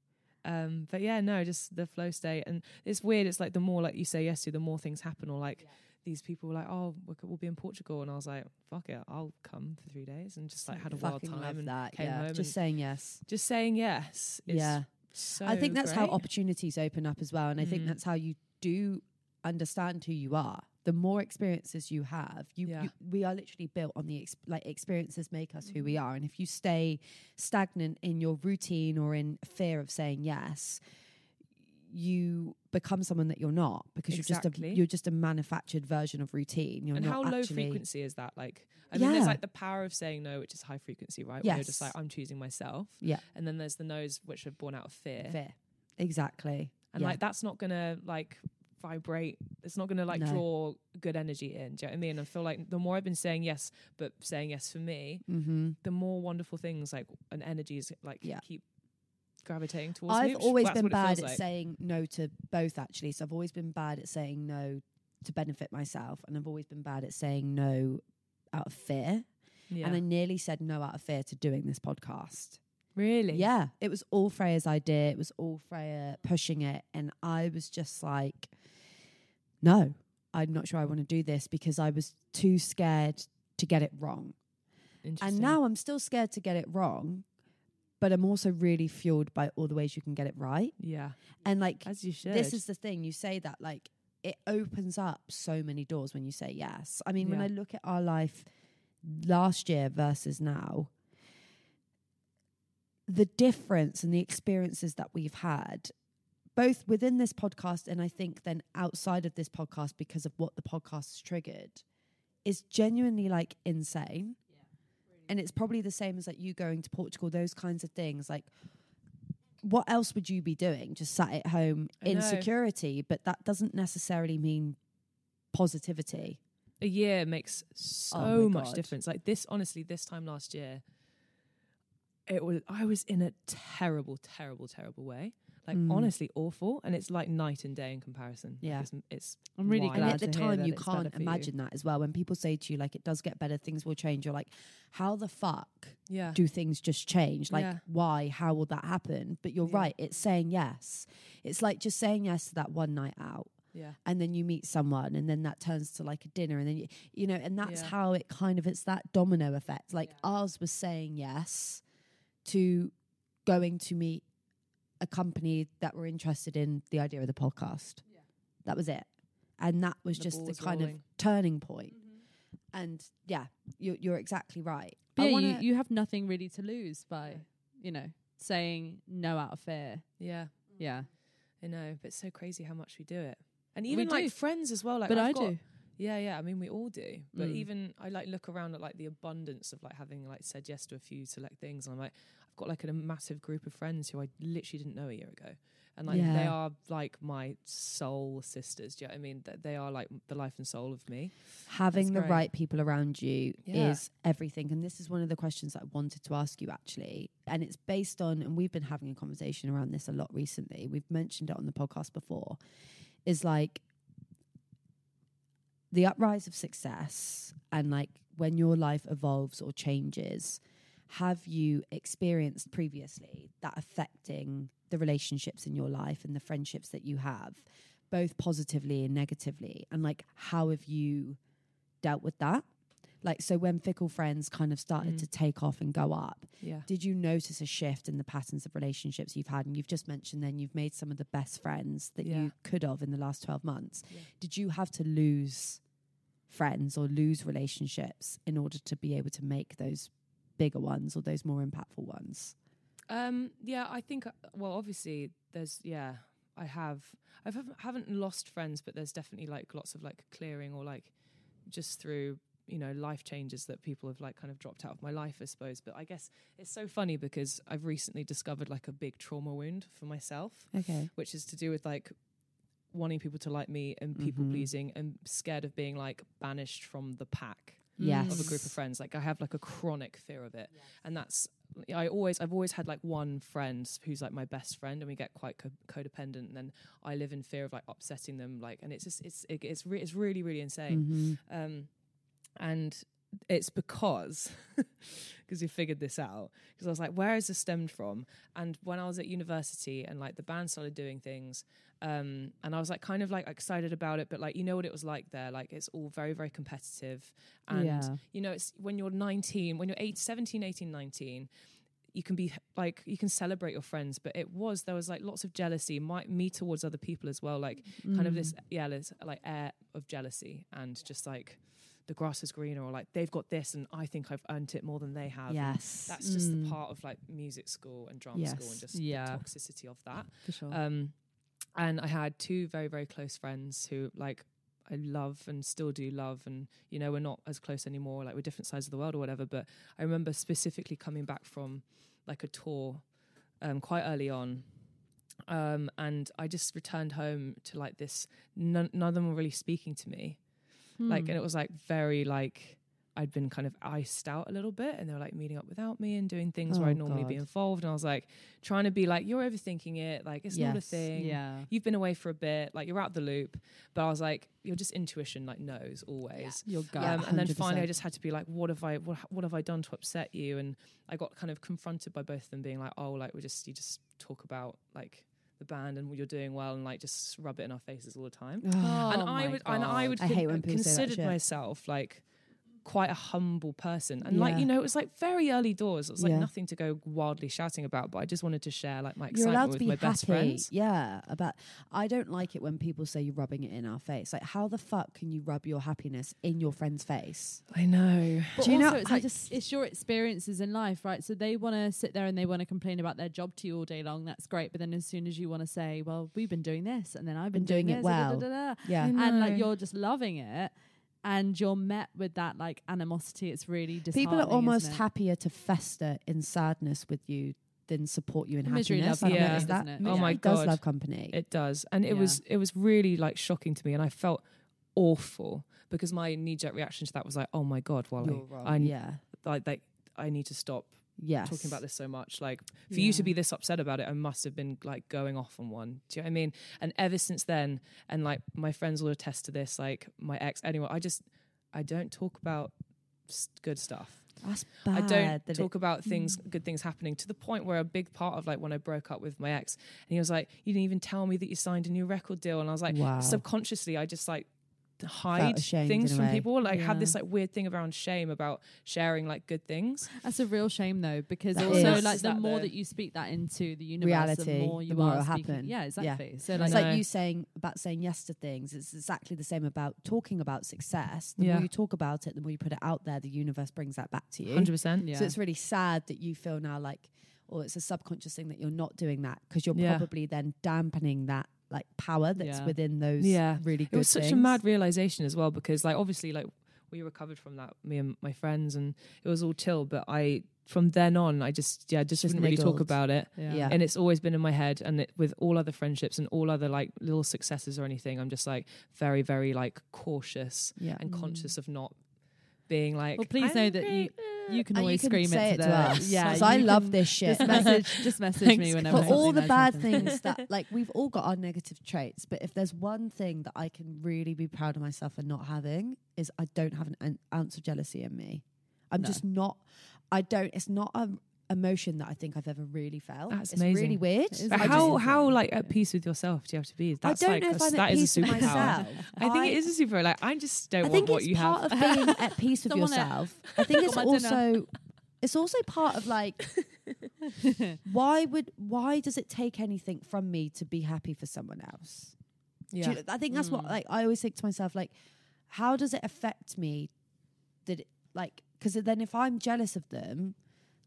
Speaker 3: Um, but yeah, no, just the flow state, and it's weird. It's like the more like you say yes to, the more things happen, or like these people were like, "Oh, we're c- we'll be in Portugal," and I was like, "Fuck it, I'll come for three days," and just like had a wild
Speaker 2: Fucking
Speaker 3: time
Speaker 2: love
Speaker 3: and
Speaker 2: that.
Speaker 3: came
Speaker 2: yeah,
Speaker 3: home
Speaker 2: just
Speaker 3: and-
Speaker 2: saying yes.
Speaker 3: just saying yes. Is
Speaker 2: yeah,
Speaker 3: so
Speaker 2: I think that's how
Speaker 3: great.
Speaker 2: opportunities open up as well, and I think
Speaker 3: Mm.
Speaker 2: that's how you do understand who you are. The more experiences you have, you,
Speaker 3: Yeah.
Speaker 2: you we are literally built on the ex- like experiences make us who we
Speaker 3: Mm.
Speaker 2: are, and if you stay stagnant in your routine or in fear of saying yes, you become someone that you're not because you're just a
Speaker 3: Exactly.
Speaker 2: you're just a manufactured version of routine. You're
Speaker 3: and
Speaker 2: not
Speaker 3: how low
Speaker 2: actually,
Speaker 3: frequency is that? Like, I mean,
Speaker 2: Yeah.
Speaker 3: there's like the power of saying no, which is high frequency, right? Where you're just
Speaker 2: Yes.
Speaker 3: like, I'm choosing myself.
Speaker 2: Yeah.
Speaker 3: And then there's the no's, which are born out of fear.
Speaker 2: Fair. Exactly.
Speaker 3: And
Speaker 2: Yeah.
Speaker 3: like, that's not going to like vibrate. It's not going to like
Speaker 2: No.
Speaker 3: draw good energy in. Do you know what I mean? I feel like the more I've been saying yes, but saying yes for me,
Speaker 2: Mm-hmm.
Speaker 3: the more wonderful things like and energies like
Speaker 2: Yeah.
Speaker 3: keep gravitating towards me,
Speaker 2: I've
Speaker 3: which-
Speaker 2: always
Speaker 3: that's
Speaker 2: been
Speaker 3: what it feels
Speaker 2: bad at
Speaker 3: like.
Speaker 2: saying no to both, actually. So I've always been bad at saying no to benefit myself, and I've always been bad at saying no out of fear.
Speaker 3: Yeah.
Speaker 2: And I nearly said no out of fear to doing this podcast.
Speaker 3: really?
Speaker 2: Yeah, it was all Freya's idea. It was all Freya pushing it, and I was just like, no, I'm not sure I want to do this because I was too scared to get it wrong.
Speaker 3: Interesting.
Speaker 2: And now I'm still scared to get it wrong, but I'm also really fueled by all the ways you can get it right.
Speaker 3: yeah,
Speaker 2: And like,
Speaker 3: as you should.
Speaker 2: this is the thing you say that like it opens up so many doors when you say yes i mean when
Speaker 3: Yeah.
Speaker 2: i look at our life last year versus now the difference and the experiences that we've had both within this podcast and i think then outside of this podcast because of what the podcast has triggered is genuinely like insane and it's probably the same as like you going to portugal those kinds of things like what else would you be doing just sat at home
Speaker 3: I
Speaker 2: in
Speaker 3: know.
Speaker 2: security but that doesn't necessarily mean positivity
Speaker 3: a year makes
Speaker 2: Oh
Speaker 3: so
Speaker 2: my
Speaker 3: much
Speaker 2: God.
Speaker 3: difference. Like this, honestly, this time last year, it was I was in a terrible, terrible, terrible way. Like
Speaker 2: Mm.
Speaker 3: honestly, awful. And it's like night and day in comparison. Like,
Speaker 2: Yeah.
Speaker 3: it's, it's
Speaker 1: I'm really
Speaker 3: Why?
Speaker 2: and
Speaker 1: glad
Speaker 2: at the
Speaker 1: to hear
Speaker 2: time
Speaker 1: that
Speaker 2: you
Speaker 1: it's better
Speaker 2: can't
Speaker 1: for you.
Speaker 2: imagine that as well when people say to you like it does get better things will change you're like how the fuck
Speaker 3: yeah,
Speaker 2: do things just change? Like,
Speaker 3: Yeah.
Speaker 2: why? How will that happen? But you're
Speaker 3: Yeah.
Speaker 2: right. It's saying yes. It's like just saying yes to that one night out.
Speaker 3: yeah,
Speaker 2: And then you meet someone, and then that turns to like a dinner, and then you, you know, and that's
Speaker 3: Yeah.
Speaker 2: how it kind of it's that domino effect. Like
Speaker 3: Yeah.
Speaker 2: ours was saying yes to going to meet a company that were interested in the idea of the podcast. That was it, and that was
Speaker 3: The
Speaker 2: just the
Speaker 3: ball's
Speaker 2: kind
Speaker 3: rolling. Mm-hmm.
Speaker 2: of turning point. And yeah, you're, you're exactly right.
Speaker 1: But
Speaker 2: I
Speaker 1: yeah,
Speaker 2: wanna-
Speaker 1: you, you have nothing really to lose by,
Speaker 3: No.
Speaker 1: you know, saying no out of fear.
Speaker 3: yeah.
Speaker 1: Yeah.
Speaker 3: I know, but it's so crazy how much we do it. And even
Speaker 1: do.
Speaker 3: like friends as well. Like
Speaker 1: but
Speaker 3: I've
Speaker 1: I
Speaker 3: got-
Speaker 1: do.
Speaker 3: Yeah, yeah. I mean, we all do. But
Speaker 1: Mm.
Speaker 3: even I like look around at like the abundance of like having like said yes to a few select things. And I'm like, I've got like a massive group of friends who I literally didn't know a year ago, and like they
Speaker 2: Yeah.
Speaker 3: are like my soul sisters. Do you know what I mean? That they are like the life and soul of me.
Speaker 2: having
Speaker 3: That's
Speaker 2: the
Speaker 3: great.
Speaker 2: right people around you
Speaker 3: Yeah.
Speaker 2: is everything and this is one of the questions that i wanted to ask you actually and it's based on and we've been having a conversation around this a lot recently we've mentioned it on the podcast before is like the uprise of success and like when your life evolves or changes have you experienced previously that affecting the relationships in your life and the friendships that you have both positively and negatively and like how have you dealt with that like so when fickle friends kind of started
Speaker 3: Mm.
Speaker 2: to take off and go up
Speaker 3: Yeah,
Speaker 2: did you notice a shift in the patterns of relationships you've had and you've just mentioned then you've made some of the best friends that
Speaker 3: Yeah.
Speaker 2: you could have in the last 12 months
Speaker 3: Yeah.
Speaker 2: did you have to lose friends or lose relationships in order to be able to make those bigger ones or those more impactful ones
Speaker 3: um, yeah. I think uh, well, obviously there's yeah. I have I haven't lost friends, but there's definitely like lots of like clearing or like just through you know life changes that people have like kind of dropped out of my life i suppose but i guess it's so funny because i've recently discovered like a big trauma wound for myself
Speaker 2: okay
Speaker 3: which is to do with like wanting people to like me and people
Speaker 2: Mhm.
Speaker 3: pleasing and scared of being like banished from the pack
Speaker 2: yes
Speaker 3: of a group of friends like i have like a chronic fear of it and that's i always i've always had like one friend who's like my best friend and we get quite co- codependent and then i live in fear of like
Speaker 2: Mm-hmm.
Speaker 3: upsetting them like and it's just it's it, it's, re- it's really really insane
Speaker 2: Mhm.
Speaker 3: um, and it's because because we figured this out because I was like, where is this stemmed from? And when I was at university and like the band started doing things, um, and I was like kind of like excited about it, but like you know what it was like there, like it's all very very competitive, and
Speaker 1: Yeah.
Speaker 3: you know it's when you're 19, when you're eight, 17, 18, 19 you can be like you can celebrate your friends but it was there was like lots of jealousy my, me towards other people as well like kind of this yeah this like air of jealousy and just like the grass is greener or like they've got this and i think i've earned it more than they have
Speaker 2: yes.
Speaker 3: that's just
Speaker 1: Mm.
Speaker 3: the part of like music school and drama school
Speaker 2: Yes.
Speaker 3: and just
Speaker 1: Yeah.
Speaker 3: the toxicity of that
Speaker 1: for sure.
Speaker 3: um, and I had two very, very close friends who like I love and still do love, and you know we're not as close anymore. Like we're different sides of the world or whatever. But I remember specifically coming back from like a tour um, quite early on. Um, and I just returned home to like this. None, none of them were really speaking to me. Like,
Speaker 2: Mm.
Speaker 1: Hmm.
Speaker 3: and it was like very like I'd been kind of iced out a little bit, and they were like meeting up without me and doing things where
Speaker 2: Oh,
Speaker 3: I'd normally be
Speaker 2: God.
Speaker 3: involved. And I was like trying to be like, "You're overthinking it. Like it's not a
Speaker 2: Yes.
Speaker 3: thing.
Speaker 1: yeah.
Speaker 3: You've been away for a bit. Like you're out the loop." But I was like, "Your just intuition like knows always."
Speaker 1: Your gut.
Speaker 2: Yeah.
Speaker 3: Um, and then finally, I
Speaker 2: 100%.
Speaker 3: just had to be like, "What have I? What, what have I done to upset you?" And I got kind of confronted by both of them being like, "Oh, like we just you just talk about like the band and what you're doing well and like just rub it in our faces all the time."
Speaker 1: Oh
Speaker 3: and I would and I would
Speaker 2: Oh I hate
Speaker 3: con-
Speaker 2: when people say that
Speaker 3: considered
Speaker 2: shit.
Speaker 3: myself like quite a humble person and like
Speaker 2: Yeah.
Speaker 3: you know it was like very early doors it was like
Speaker 2: Yeah.
Speaker 3: nothing to go wildly shouting about but I just wanted to share like my
Speaker 2: You're
Speaker 3: excitement
Speaker 2: allowed
Speaker 3: with
Speaker 2: to be
Speaker 3: my
Speaker 2: happy.
Speaker 3: best friends
Speaker 2: Yeah, about I don't like it when people say you're rubbing it in our face. Like, how the fuck can you rub your happiness in your friend's face?
Speaker 3: I know
Speaker 1: But
Speaker 2: Do you know,
Speaker 1: also it's
Speaker 2: I
Speaker 1: like
Speaker 2: just-
Speaker 1: it's your experiences in life, right? So they want to sit there and they want to complain about their job to you all day long. That's great, but then as soon as you want to say, "Well, we've been doing this," and then I've been,
Speaker 2: Been doing it
Speaker 1: this, da, da,
Speaker 2: well.
Speaker 1: da, da, da,"
Speaker 2: Yeah,
Speaker 3: I
Speaker 1: and
Speaker 3: know.
Speaker 1: like you're just loving it, and you're met with that like animosity. It's really disheartening.
Speaker 2: people are almost
Speaker 1: isn't it?
Speaker 2: happier to fester in sadness with you than support you in
Speaker 1: Misery loves
Speaker 2: happiness. I've
Speaker 3: company,
Speaker 2: noticed that.
Speaker 1: doesn't it?
Speaker 2: Misery
Speaker 1: Oh
Speaker 3: my
Speaker 2: does
Speaker 3: God.
Speaker 2: love company.
Speaker 3: it does and it
Speaker 1: Yeah.
Speaker 3: was it was really like shocking to me and I felt awful because my knee jerk reaction to that was like oh my god well
Speaker 2: You're wrong.
Speaker 3: I, I
Speaker 2: yeah.
Speaker 3: like like I need to stop
Speaker 2: Yes.
Speaker 3: talking about this so much. Like for you
Speaker 1: Yeah.
Speaker 3: to be this upset about it, I must have been like going off on one. Do you know what I mean? And ever since then, and like my friends will attest to this, like my ex, anyone, I just I don't talk about s- good stuff.
Speaker 2: That's bad.
Speaker 3: I don't
Speaker 2: Ah, that Mm.
Speaker 3: talk about things, good things happening to the point where a big part of like when I broke up with my ex, and he was like, "You didn't even tell me that you signed a new record deal," and I was like,
Speaker 2: Wow.
Speaker 3: subconsciously, I just like hide
Speaker 2: ashamed
Speaker 3: things
Speaker 2: in a
Speaker 3: from
Speaker 2: way.
Speaker 3: people. Like
Speaker 1: Yeah.
Speaker 3: had this like weird thing around shame about sharing like good things.
Speaker 1: That's a real shame though, because
Speaker 2: That
Speaker 1: also
Speaker 2: is.
Speaker 1: like the
Speaker 3: That
Speaker 1: more
Speaker 3: though.
Speaker 1: that you speak that into the universe, the
Speaker 2: Reality,
Speaker 1: more you
Speaker 2: the more
Speaker 1: are
Speaker 2: it'll
Speaker 1: speaking-
Speaker 2: happen.
Speaker 1: Yeah,
Speaker 2: Yeah.
Speaker 1: exactly. So
Speaker 2: It's
Speaker 1: like,
Speaker 3: know.
Speaker 2: like you saying about saying yes to things. It's exactly the same about talking about success. The
Speaker 3: Yeah.
Speaker 2: more you talk about it, the more you put it out there, the universe brings that back to you.
Speaker 3: Hundred percent.
Speaker 1: yeah.
Speaker 2: So it's really sad that you feel now like, or it's a subconscious thing that you're not doing that because you're
Speaker 3: Yeah.
Speaker 2: probably then dampening that like power that's
Speaker 1: Yeah.
Speaker 2: within those
Speaker 3: Yeah.
Speaker 2: really good
Speaker 3: it was such a
Speaker 2: things.
Speaker 3: mad realization as well because like obviously like we recovered from that me and my friends and it was all chill but i from then on i just yeah just,
Speaker 2: Just
Speaker 3: wouldn't really talk
Speaker 2: niggled.
Speaker 3: about it
Speaker 1: yeah.
Speaker 2: Yeah.
Speaker 3: and it's always been in my head and it, with all other friendships and all other like little successes or anything i'm just like very very like cautious
Speaker 2: Yeah.
Speaker 3: and
Speaker 1: Mm.
Speaker 3: conscious of not being like
Speaker 1: Well, please
Speaker 3: "I'm
Speaker 1: know that you-
Speaker 3: great."
Speaker 1: You can
Speaker 2: And you
Speaker 1: always
Speaker 2: can
Speaker 1: scream
Speaker 2: say
Speaker 1: it to, the,
Speaker 2: us.
Speaker 1: Yeah,
Speaker 2: so I
Speaker 1: you
Speaker 2: love
Speaker 1: can-
Speaker 2: this shit.
Speaker 1: Just message, just message me
Speaker 3: Thanks,
Speaker 1: whenever.
Speaker 2: for
Speaker 3: Everyone
Speaker 2: all
Speaker 1: something
Speaker 2: the
Speaker 1: nice
Speaker 2: bad
Speaker 1: happens.
Speaker 2: things that like we've all got our negative traits but if there's one thing that i can really be proud of myself for not having is i don't have an, an ounce of jealousy in me i'm
Speaker 1: No.
Speaker 2: just not i don't it's not an emotion that i think i've ever really felt
Speaker 3: That's
Speaker 2: it's really
Speaker 3: amazing.
Speaker 2: weird
Speaker 1: It is
Speaker 3: But
Speaker 2: I
Speaker 1: amazing.
Speaker 3: how
Speaker 2: just-
Speaker 3: how like at peace with yourself do you have to be
Speaker 2: i
Speaker 3: that's
Speaker 2: don't
Speaker 3: like
Speaker 2: know
Speaker 3: a,
Speaker 2: if i'm
Speaker 3: that
Speaker 2: at
Speaker 3: is
Speaker 2: peace
Speaker 3: a
Speaker 2: with
Speaker 3: superpower
Speaker 2: myself
Speaker 3: i think it is a superpower like i just don't
Speaker 2: I
Speaker 3: want
Speaker 2: think
Speaker 3: what
Speaker 2: it's
Speaker 3: you have
Speaker 2: part of being at peace with
Speaker 1: Don't wanna-
Speaker 2: yourself. I think it's
Speaker 1: Got my dinner.
Speaker 2: also it's also part of like why would why does it take anything from me to be happy for someone else? Do
Speaker 3: yeah
Speaker 2: you- I think that's what
Speaker 1: Mm.
Speaker 2: like I always think to myself like how does it affect me that it, like because then if I'm jealous of them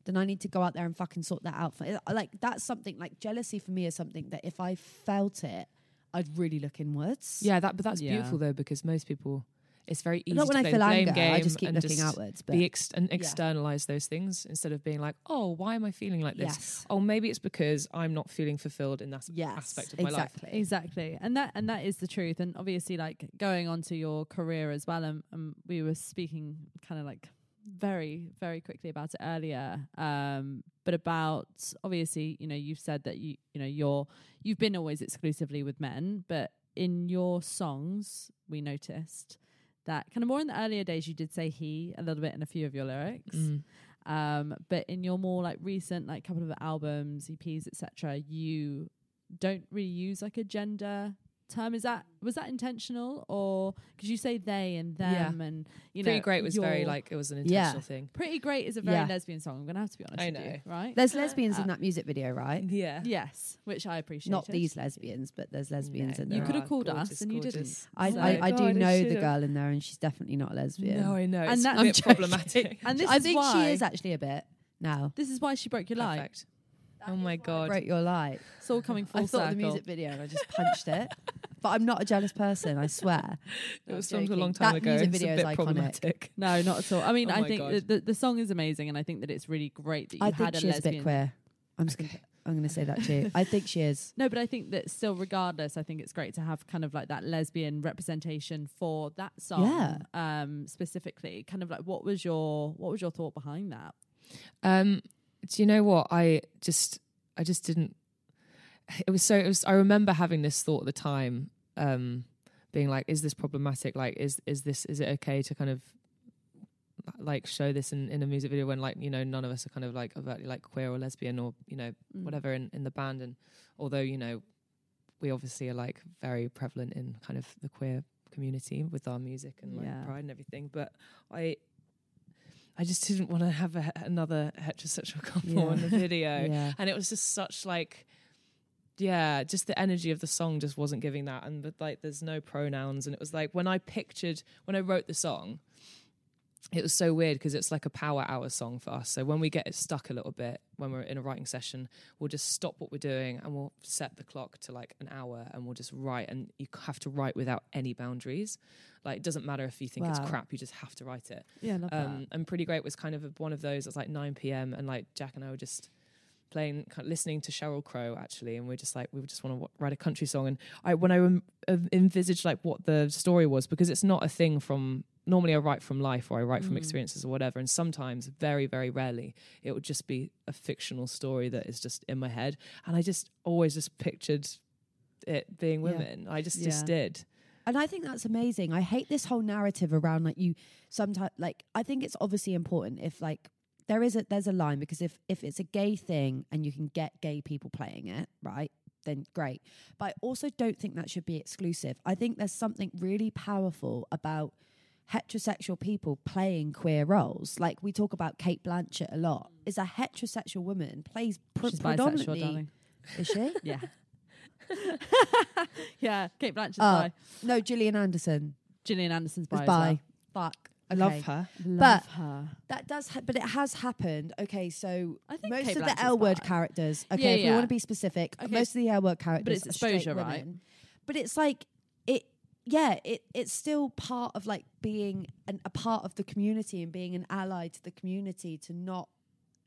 Speaker 2: then I need to go out there and fucking sort that out for uh, like that's something like jealousy for me is something that if I felt it I'd really look inwards.
Speaker 3: Yeah, that but that's
Speaker 1: Yeah.
Speaker 3: beautiful though because most people, it's very easy.
Speaker 2: Not when
Speaker 3: to
Speaker 2: I
Speaker 3: play
Speaker 2: feel
Speaker 3: the blame
Speaker 2: anger,
Speaker 3: game
Speaker 2: I just keep
Speaker 3: and
Speaker 2: looking
Speaker 3: just
Speaker 2: outwards. But
Speaker 3: Be ex- and
Speaker 2: yeah.
Speaker 3: externalize those things instead of being like, oh, why am I feeling like this?
Speaker 2: yes,
Speaker 3: Oh, maybe it's because I'm not feeling fulfilled in that
Speaker 2: yes,
Speaker 3: aspect of my life.
Speaker 2: exactly.
Speaker 1: Exactly, and that and that is the truth. And obviously, like going on to your career as well. And um, we were speaking kind of like very very quickly about it earlier. Um, but about obviously, you know, you've said that you you know you're you've been always exclusively with men, but in your songs, we noticed that kind of more in the earlier days you did say he a little bit in a few of your lyrics.
Speaker 3: Mm.
Speaker 1: Um, but in your more like recent like couple of albums, E EPs, etc., you don't really use like a gender term. Is that was that intentional or because you say they and
Speaker 3: Yeah.
Speaker 1: them and you
Speaker 3: Pretty
Speaker 1: know
Speaker 3: great was very
Speaker 1: your-
Speaker 3: like it was an
Speaker 2: Yeah.
Speaker 3: intentional thing.
Speaker 1: Pretty Great is a very
Speaker 2: Yeah.
Speaker 1: lesbian song. I'm gonna have to be honest
Speaker 3: I
Speaker 1: with you,
Speaker 3: know.
Speaker 1: right?
Speaker 2: There's lesbians
Speaker 1: Uh,
Speaker 2: in that music video, right?
Speaker 3: Yeah.
Speaker 1: yes, which I appreciate.
Speaker 2: Not these lesbians, but there's lesbians
Speaker 3: No,
Speaker 2: in
Speaker 1: You Oh
Speaker 2: there.
Speaker 3: there
Speaker 1: could have
Speaker 3: are
Speaker 1: called
Speaker 3: gorgeous,
Speaker 1: us and you didn't.
Speaker 3: gorgeous-
Speaker 2: I,
Speaker 1: So-
Speaker 2: I, I
Speaker 3: God, I
Speaker 2: do know the
Speaker 3: should've.
Speaker 2: girl in there, and she's definitely not a lesbian.
Speaker 3: No, I know.
Speaker 1: And
Speaker 3: it's
Speaker 1: that's-
Speaker 3: a
Speaker 1: I'm
Speaker 3: bit
Speaker 1: joking.
Speaker 3: problematic.
Speaker 1: and this
Speaker 2: I
Speaker 1: is
Speaker 2: think
Speaker 1: why
Speaker 2: she is actually a bit now.
Speaker 1: This is why she broke your leg.
Speaker 3: Perfect. Oh my god.
Speaker 2: Broke your light.
Speaker 1: It's all coming full
Speaker 2: I thought
Speaker 1: circle.
Speaker 2: of the music video and I just punched it. But I'm not a jealous person, I swear.
Speaker 3: It
Speaker 2: No,
Speaker 3: was
Speaker 2: I'm
Speaker 3: filmed a
Speaker 2: joking.
Speaker 3: long time
Speaker 2: that
Speaker 3: ago.
Speaker 2: Music
Speaker 3: it's
Speaker 2: video
Speaker 3: a
Speaker 2: is
Speaker 3: bit
Speaker 2: iconic.
Speaker 3: problematic.
Speaker 1: No, not at all. I mean,
Speaker 3: Oh
Speaker 1: I
Speaker 3: my
Speaker 1: think
Speaker 3: God.
Speaker 1: the, the the song is amazing, and I think that it's really great that you
Speaker 2: I
Speaker 1: had
Speaker 2: think
Speaker 1: a
Speaker 2: she's a
Speaker 1: lesbian.
Speaker 2: bit queer. I'm just gonna, I'm gonna say that too. I think she is.
Speaker 1: No, but I think that still, regardless, I think it's great to have kind of like that lesbian representation for that song,
Speaker 2: Yeah.
Speaker 1: um, specifically. Kind of like, what was your what was your thought behind that?
Speaker 3: Um, do you know what? I just, I just didn't. It was so. It was. I remember having this thought at the time, um, being like, "Is this problematic? Like, is is this is it okay to kind of like show this in in a music video when like you know none of us are kind of like overtly like queer or lesbian or you know
Speaker 1: Mm.
Speaker 3: whatever in in the band and although you know we obviously are like very prevalent in kind of the queer community with our music and like
Speaker 1: Yeah.
Speaker 3: pride and everything but i i just didn't want to have a, he- another heterosexual couple
Speaker 2: Yeah.
Speaker 3: in the video
Speaker 2: Yeah.
Speaker 3: and it was just such like yeah just the energy of the song just wasn't giving that and but like there's no pronouns and it was like when i pictured when i wrote the song it was so weird because it's like a power hour song for us so when we get it stuck a little bit when we're in a writing session we'll just stop what we're doing and we'll set the clock to like an hour and we'll just write and you have to write without any boundaries like it doesn't matter if you think it's
Speaker 2: Wow.
Speaker 3: crap you just have to write it
Speaker 1: Yeah, I love
Speaker 3: um, and pretty great was kind of one of those. It's like 9 p.m. and like Jack and I were just playing, kind of listening to Cheryl Crow actually, and we are just like we just want to write a country song. And I when I um, uh, envisaged like what the story was because it's not a thing from normally I write from life or I write from
Speaker 1: Mhm.
Speaker 3: experiences or whatever, and sometimes very very rarely it would just be a fictional story that is just in my head, and I just always just pictured it being
Speaker 2: Yeah.
Speaker 3: women. I just just
Speaker 1: Yeah.
Speaker 3: did.
Speaker 2: And I think that's amazing. I hate this whole narrative around like you sometimes like I think it's obviously important if like there is a there's a line because if if it's a gay thing and you can get gay people playing it, right? Then great. But I also don't think that should be exclusive. I think there's something really powerful about heterosexual people playing queer roles. Like we talk about Kate Blanchett a lot. Is a heterosexual woman plays pr-
Speaker 1: Mm. She's bisexual,
Speaker 2: predominantly
Speaker 1: darling.
Speaker 2: is she?
Speaker 1: Yeah. yeah, Kate Blanchett's
Speaker 2: Oh.
Speaker 1: by
Speaker 2: No, Gillian Anderson
Speaker 1: Gillian Anderson's
Speaker 2: is
Speaker 1: by.
Speaker 2: bi. Fuck.
Speaker 3: I love her.
Speaker 2: But-
Speaker 1: her.
Speaker 2: That does, ha- but it has happened. Okay, so
Speaker 1: I think
Speaker 2: most
Speaker 1: Kate
Speaker 2: of
Speaker 1: Blanchett's
Speaker 2: the L word
Speaker 1: bi.
Speaker 2: characters. Okay,
Speaker 1: Yeah,
Speaker 2: if we
Speaker 1: yeah.
Speaker 2: want to be specific,
Speaker 1: Okay.
Speaker 2: most of the L word characters.
Speaker 1: it's
Speaker 2: are straight
Speaker 1: exposure, right?
Speaker 2: women. But it's like it. Yeah, it it's still part of like being an, a part of the community and being an ally to the community to not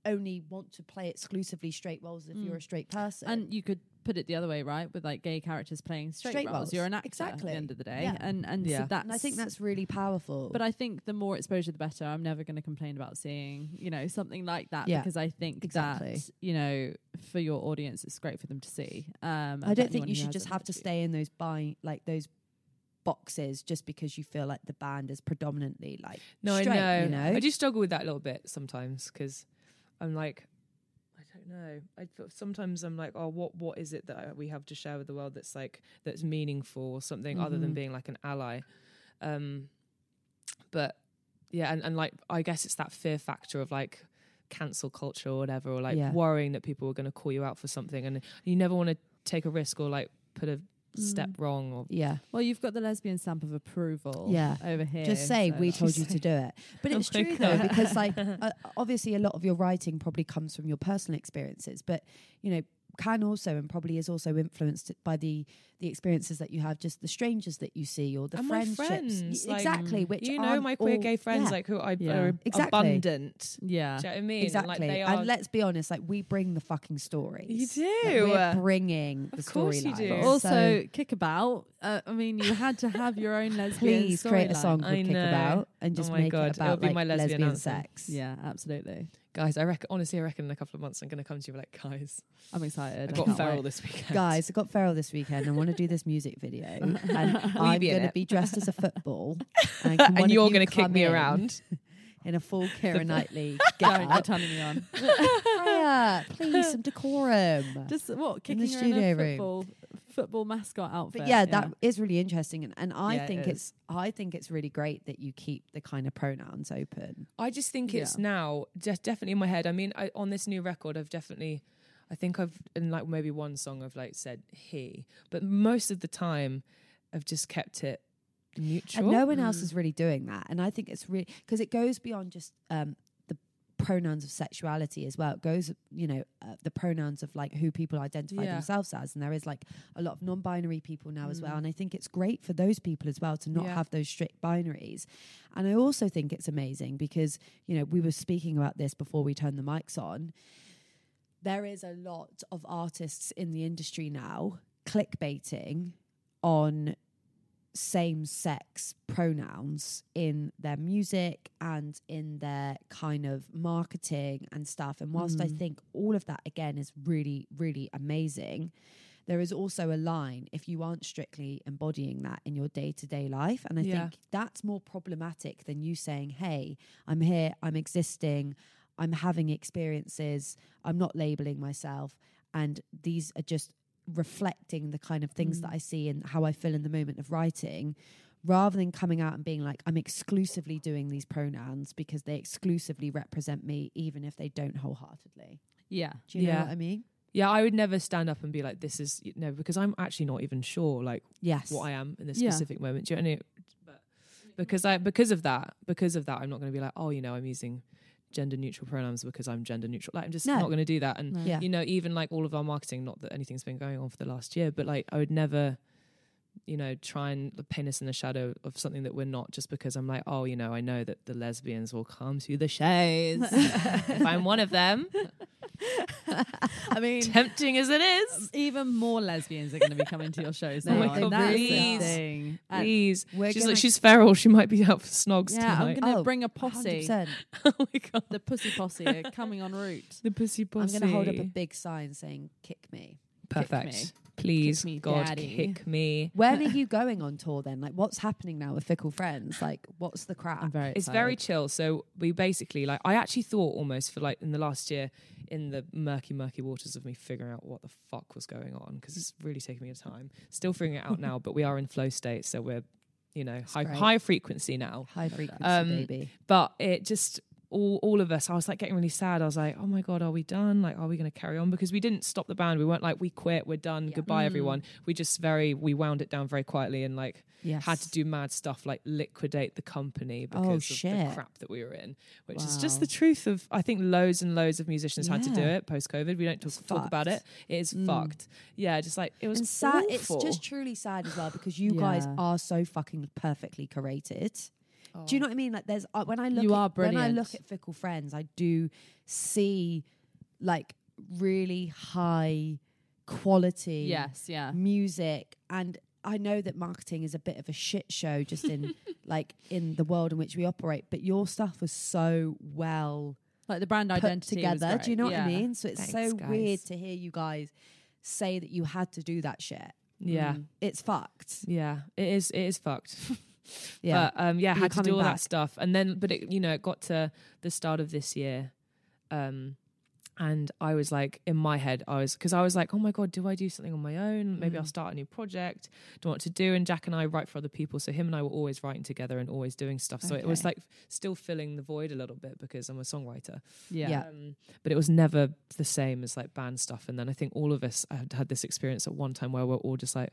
Speaker 2: only want to play exclusively straight roles if you're a straight person.
Speaker 1: Hmm. And you could put it the other way, right? With like gay characters playing straight,
Speaker 2: Straight
Speaker 1: roles.
Speaker 2: roles.
Speaker 1: You're an actor at
Speaker 2: Exactly.
Speaker 1: the end of the day.
Speaker 2: Yeah.
Speaker 1: And and
Speaker 3: Yeah.
Speaker 1: so that's
Speaker 2: and I think that's really powerful.
Speaker 1: but I think the more exposure the better. I'm never gonna complain about seeing, you know, something like that
Speaker 2: Yeah.
Speaker 1: because I think
Speaker 2: Exactly.
Speaker 1: that, you know, for your audience it's great for them to see. Um and
Speaker 2: I
Speaker 1: for
Speaker 2: don't
Speaker 1: anyone
Speaker 2: think you
Speaker 1: who
Speaker 2: should just
Speaker 1: hasn't
Speaker 2: have to
Speaker 1: actually.
Speaker 2: stay in those by like those boxes just because you feel like the band is predominantly like
Speaker 3: No,
Speaker 2: straight,
Speaker 3: I know.
Speaker 2: you know.
Speaker 3: I do struggle with that a little bit sometimes because I'm like, I don't know. I feel- sometimes I'm like, oh, what what is it that I- we have to share with the world that's like that's meaningful or something other
Speaker 2: Mm-hmm.
Speaker 3: than
Speaker 1: Mhm.
Speaker 3: being like an ally. Um, but yeah, and, and like I guess it's that fear factor of like cancel culture or whatever, or like
Speaker 2: Yeah.
Speaker 3: worrying that people are going to call you out for something, and you never want to take a risk or like put a step wrong or
Speaker 2: Mm. yeah.
Speaker 1: Well, you've got the lesbian stamp of approval
Speaker 2: Yeah.
Speaker 1: over here.
Speaker 2: Just say
Speaker 1: so
Speaker 2: we
Speaker 1: that's-
Speaker 2: told you to do it. But
Speaker 3: Oh
Speaker 2: it's
Speaker 3: my
Speaker 2: true though
Speaker 3: God.
Speaker 2: because like uh, obviously a lot of your writing probably comes from your personal experiences, but you know can also and probably is also influenced by the the experiences that you have, just the strangers that you see or the
Speaker 3: And my
Speaker 2: friendships
Speaker 3: friends,
Speaker 2: Y-
Speaker 3: like,
Speaker 2: exactly. Which
Speaker 3: you know
Speaker 2: aren't
Speaker 3: my queer
Speaker 2: all-
Speaker 3: gay friends
Speaker 2: yeah,
Speaker 3: like who I
Speaker 1: Yeah.
Speaker 3: are
Speaker 2: Exactly.
Speaker 3: abundant.
Speaker 1: Yeah.
Speaker 3: Do you know what I mean?
Speaker 2: exactly.
Speaker 3: Like they are
Speaker 2: and let's be honest, like we bring the fucking stories.
Speaker 3: You
Speaker 2: Like,
Speaker 3: do.
Speaker 2: we're bringing the
Speaker 3: Of course you
Speaker 2: storyline.
Speaker 3: do.
Speaker 1: But
Speaker 3: Yeah.
Speaker 1: also, Kickabout, uh, I mean, you had to have your own lesbian.
Speaker 2: Please create a
Speaker 1: storyline.
Speaker 2: song
Speaker 3: I
Speaker 2: called Kick
Speaker 3: know.
Speaker 2: About and just
Speaker 3: Oh my
Speaker 2: make
Speaker 3: God,
Speaker 2: it
Speaker 3: it'll
Speaker 2: about
Speaker 3: be
Speaker 2: like,
Speaker 3: my lesbian
Speaker 2: lesbian,
Speaker 3: anthem.
Speaker 2: sex.
Speaker 1: Yeah, absolutely.
Speaker 3: guys, I reckon honestly, I reckon in a couple of months I'm going to come to you like, guys,
Speaker 1: I'm excited.
Speaker 3: I
Speaker 1: I
Speaker 3: got
Speaker 1: can't
Speaker 3: feral
Speaker 1: wait.
Speaker 3: this weekend.
Speaker 2: Guys, I got feral this weekend. I want to do this music video, and I'm
Speaker 3: be in
Speaker 2: going to
Speaker 3: it.
Speaker 2: be dressed as a football, can one
Speaker 3: and
Speaker 2: of
Speaker 3: you're
Speaker 2: you
Speaker 3: going to kick
Speaker 2: come
Speaker 3: me
Speaker 2: in
Speaker 3: around.
Speaker 2: in a full Kira Knightley
Speaker 1: Don't, you're
Speaker 2: getup.
Speaker 1: turning me on.
Speaker 2: Hiya, please some decorum.
Speaker 1: Just what
Speaker 2: In
Speaker 1: kicking
Speaker 2: the
Speaker 1: her
Speaker 2: studio
Speaker 1: in a
Speaker 2: room.
Speaker 1: football football mascot outfit.
Speaker 2: but yeah, that is really interesting, and, and I
Speaker 1: Yeah, it
Speaker 2: think
Speaker 1: is.
Speaker 2: it's I think it's really great that you keep the kind of pronouns open.
Speaker 3: I just think it's
Speaker 1: Yeah.
Speaker 3: now just definitely in my head. I mean, I, on this new record, I've definitely, I think I've in like maybe one song I've like said he, but most of the time, I've just kept it neutral.
Speaker 2: And no one
Speaker 3: Mm.
Speaker 2: else is really doing that. And I think it's really because it goes beyond just um, the pronouns of sexuality as well. It goes, you know, uh, the pronouns of like who people identify
Speaker 3: Yeah.
Speaker 2: themselves as. And there is like a lot of non binary people now as well.
Speaker 3: Mm.
Speaker 2: And I think it's great for those people as well to not
Speaker 3: Yeah.
Speaker 2: have those strict binaries. And I also think it's amazing because, you know, we were speaking about this before we turned the mics on. There is a lot of artists in the industry now clickbaiting on same sex pronouns in their music and in their kind of marketing and stuff. And whilst I
Speaker 1: Mm.
Speaker 2: think all of that again is really, really amazing, there is also a line if you aren't strictly embodying that in your day to day life. And I
Speaker 3: Yeah.
Speaker 2: think that's more problematic than you saying, hey, I'm here, I'm existing, I'm having experiences, I'm not labeling myself. And these are just reflecting the kind of things
Speaker 3: Mm.
Speaker 2: that I see and how I feel in the moment of writing rather than coming out and being like I'm exclusively doing these pronouns because they exclusively represent me even if they don't wholeheartedly.
Speaker 1: yeah.
Speaker 2: Do you
Speaker 3: Yeah.
Speaker 2: know what I mean?
Speaker 3: yeah, I would never stand up and be like, this is, you know, because I'm actually not even sure like
Speaker 2: Yes.
Speaker 3: what I am in this
Speaker 1: Yeah.
Speaker 3: specific moment. Do you know what I mean? But because I because of that, because of that, I'm not going to be like, oh, you know, I'm using gender neutral pronouns because I'm gender neutral. Like, I'm just
Speaker 2: No.
Speaker 3: not going to do that. And
Speaker 1: No.
Speaker 2: Yeah.
Speaker 3: you know, even like all of our marketing, not that anything's been going on for the last year, but like I would never, you know, try and paint us in the shadow of something that we're not just because I'm like, oh, you know, I know that the lesbians will come to the shades if I'm one of them.
Speaker 1: I mean, um,
Speaker 3: Tempting as it is.
Speaker 1: even more lesbians are going to be coming to your shows.
Speaker 2: Oh
Speaker 1: now.
Speaker 2: my God,
Speaker 1: that's the
Speaker 2: please.
Speaker 1: thing. And-
Speaker 3: Please.
Speaker 2: We're
Speaker 3: She's
Speaker 2: gonna-
Speaker 3: like, she's feral. She might be out for snogs
Speaker 1: yeah,
Speaker 3: tonight.
Speaker 1: I'm going to
Speaker 2: Oh,
Speaker 1: bring a posse.
Speaker 2: 100%.
Speaker 3: oh my god.
Speaker 1: The pussy posse are coming en route.
Speaker 3: The pussy
Speaker 2: I'm
Speaker 3: posse.
Speaker 2: going to hold up a big sign saying kick me.
Speaker 3: perfect.
Speaker 1: me.
Speaker 3: Please,
Speaker 1: Kick me,
Speaker 3: God,
Speaker 1: daddy.
Speaker 3: kick me.
Speaker 2: When are you going on tour then? Like what's happening now with Fickle Friends? Like what's the crap?
Speaker 1: very.
Speaker 3: It's very chill. So we basically like I actually thought almost for like in the last year in the murky murky waters of me figuring out what the fuck was going on because it's really taken me a time. Still figuring it out now, but we are in flow state, so we're you know high,
Speaker 2: great.
Speaker 3: high frequency now.
Speaker 2: High frequency
Speaker 3: Um,
Speaker 2: baby.
Speaker 3: But it just all all of us. I was like getting really sad. I was like, oh my god, are we done? Like, are we going to carry on? Because we didn't stop the band. We weren't like we quit. We're done.
Speaker 2: Yeah. Mm.
Speaker 3: Goodbye, everyone. We just very we wound it down very quietly and like
Speaker 2: Yes.
Speaker 3: had to do mad stuff like liquidate the company because
Speaker 2: Oh,
Speaker 3: of
Speaker 2: shit.
Speaker 3: the crap that we were in, which is just
Speaker 2: Wow.
Speaker 3: the truth of I think loads and loads of musicians had to do
Speaker 2: Yeah.
Speaker 3: it post COVID. We don't
Speaker 2: It's
Speaker 3: talk, talk about it.
Speaker 2: fucked.
Speaker 3: It is
Speaker 1: Mm.
Speaker 3: fucked. Yeah, just like it was
Speaker 2: and sad
Speaker 3: awful.
Speaker 2: it's just truly sad as well because you guys
Speaker 1: Yeah.
Speaker 2: are so fucking perfectly curated. Do you know what I mean? Like, there's uh, when I look
Speaker 1: Oh. You
Speaker 2: at,
Speaker 1: are
Speaker 2: when I
Speaker 1: brilliant.
Speaker 2: look at Fickle Friends, I do see like really high quality
Speaker 1: Yes, yeah.
Speaker 2: Mm. music, and I know that marketing is a bit of a shit show just in like in the world in which we operate. But your stuff was so well
Speaker 1: Like the brand identity
Speaker 2: put
Speaker 1: was
Speaker 2: together. Do you
Speaker 1: great,
Speaker 2: know
Speaker 1: yeah.
Speaker 2: what I mean? So it's
Speaker 3: Thanks,
Speaker 2: so
Speaker 3: guys.
Speaker 2: weird to hear you guys say that you had to do that shit.
Speaker 3: yeah,
Speaker 1: Mm.
Speaker 2: It's fucked.
Speaker 3: yeah. It is it is fucked.
Speaker 2: Yeah.
Speaker 3: But um, yeah,
Speaker 2: But you're
Speaker 3: had to
Speaker 2: coming
Speaker 3: do all
Speaker 2: back.
Speaker 3: that stuff, and then but it, you know it got to the start of this year, um, and I was like in my head I was because I was like oh my god do I do something on my own maybe I'll
Speaker 2: Mm.
Speaker 3: start a new project don't know what to do and Jack and I write for other people so him and I were always writing together and always doing stuff so it was
Speaker 2: Okay.
Speaker 3: like still filling the void a little bit because I'm a songwriter
Speaker 1: Yeah.
Speaker 2: Yeah.
Speaker 3: um, but it was never the same as like band stuff and then I think all of us had had this experience at one time where we're all just like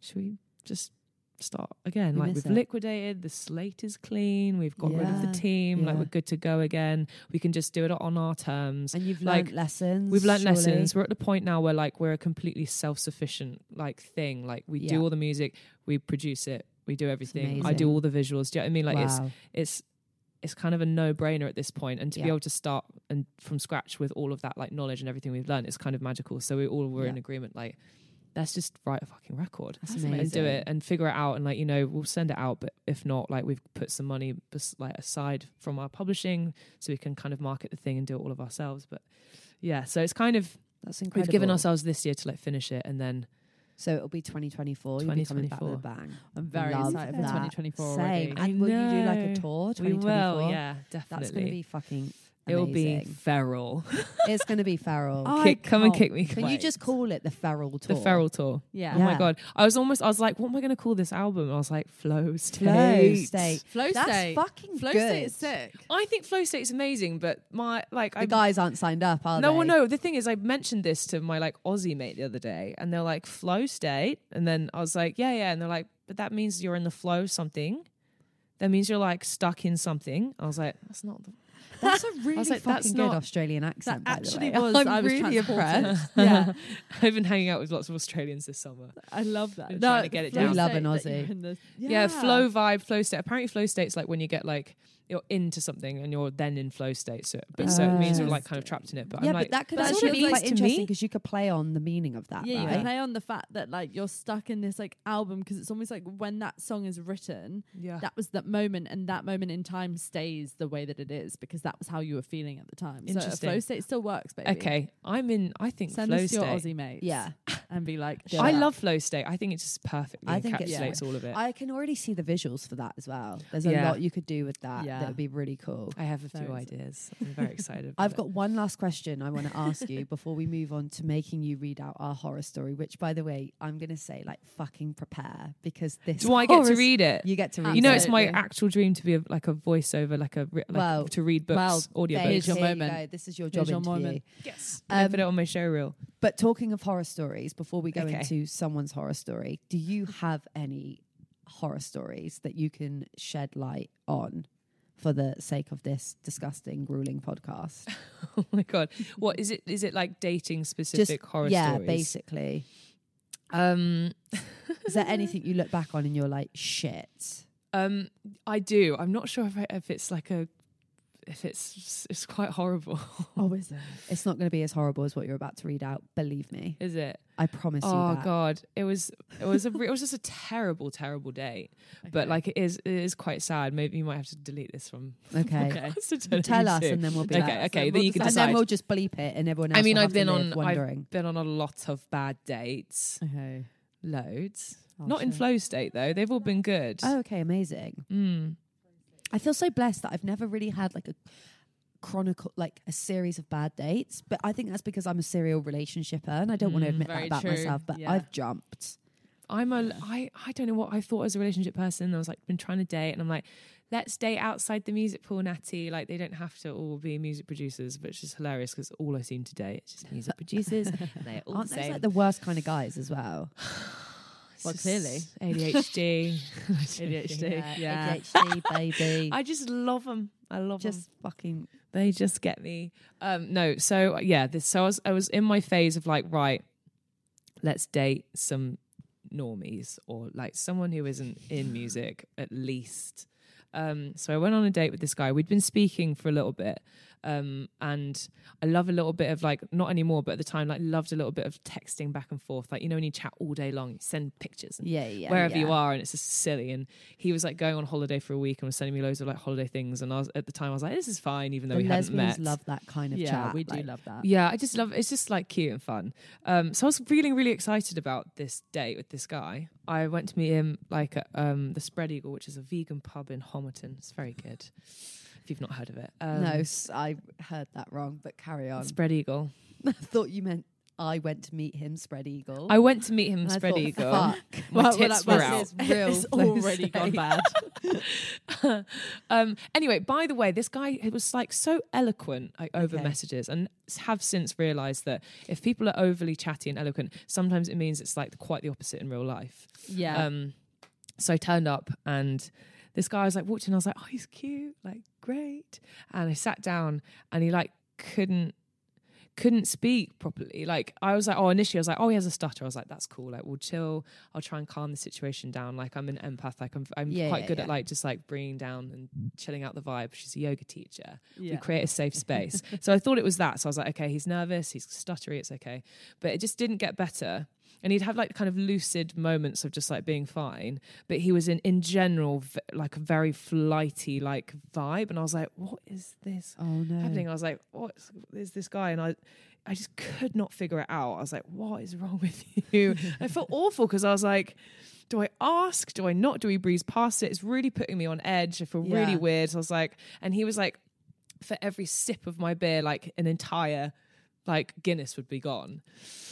Speaker 3: should we just start again
Speaker 2: We
Speaker 3: like
Speaker 2: miss
Speaker 3: we've
Speaker 2: it.
Speaker 3: liquidated the slate is clean we've got rid of
Speaker 2: Yeah,
Speaker 3: the team like
Speaker 2: yeah.
Speaker 3: we're good to go again we can just do it on our terms
Speaker 2: and you've
Speaker 3: like,
Speaker 2: learned lessons.
Speaker 3: We've learned
Speaker 2: surely.
Speaker 3: lessons. We're at the point now where like we're a completely self-sufficient like thing. Like we
Speaker 2: Yeah.
Speaker 3: do all the music, we produce it, we do everything. I
Speaker 2: amazing.
Speaker 3: do all the visuals. Do you know what I mean? Like it's
Speaker 2: Wow.
Speaker 3: it's it's kind of a no-brainer at this point and to
Speaker 2: Yeah.
Speaker 3: be able to start and from scratch with all of that like knowledge and everything we've learned is kind of magical so we all were
Speaker 2: Yeah.
Speaker 3: in agreement like let's just write a fucking record
Speaker 2: That's
Speaker 1: That's amazing.
Speaker 3: and do
Speaker 2: amazing.
Speaker 3: it and figure it out and like you know we'll send it out but if not like we've put some money bes- like aside from our publishing so we can kind of market the thing and do it all of ourselves but yeah so it's kind of
Speaker 2: That's incredible.
Speaker 3: we've given ourselves this year to like finish it and then
Speaker 2: So it'll be 2024. You'll be coming back with
Speaker 3: 2024.
Speaker 2: a bang.
Speaker 1: I'm very
Speaker 2: Love
Speaker 1: excited for
Speaker 2: that.
Speaker 1: 2024
Speaker 2: Same.
Speaker 1: already.
Speaker 2: And will you do like a
Speaker 3: know.
Speaker 2: tour?
Speaker 3: we
Speaker 2: 2024?
Speaker 3: will yeah definitely
Speaker 2: That's going to be fucking.
Speaker 3: it'll be
Speaker 2: amazing.
Speaker 3: feral
Speaker 2: it's going to be feral.
Speaker 1: I
Speaker 3: kick, come and
Speaker 1: can't
Speaker 3: kick me
Speaker 2: Can you just call it the feral tour?
Speaker 3: the feral tour
Speaker 1: Yeah.
Speaker 3: oh my
Speaker 2: Yeah.
Speaker 3: god i was almost i was like what am i going to call this album i was like flow state
Speaker 2: flow state.
Speaker 1: Flow
Speaker 2: That's
Speaker 1: state.
Speaker 2: fucking
Speaker 1: Flow
Speaker 2: good.
Speaker 1: state is sick.
Speaker 3: i think flow state's amazing but my like
Speaker 2: The
Speaker 3: i
Speaker 2: guys aren't signed up, are
Speaker 3: no,
Speaker 2: they?
Speaker 3: well, no. The thing is, I mentioned this to my like Aussie mate the other day, and they're like flow state, and then I was like, yeah, yeah, and they're like, but that means you're in the flow of something. That means you're like stuck in something. I was like, that's not. The-
Speaker 2: That's a really
Speaker 3: like,
Speaker 2: fucking
Speaker 3: that's
Speaker 2: good
Speaker 3: not-
Speaker 2: Australian
Speaker 1: That
Speaker 2: accent. by the
Speaker 1: actually
Speaker 2: way.
Speaker 1: was.
Speaker 2: I'm
Speaker 1: I was
Speaker 2: really
Speaker 1: transported.
Speaker 2: impressed.
Speaker 1: Yeah,
Speaker 3: I've been hanging out with lots of Australians this summer.
Speaker 1: I love that.
Speaker 3: Been trying to get it
Speaker 1: flow
Speaker 3: down.
Speaker 2: We love
Speaker 1: state
Speaker 2: an
Speaker 1: that you're
Speaker 2: Aussie.
Speaker 1: in the-
Speaker 3: Yeah. flow vibe, flow state. Apparently, flow state's like when you get like you're into something and you're then in flow state. So, but so it means you're like kind of trapped in it. But
Speaker 2: yeah,
Speaker 3: I'm like,
Speaker 2: but that could
Speaker 1: But that's
Speaker 2: actually
Speaker 1: what it
Speaker 2: be
Speaker 1: is
Speaker 2: quite
Speaker 3: to
Speaker 2: interesting
Speaker 3: me.
Speaker 2: because you could play on the meaning of that.
Speaker 1: Yeah, you
Speaker 2: right?
Speaker 1: can play on the fact that like you're stuck in this like album because it's almost like when that song is written,
Speaker 3: yeah.
Speaker 1: that was that moment, and that moment in time stays the way that it is because that was how you were feeling at the time. So a flow
Speaker 3: Interesting.
Speaker 1: state still works, baby.
Speaker 3: okay, I'm in. I think
Speaker 1: send
Speaker 3: flow
Speaker 1: us to your
Speaker 3: state.
Speaker 1: Aussie mates,
Speaker 2: Yeah.
Speaker 1: and be like,
Speaker 2: Yeah.
Speaker 1: "Shut
Speaker 3: I
Speaker 1: up."
Speaker 3: love flow state. I think it just perfectly
Speaker 2: I think it's-
Speaker 3: encapsulates all of it. I,
Speaker 2: I can already see the visuals for that as well. There's a
Speaker 3: Yeah.
Speaker 2: lot you could do with that.
Speaker 1: Yeah.
Speaker 2: That would be really cool.
Speaker 3: have a
Speaker 1: Very
Speaker 3: few
Speaker 1: exciting.
Speaker 3: ideas. I'm very excited. About
Speaker 2: I've
Speaker 3: it.
Speaker 2: got one last question I want to ask you before we move on to making you read out our horror story, which, by the way, I'm going to say, like, fucking prepare because this.
Speaker 3: Do I get
Speaker 2: horror
Speaker 3: to
Speaker 2: s-
Speaker 3: read it?
Speaker 2: You get to read
Speaker 3: You know, it's my
Speaker 1: Absolutely.
Speaker 3: actual dream to be a, like a voiceover, like a re- like
Speaker 2: Well,
Speaker 3: to read books,
Speaker 1: well,
Speaker 3: audiobooks.
Speaker 1: Here's your
Speaker 2: Here you
Speaker 1: moment.
Speaker 2: go. This is your
Speaker 1: Here's
Speaker 2: job
Speaker 1: your
Speaker 2: interview.
Speaker 1: moment.
Speaker 3: Yes,
Speaker 2: Um,
Speaker 3: I put it on my show reel.
Speaker 2: But talking of horror stories, before we go
Speaker 3: Okay.
Speaker 2: into someone's horror story, do you have any horror stories that you can shed light on for the sake of this disgusting, grueling podcast?
Speaker 3: Oh my god, what is it? Is it like dating specific horror
Speaker 2: yeah,
Speaker 3: stories?
Speaker 2: basically.
Speaker 3: Um,
Speaker 2: Is there anything you look back on and you're like, shit?
Speaker 3: um, I do. I'm not sure if, I, if it's like a if it's it's quite horrible.
Speaker 1: Oh, is it?
Speaker 2: It's not going to be as horrible as what you're about to read out. Believe me,
Speaker 3: Is it?
Speaker 2: I promise
Speaker 3: Oh
Speaker 2: you that.
Speaker 3: god, it was it was a re- it was just a terrible terrible day. But like it is it is quite sad. Maybe you might have to delete this from.
Speaker 2: Okay,
Speaker 3: podcast to tell,
Speaker 2: tell
Speaker 3: you
Speaker 2: us,
Speaker 3: soon.
Speaker 2: and then we'll be
Speaker 3: okay,
Speaker 2: like,
Speaker 3: okay.
Speaker 1: we'll
Speaker 3: then you
Speaker 1: just-
Speaker 3: can
Speaker 2: and
Speaker 3: decide.
Speaker 2: then we'll just bleep it, and everyone else.
Speaker 3: I mean,
Speaker 2: will have
Speaker 3: I've
Speaker 2: to
Speaker 3: been
Speaker 2: live
Speaker 3: on- I've-
Speaker 2: wondering.
Speaker 3: been on a lot of bad dates,
Speaker 1: Okay.
Speaker 2: Mm.
Speaker 3: loads.
Speaker 1: Oh,
Speaker 3: Not in
Speaker 1: shit.
Speaker 3: flow state though. They've all been good.
Speaker 2: Oh, okay, amazing.
Speaker 3: Mm.
Speaker 2: I feel so blessed that I've never really had like a chronicle, like a series of bad dates. But I think that's because I'm a serial relationshiper, and I don't want to
Speaker 3: Mm,
Speaker 2: admit that
Speaker 1: very
Speaker 2: about
Speaker 1: true,
Speaker 2: myself. But
Speaker 1: yeah.
Speaker 2: I've jumped.
Speaker 3: I'm a I I don't know what I thought as a relationship person. I was like been trying to date, and I'm like, let's date outside the music pool, Natty. Like they don't have to all be music producers, which is hilarious because all I seem to date is just music producers. They're all
Speaker 2: Aren't
Speaker 3: the
Speaker 2: those
Speaker 3: same.
Speaker 2: like the worst kind of guys as well?
Speaker 3: It's
Speaker 1: Well,
Speaker 3: just
Speaker 1: clearly.
Speaker 3: ADHD.
Speaker 1: ADHD. Yeah.
Speaker 2: ADHD baby.
Speaker 3: I just love them. I love them.
Speaker 2: just fucking
Speaker 3: They just get me. Um, no, so yeah, this. So I was, I was in my phase of like, right, let's date some normies or like someone who isn't in music at least. Um, so I went on a date with this guy. We'd been speaking for a little bit, um, and I love a little bit of like not anymore, but at the time, like loved a little bit of texting back and forth. Like you know when you chat all day long, you send pictures and
Speaker 2: yeah, yeah.
Speaker 3: wherever you
Speaker 2: yeah.
Speaker 3: are and it's just silly and he was like going on holiday for a week and was sending me loads of like holiday things and I was at the time I was like this is fine even though
Speaker 2: The
Speaker 3: we hadn't
Speaker 2: lesbians
Speaker 3: met
Speaker 2: love that kind of
Speaker 1: yeah,
Speaker 2: chat.
Speaker 1: we do
Speaker 2: like-
Speaker 1: love that.
Speaker 3: yeah I just love it's just like cute and fun um so I was feeling really excited about this date with this guy I went to meet him like at um the Spread Eagle which is a vegan pub in Homerton it's very good if you've not heard of it um,
Speaker 2: No, s- I heard that wrong, but carry on.
Speaker 3: Spread Eagle
Speaker 2: I thought you meant I went to meet him, spread eagle.
Speaker 3: I went to meet him in
Speaker 2: And I
Speaker 3: Spread
Speaker 2: thought,
Speaker 3: Eagle
Speaker 2: Fuck.
Speaker 3: my
Speaker 1: Well, well,
Speaker 3: tits
Speaker 1: that-
Speaker 3: were
Speaker 1: that
Speaker 3: out
Speaker 1: is real
Speaker 2: It's
Speaker 1: flow
Speaker 2: already
Speaker 1: state.
Speaker 2: gone
Speaker 1: bad.
Speaker 3: um, anyway, by the way, this guy he was like so eloquent like, over
Speaker 2: Okay.
Speaker 3: messages, and s- have since realised that if people are overly chatty and eloquent, sometimes it means it's like quite the opposite in real life.
Speaker 1: Yeah.
Speaker 3: Um, so I turned up and this guy was like walked in. I was like, oh, he's cute, like great. And I sat down and he like couldn't couldn't speak properly. Like I was like, oh, initially I was like, oh, he has a stutter. I was like, that's cool. Like we'll chill. I'll try and calm the situation down. Like I'm an empath. Like I'm I'm
Speaker 2: Yeah,
Speaker 3: quite
Speaker 2: yeah,
Speaker 3: good at
Speaker 2: yeah.
Speaker 3: like just like bringing down and chilling out the vibe. She's a yoga teacher.
Speaker 1: yeah.
Speaker 3: We create a safe space. so I thought it was that. So I was like, okay, he's nervous, he's stuttery, it's okay. But it just didn't get better. and he'd have like kind of lucid moments of just like being fine but he was in in general v- like a very flighty like vibe and i was like what is this
Speaker 1: Oh no.
Speaker 3: happening i was like what is this guy and i i just could not figure it out i was like what is wrong with you i felt awful because i was like do I ask? Do I not? Do we breeze past it? It's really putting me on edge. I feel really
Speaker 2: Yeah.
Speaker 3: weird. So I was like, and he was like, for every sip of my beer, like an entire like Guinness would be gone.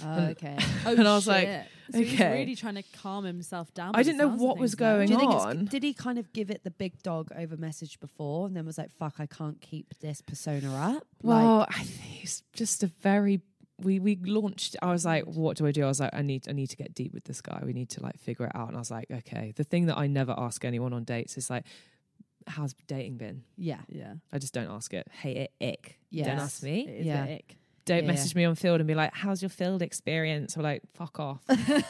Speaker 2: Oh, okay.
Speaker 1: Oh,
Speaker 3: and I was like,
Speaker 1: shit. So he was
Speaker 3: okay.
Speaker 1: really trying to calm himself down.
Speaker 3: I
Speaker 1: by
Speaker 3: didn't
Speaker 1: the
Speaker 3: know
Speaker 1: sounds of
Speaker 3: what was
Speaker 1: things, though.
Speaker 3: going
Speaker 2: Do you think
Speaker 3: on.
Speaker 2: it's, did he kind of give it the big dog over message before and then was like, fuck, I can't keep this persona up?
Speaker 3: Well, I think it's just a very we we launched. I was like, what do I do? I was like, I need I need to get deep with this guy. We need to like figure it out. And I was like, okay. The thing that I never ask anyone on dates is like, how's dating been?
Speaker 2: yeah.
Speaker 1: Yeah.
Speaker 3: I just don't ask it. Hey, it ick. Don't
Speaker 2: Yes.
Speaker 3: ask me.
Speaker 1: It is
Speaker 2: Yeah.
Speaker 1: the ick.
Speaker 3: Don't
Speaker 2: Yeah.
Speaker 3: message me on field and be like, how's your field experience? Or like, fuck off.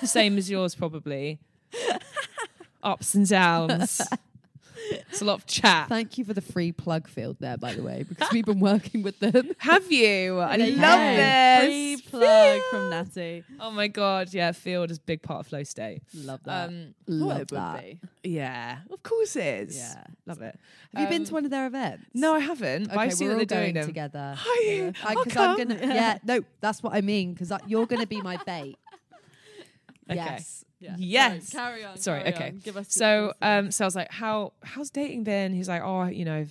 Speaker 3: Same as yours probably. Ups and downs. it's a lot of chat.
Speaker 2: Thank you for the free plug field there, by the way, because we've been working with them.
Speaker 3: Have you? I
Speaker 2: There you
Speaker 3: love
Speaker 1: Hey,
Speaker 3: this.
Speaker 1: Free plug from Natty.
Speaker 3: Oh my god, yeah, field is a big part of flow state.
Speaker 2: Love that.
Speaker 3: Um,
Speaker 1: Thought
Speaker 2: Love
Speaker 1: it would
Speaker 2: that.
Speaker 1: be.
Speaker 3: yeah, of course it is.
Speaker 1: Yeah.
Speaker 3: love it.
Speaker 2: Have you been
Speaker 3: Um,
Speaker 2: to one of their events?
Speaker 3: No, I haven't. but
Speaker 2: Okay,
Speaker 3: I've seen that
Speaker 2: we're all
Speaker 3: they're doing
Speaker 2: going
Speaker 3: them.
Speaker 2: together.
Speaker 3: Are you?
Speaker 2: I,
Speaker 3: I'll
Speaker 2: 'cause I'm
Speaker 3: come.
Speaker 2: gonna. Yeah, no, that's what I mean. Because you're gonna be my bait.
Speaker 3: Okay.
Speaker 2: Yes.
Speaker 1: Yeah.
Speaker 3: Yes.
Speaker 1: Sorry, carry on.
Speaker 3: Sorry,
Speaker 1: carry
Speaker 3: okay.
Speaker 1: on. Give us
Speaker 3: So, um, so I was like, how how's dating been? He's like, oh, you know,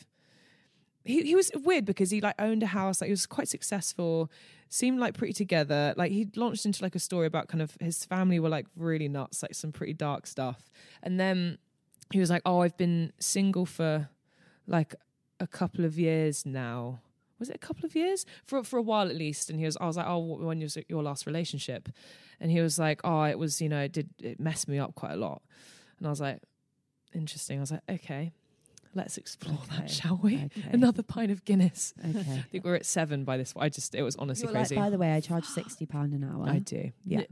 Speaker 3: he he was weird because he like owned a house, like he was quite successful, seemed like pretty together. Like he launched into like a story about kind of his family were like really nuts, like some pretty dark stuff, and then he was like, oh, I've been single for like a couple of years now. Was it a couple of years for for a while at least? And he was, I was like, oh, wh- when was your last relationship? And he was like, oh, it was, you know, it did it messed me up quite a lot. And I was like, interesting. I was like, okay, let's explore
Speaker 2: Okay,
Speaker 3: that, shall we?
Speaker 2: okay.
Speaker 3: Another pint of Guinness.
Speaker 2: Okay.
Speaker 3: I think we're at seven by this. I just, it was honestly
Speaker 2: You're like,
Speaker 3: crazy.
Speaker 2: by the way, I charge sixty pound an hour.
Speaker 3: I do, yeah.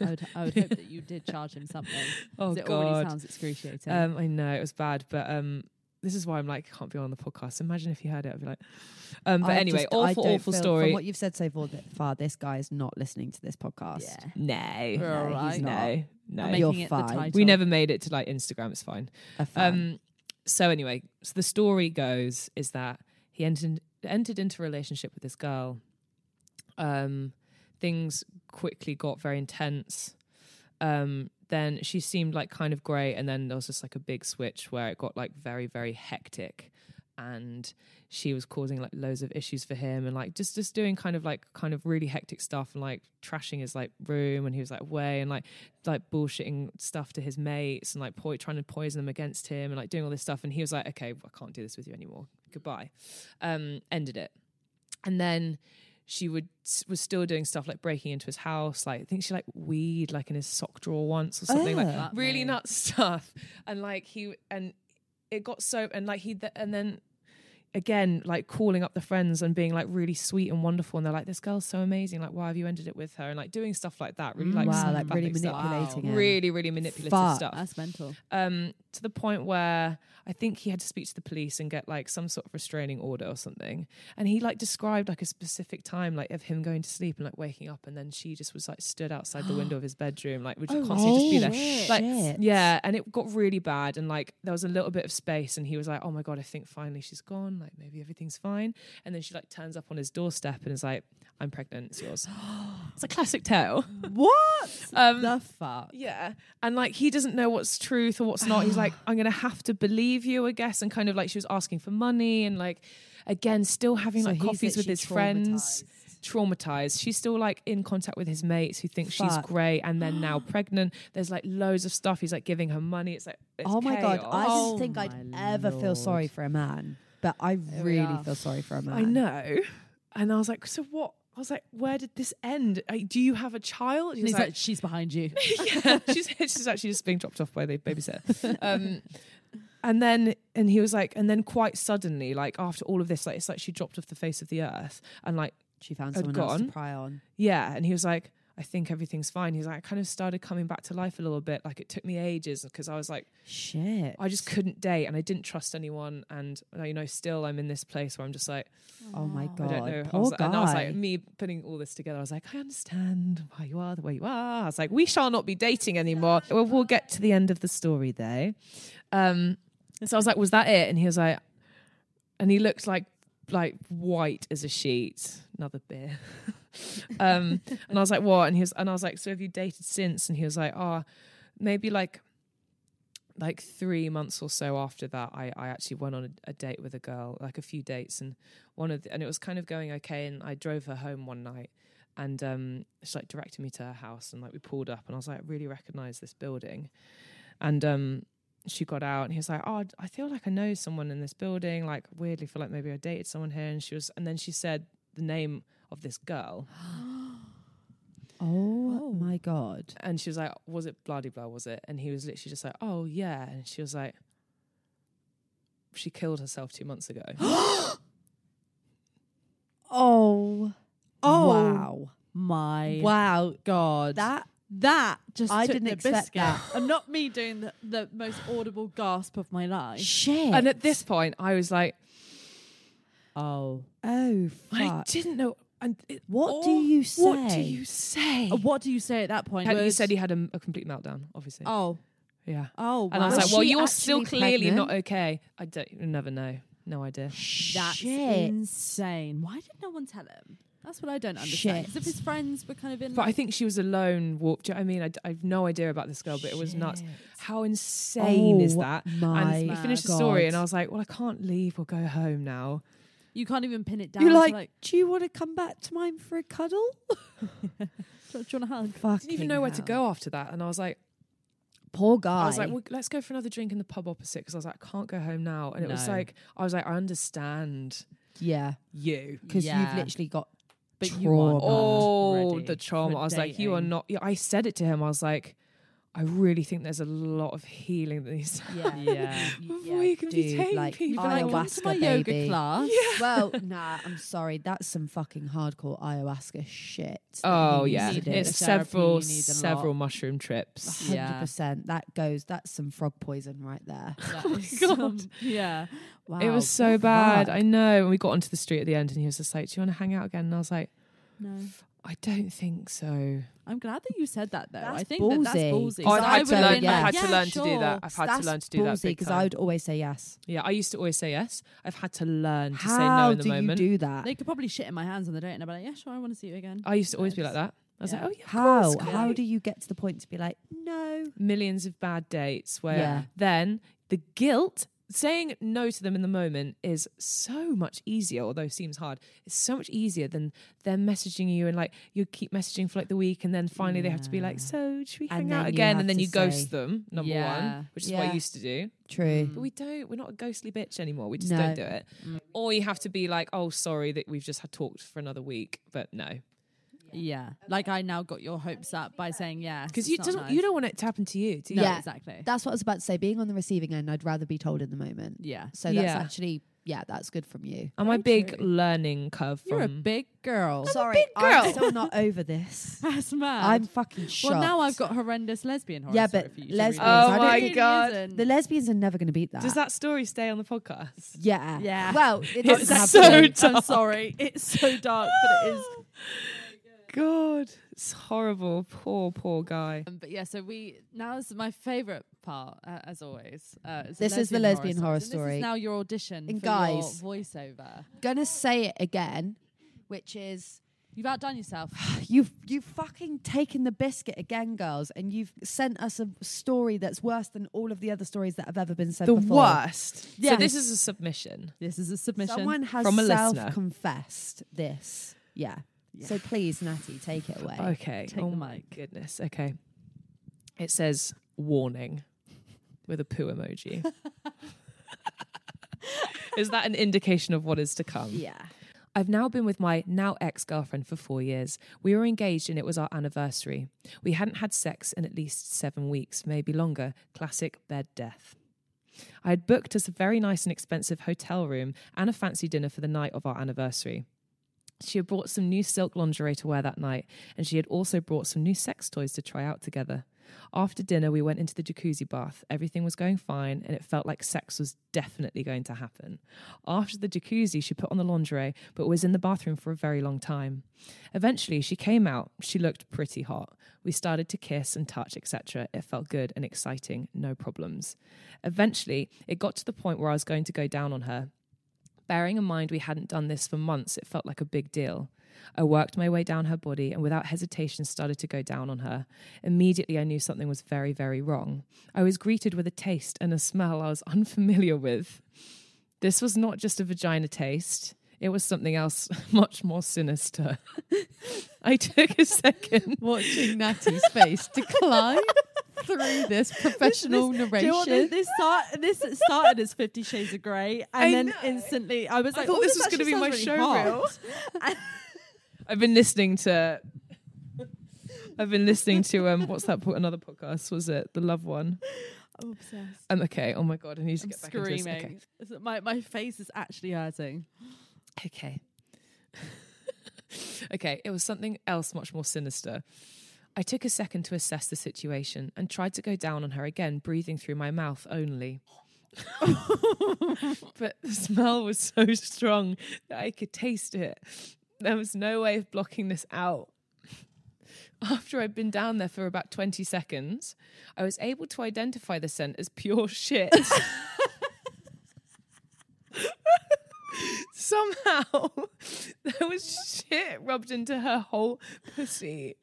Speaker 1: I would, I would hope that you did charge him something. 'cause
Speaker 3: Oh
Speaker 1: it
Speaker 3: god,
Speaker 1: already sounds excruciating.
Speaker 3: um, I know it was bad, but um, this is why I'm like, can't be on the podcast. Imagine if you heard it, I'd be like, um, but
Speaker 2: I
Speaker 3: anyway,
Speaker 2: just- I
Speaker 3: awful,
Speaker 2: don't
Speaker 3: awful
Speaker 2: feel-
Speaker 3: story.
Speaker 2: From what you've said so far, th- far, this guy is not listening to this podcast.
Speaker 1: yeah.
Speaker 3: no,
Speaker 1: We're all
Speaker 2: no, he's
Speaker 1: right.
Speaker 2: not.
Speaker 3: no,
Speaker 1: I'm
Speaker 3: no.
Speaker 2: You're
Speaker 1: making it the
Speaker 2: fine.
Speaker 1: title.
Speaker 3: We never made it to like Instagram. It's fine.
Speaker 2: A fan.
Speaker 3: Um, so anyway, so the story goes is that he entered entered into a relationship with this girl. Um, things quickly got very intense. Um, then she seemed like kind of great, and then there was just like a big switch where it got like very very hectic, and she was causing like loads of issues for him, and like just just doing kind of like kind of really hectic stuff, and like trashing his like room, and he was like away, and like like bullshitting stuff to his mates and like po- trying to poison them against him and like doing all this stuff. And he was like, okay, I can't do this with you anymore. Goodbye. Um, ended it. And then she would was still doing stuff like breaking into his house. Like I think she like weed like in his sock drawer once or something like
Speaker 2: Oh.
Speaker 3: really
Speaker 1: Lovely.
Speaker 3: nuts stuff. And like he and it got so and like he th- and then again like calling up the friends and being like really sweet and wonderful and they're like this girl's so amazing like why have you ended it with her and like doing stuff like that really like
Speaker 2: Mm. wow, like
Speaker 3: psychopathic
Speaker 2: really
Speaker 3: stuff
Speaker 2: manipulating.
Speaker 1: Wow.
Speaker 2: him.
Speaker 3: really really manipulative
Speaker 2: Fuck.
Speaker 3: stuff
Speaker 1: That's mental.
Speaker 3: um to the point where i think he had to speak to the police and get like some sort of restraining order or something and he like described like a specific time like of him going to sleep and like waking up and then she just was like stood outside the window of his bedroom like
Speaker 2: Oh,
Speaker 3: would constantly just be there
Speaker 2: shit.
Speaker 3: like yeah and it got really bad and like there was a little bit of space and he was like oh my god i think finally she's gone like maybe everything's fine and then she like turns up on his doorstep and is like i'm pregnant it's yours it's a classic tale
Speaker 2: what
Speaker 3: um
Speaker 2: the fuck?
Speaker 3: yeah. And like he doesn't know what's truth or what's not. He's like, I'm gonna have to believe you, I guess. And kind of like she was asking for money and like again, still having
Speaker 2: So
Speaker 3: like
Speaker 2: he's
Speaker 3: coffees with
Speaker 2: literally
Speaker 3: his friends.
Speaker 2: traumatised.
Speaker 3: Traumatized. She's still like in contact with his mates who think she's
Speaker 2: Fuck.
Speaker 3: great and then now pregnant. There's like loads of stuff. He's like giving her money. It's like it's
Speaker 2: oh my god! I
Speaker 3: chaos.
Speaker 2: don't
Speaker 1: Oh
Speaker 2: think I'd
Speaker 1: my
Speaker 2: ever feel
Speaker 1: lord.
Speaker 2: sorry for a man, but I
Speaker 1: There we
Speaker 2: really
Speaker 1: are.
Speaker 2: feel sorry for a man.
Speaker 3: I know. And I was like, so what? I was like, where did this end? Like, do you have a child?
Speaker 1: And
Speaker 3: He was
Speaker 1: he's like, she's behind you.
Speaker 3: yeah, she's she's actually just being dropped off by the babysitter. Um, and then and he was like, and then quite suddenly, like after all of this, like it's like she dropped off the face of the earth, and like
Speaker 2: She found
Speaker 3: Had
Speaker 2: someone else to
Speaker 3: gone.
Speaker 2: pry on.
Speaker 3: yeah, and he was like, I think everything's fine. He's like, I kind of started coming back to life a little bit. Like it took me ages because I was like,
Speaker 2: Shit.
Speaker 3: I just couldn't date and I didn't trust anyone. And you know, still I'm in this place where I'm just like,
Speaker 2: Oh my
Speaker 3: I
Speaker 2: god.
Speaker 3: don't know. I
Speaker 2: Poor
Speaker 3: was,
Speaker 2: guy.
Speaker 3: And I was like, me putting all this together, I was like, I understand why you are the way you are. I was like, we shall not be dating anymore. Well, we'll get to the end of the story though. Um, so I was like, was that it? And he was like, and he looked like like white as a sheet. Another beer. um, and I was like, what? And he was, and I was like, so have you dated since? And he was like, oh, maybe like like three months or so after that, I, I actually went on a, a date with a girl, like a few dates, and one of the, and it was kind of going okay. And I drove her home one night, and um, she like directed me to her house, and like we pulled up, and I was like, I really recognize this building, and um, she got out, and he was like, Oh, I feel like I know someone in this building, like weirdly feel like maybe I dated someone here, and she was, and then she said the name of this girl,
Speaker 2: oh, my god.
Speaker 3: and she was like, "Was it bloody blah? Was it?" And he was literally just like, "Oh yeah," and she was like, "She killed herself two months ago."
Speaker 2: Oh.
Speaker 1: Oh.
Speaker 2: Wow.
Speaker 1: My
Speaker 2: Wow.
Speaker 1: God.
Speaker 2: That
Speaker 1: that just
Speaker 2: I
Speaker 1: took
Speaker 2: didn't
Speaker 1: the
Speaker 2: expect
Speaker 1: biscuit.
Speaker 2: that.
Speaker 1: and not me doing the, the most audible gasp of my life.
Speaker 2: shit.
Speaker 3: and at this point, I was like,
Speaker 1: Oh.
Speaker 2: oh
Speaker 3: "I
Speaker 2: fuck.
Speaker 3: didn't know." And it-
Speaker 2: What do you
Speaker 3: oh, What do
Speaker 2: say?
Speaker 3: you say?
Speaker 1: Uh, What do you say at that point?
Speaker 3: And he
Speaker 1: Words-
Speaker 3: said he had a, a complete meltdown. Obviously,
Speaker 1: Oh.
Speaker 3: yeah.
Speaker 1: Oh. Wow.
Speaker 3: And I was,
Speaker 2: Was
Speaker 3: like, "Well,
Speaker 2: she
Speaker 3: you're still
Speaker 2: actually
Speaker 3: clearly not
Speaker 2: pregnant?
Speaker 3: okay." I don't. You never know. No idea.
Speaker 1: That's
Speaker 2: shit.
Speaker 1: insane. Why did no one tell him? That's what I don't understand. Because if
Speaker 2: Shit.
Speaker 1: his friends were kind of in,
Speaker 3: But I
Speaker 1: like,
Speaker 3: think she was alone. Warped. Do you know what I mean? I, d- I have no idea about this girl, but it was nuts. How insane is
Speaker 2: Oh
Speaker 3: that?
Speaker 2: My
Speaker 3: and he
Speaker 1: mad.
Speaker 3: finished the story, and I
Speaker 2: God.
Speaker 3: was like, "Well, I can't leave or go home now."
Speaker 1: you can't even pin it down.
Speaker 2: You're
Speaker 1: to,
Speaker 2: like,
Speaker 1: like
Speaker 2: do you want to come back to mine for a cuddle?
Speaker 1: do you want a hug?
Speaker 2: Fucking
Speaker 3: Didn't even know where to
Speaker 2: hell.
Speaker 3: go after that, and I was like,
Speaker 2: Poor guy.
Speaker 3: I was like, well, let's go for another drink in the pub opposite because I was like, I can't go home now, and it was
Speaker 1: No.
Speaker 3: like, I was like, I understand
Speaker 2: yeah,
Speaker 3: you.
Speaker 2: because
Speaker 1: Yeah.
Speaker 2: you've literally got
Speaker 1: But you are
Speaker 2: Trauma.
Speaker 3: Oh,
Speaker 1: ready
Speaker 3: the trauma!
Speaker 1: for
Speaker 3: I was like, you are
Speaker 1: dating.
Speaker 3: not. Yeah, I said it to him. I was like, I really think there's a lot of healing that needs.
Speaker 2: yeah,
Speaker 1: Yeah.
Speaker 2: you-
Speaker 3: Before you can be taking people,
Speaker 1: You'd be like, come to
Speaker 2: ayahuasca
Speaker 1: my
Speaker 2: baby.
Speaker 1: yoga class.
Speaker 2: Well, nah, I'm sorry. That's some fucking hardcore ayahuasca shit. that
Speaker 3: Oh
Speaker 2: he
Speaker 3: yeah,
Speaker 2: needs to do.
Speaker 3: it's
Speaker 1: The therapy
Speaker 3: several
Speaker 1: you need a lot.
Speaker 3: several mushroom trips.
Speaker 2: hundred
Speaker 1: Yeah.
Speaker 2: percent. That goes. That's some frog poison right there.
Speaker 1: That
Speaker 3: Oh my
Speaker 1: is
Speaker 3: God.
Speaker 1: some- yeah.
Speaker 2: Wow,
Speaker 3: It was so
Speaker 2: fuck.
Speaker 3: bad. I know. And we got onto the street at the end, and he was just like, "Do you want to hang out again?" And I was like,
Speaker 1: No.
Speaker 3: "I don't think so."
Speaker 1: I'm glad that you said that though.
Speaker 2: That's
Speaker 1: I think that that's ballsy.
Speaker 2: ballsy. Oh,
Speaker 1: So
Speaker 2: I've had
Speaker 1: would
Speaker 2: to
Speaker 1: have
Speaker 2: learn-
Speaker 1: been
Speaker 2: I've
Speaker 1: like,
Speaker 2: had
Speaker 1: yeah, sure.
Speaker 3: I've had
Speaker 2: That's
Speaker 3: to learn to do that
Speaker 2: because I would always say yes.
Speaker 3: Yeah, I used to always say yes. I've had to learn to say
Speaker 2: How
Speaker 3: no in the
Speaker 2: do
Speaker 3: moment.
Speaker 2: you do that?
Speaker 1: They could probably shit in my hands on the date, and I'd be like, "Yeah, sure, I want to see you again."
Speaker 3: I used to always be like that. I was
Speaker 1: Yeah.
Speaker 3: like, "Oh yeah." of
Speaker 2: How?
Speaker 3: course, great."
Speaker 2: How do you get to the point to be like, no?
Speaker 3: millions of bad dates where
Speaker 2: Yeah.
Speaker 3: then the guilt saying no to them in the moment is so much easier although it seems hard it's so much easier than them messaging you and like you keep messaging for like the week and then finally they have to be like
Speaker 1: Yeah.
Speaker 3: so should we
Speaker 2: And
Speaker 3: hang out
Speaker 2: then you
Speaker 3: again
Speaker 2: have
Speaker 3: and then
Speaker 2: to
Speaker 3: you
Speaker 2: say-
Speaker 3: ghost them number
Speaker 1: Yeah.
Speaker 3: one which is what
Speaker 2: Yeah.
Speaker 3: i used to do
Speaker 2: True.
Speaker 3: but we don't we're not a ghostly bitch anymore we just
Speaker 2: No. Mm.
Speaker 3: don't do it or you have to be like oh sorry that we've just had talked for another week but no
Speaker 1: Yeah, like I now got your hopes up by saying yes
Speaker 3: because
Speaker 1: It's
Speaker 3: you
Speaker 1: not
Speaker 3: don't
Speaker 1: nice.
Speaker 3: you don't want it to happen to you do you
Speaker 1: No,
Speaker 2: Yeah.
Speaker 1: exactly.
Speaker 2: That's what I was about to say. Being on the receiving end, I'd rather be told in the moment.
Speaker 1: yeah,
Speaker 2: So that's
Speaker 3: Yeah.
Speaker 2: actually, yeah, that's good from you.
Speaker 3: and my
Speaker 1: Very
Speaker 3: big
Speaker 1: true.
Speaker 3: learning curve
Speaker 1: you're a
Speaker 3: from
Speaker 1: big girl.
Speaker 2: Sorry,
Speaker 3: girl.
Speaker 2: I'm still not over this.
Speaker 1: That's mad.
Speaker 2: I'm fucking shocked.
Speaker 1: well, now I've got horrendous lesbian horror
Speaker 2: Yeah,
Speaker 1: story
Speaker 2: but
Speaker 1: for you to
Speaker 2: lesbians-
Speaker 1: read.
Speaker 2: Oh
Speaker 1: I don't
Speaker 2: my
Speaker 1: think it
Speaker 3: God.
Speaker 1: isn't.
Speaker 2: the lesbians are never going to beat that.
Speaker 3: Does that story stay on the podcast?
Speaker 2: Yeah.
Speaker 1: Yeah.
Speaker 2: Well, it
Speaker 3: It's
Speaker 2: doesn't have
Speaker 3: so
Speaker 2: to.
Speaker 3: dark.
Speaker 1: I'm sorry, it's so dark, but it is.
Speaker 3: God, it's horrible. Poor, poor guy.
Speaker 1: Um, but yeah, so we now is my favorite part, uh, as always. Uh, is
Speaker 2: This is the lesbian horror
Speaker 1: stories. And This
Speaker 2: story.
Speaker 1: is now your audition
Speaker 2: And
Speaker 1: for your
Speaker 2: guys-
Speaker 1: voiceover.
Speaker 2: Gonna say it again, which is
Speaker 1: You've outdone yourself.
Speaker 2: you've you've fucking taken the biscuit again, girls, and you've sent us a story that's worse than all of the other stories that have ever been sent before.
Speaker 3: worst. So
Speaker 1: Yes.
Speaker 3: this is a submission.
Speaker 1: This is a submission.
Speaker 2: Someone has
Speaker 3: From a listener.
Speaker 2: self-confessed this. Yeah.
Speaker 1: Yeah.
Speaker 2: So please, Natty, take it away.
Speaker 3: Okay.
Speaker 1: Take
Speaker 3: oh
Speaker 1: the
Speaker 3: my
Speaker 1: mic.
Speaker 3: goodness. Okay. It says warning with a poo emoji. is that an indication of what is to come?
Speaker 2: Yeah.
Speaker 3: I've now been with my now ex girlfriend for four years. We were engaged and it was our anniversary. We hadn't had sex in at least seven weeks, maybe longer. Classic bed death. I had booked us a very nice and expensive hotel room and a fancy dinner for the night of our anniversary. She had brought some new silk lingerie to wear that night, and she had also brought some new sex toys to try out together. After dinner, we went into the jacuzzi bath. Everything was going fine, and it felt like sex was definitely going to happen. After the jacuzzi, she put on the lingerie, but was in the bathroom for a very long time. Eventually, she came out. She looked pretty hot. We started to kiss and touch, etc. It felt good and exciting, no problems. Eventually, it got to the point where I was going to go down on her. Bearing in mind we hadn't done this for months, it felt like a big deal. I worked my way down her body and without hesitation started to go down on her. Immediately, I knew something was very, very wrong. I was greeted with a taste and a smell I was unfamiliar with. This was not just a vagina taste, it was something else much more sinister. I took a second.
Speaker 2: Watching Natty's face decline through this professional
Speaker 1: Do you know what?
Speaker 2: narration.
Speaker 1: This, this, start, this started as Fifty Shades of Grey, and
Speaker 3: I
Speaker 1: then
Speaker 3: know.
Speaker 1: instantly I was
Speaker 3: I
Speaker 1: like,
Speaker 3: thought
Speaker 1: "Oh,
Speaker 3: this was
Speaker 1: going
Speaker 3: going
Speaker 1: to
Speaker 3: to be my
Speaker 1: really
Speaker 3: show
Speaker 1: hot."
Speaker 3: reel. I've been listening to. I've been listening to um. What's that? Po- another podcast was it the Love One?
Speaker 1: I'm obsessed.
Speaker 3: Um. Okay. Oh my god. I need to
Speaker 1: I'm
Speaker 3: get back into this.
Speaker 1: screaming.
Speaker 3: Okay.
Speaker 1: Is it- My my face is actually hurting.
Speaker 3: Okay. okay, it was something else much more sinister. I took a second to assess the situation and tried to go down on her again, breathing through my mouth only. but the smell was so strong that I could taste it. There was no way of blocking this out. After I'd been down there for about 20 seconds, I was able to identify the scent as pure shit. somehow there was shit rubbed into her whole pussy.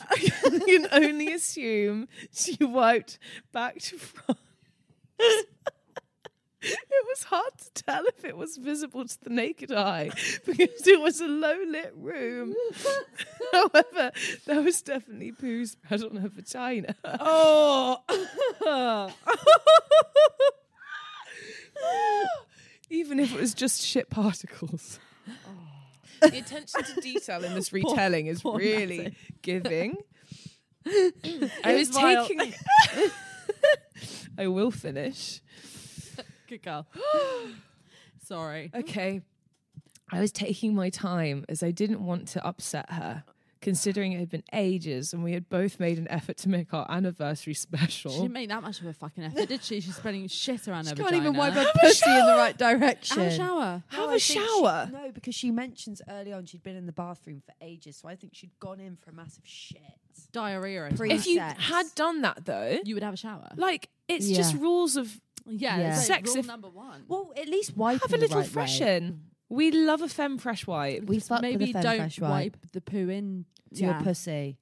Speaker 3: I can only assume she wiped back to front. It was hard to tell if it was visible to the naked eye because it was a low lit room. However, there was definitely poo spread on her vagina.
Speaker 1: Oh,
Speaker 3: Even if it was just shit particles. Oh. The attention to detail in this retelling is
Speaker 1: poor
Speaker 3: really
Speaker 1: Matty.
Speaker 3: giving. I was
Speaker 1: It's vile.
Speaker 3: taking. I will finish.
Speaker 1: good girl. Sorry.
Speaker 3: Okay. I was taking my time as I didn't want to upset her, considering it had been ages and we had both made an effort to make our anniversary
Speaker 1: She
Speaker 3: special.
Speaker 1: didn't make that much of a fucking effort, did she? She's spreading shit around her
Speaker 2: She can't
Speaker 1: vagina.
Speaker 2: even wipe her pussy in the right direction.
Speaker 1: Have a shower.
Speaker 3: Have
Speaker 2: a
Speaker 3: a shower.
Speaker 2: no, because she mentions early on she'd been in the bathroom for ages, so I think she'd gone in for a massive shit.
Speaker 1: Diarrhea.
Speaker 2: Pre-
Speaker 1: If
Speaker 3: if you
Speaker 2: sex.
Speaker 3: had done that though,
Speaker 1: you would have a shower.
Speaker 3: like it's just
Speaker 2: Yeah.
Speaker 3: rules of
Speaker 1: yeah,
Speaker 2: Yeah.
Speaker 1: It's like
Speaker 3: Sex
Speaker 1: rule
Speaker 3: if-
Speaker 1: number one.
Speaker 2: Well, at least wipe
Speaker 3: have a little fresh in. We love a femme fresh wipe.
Speaker 2: We fuck
Speaker 1: Maybe
Speaker 2: with a
Speaker 1: don't
Speaker 2: fresh
Speaker 1: wipe the poo in
Speaker 2: to your pussy.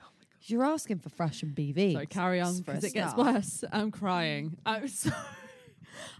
Speaker 3: Oh
Speaker 2: You're asking for fresh and BV.
Speaker 1: So carry on
Speaker 2: for a
Speaker 1: because it gets
Speaker 2: start.
Speaker 1: worse. I'm crying. I'm sorry.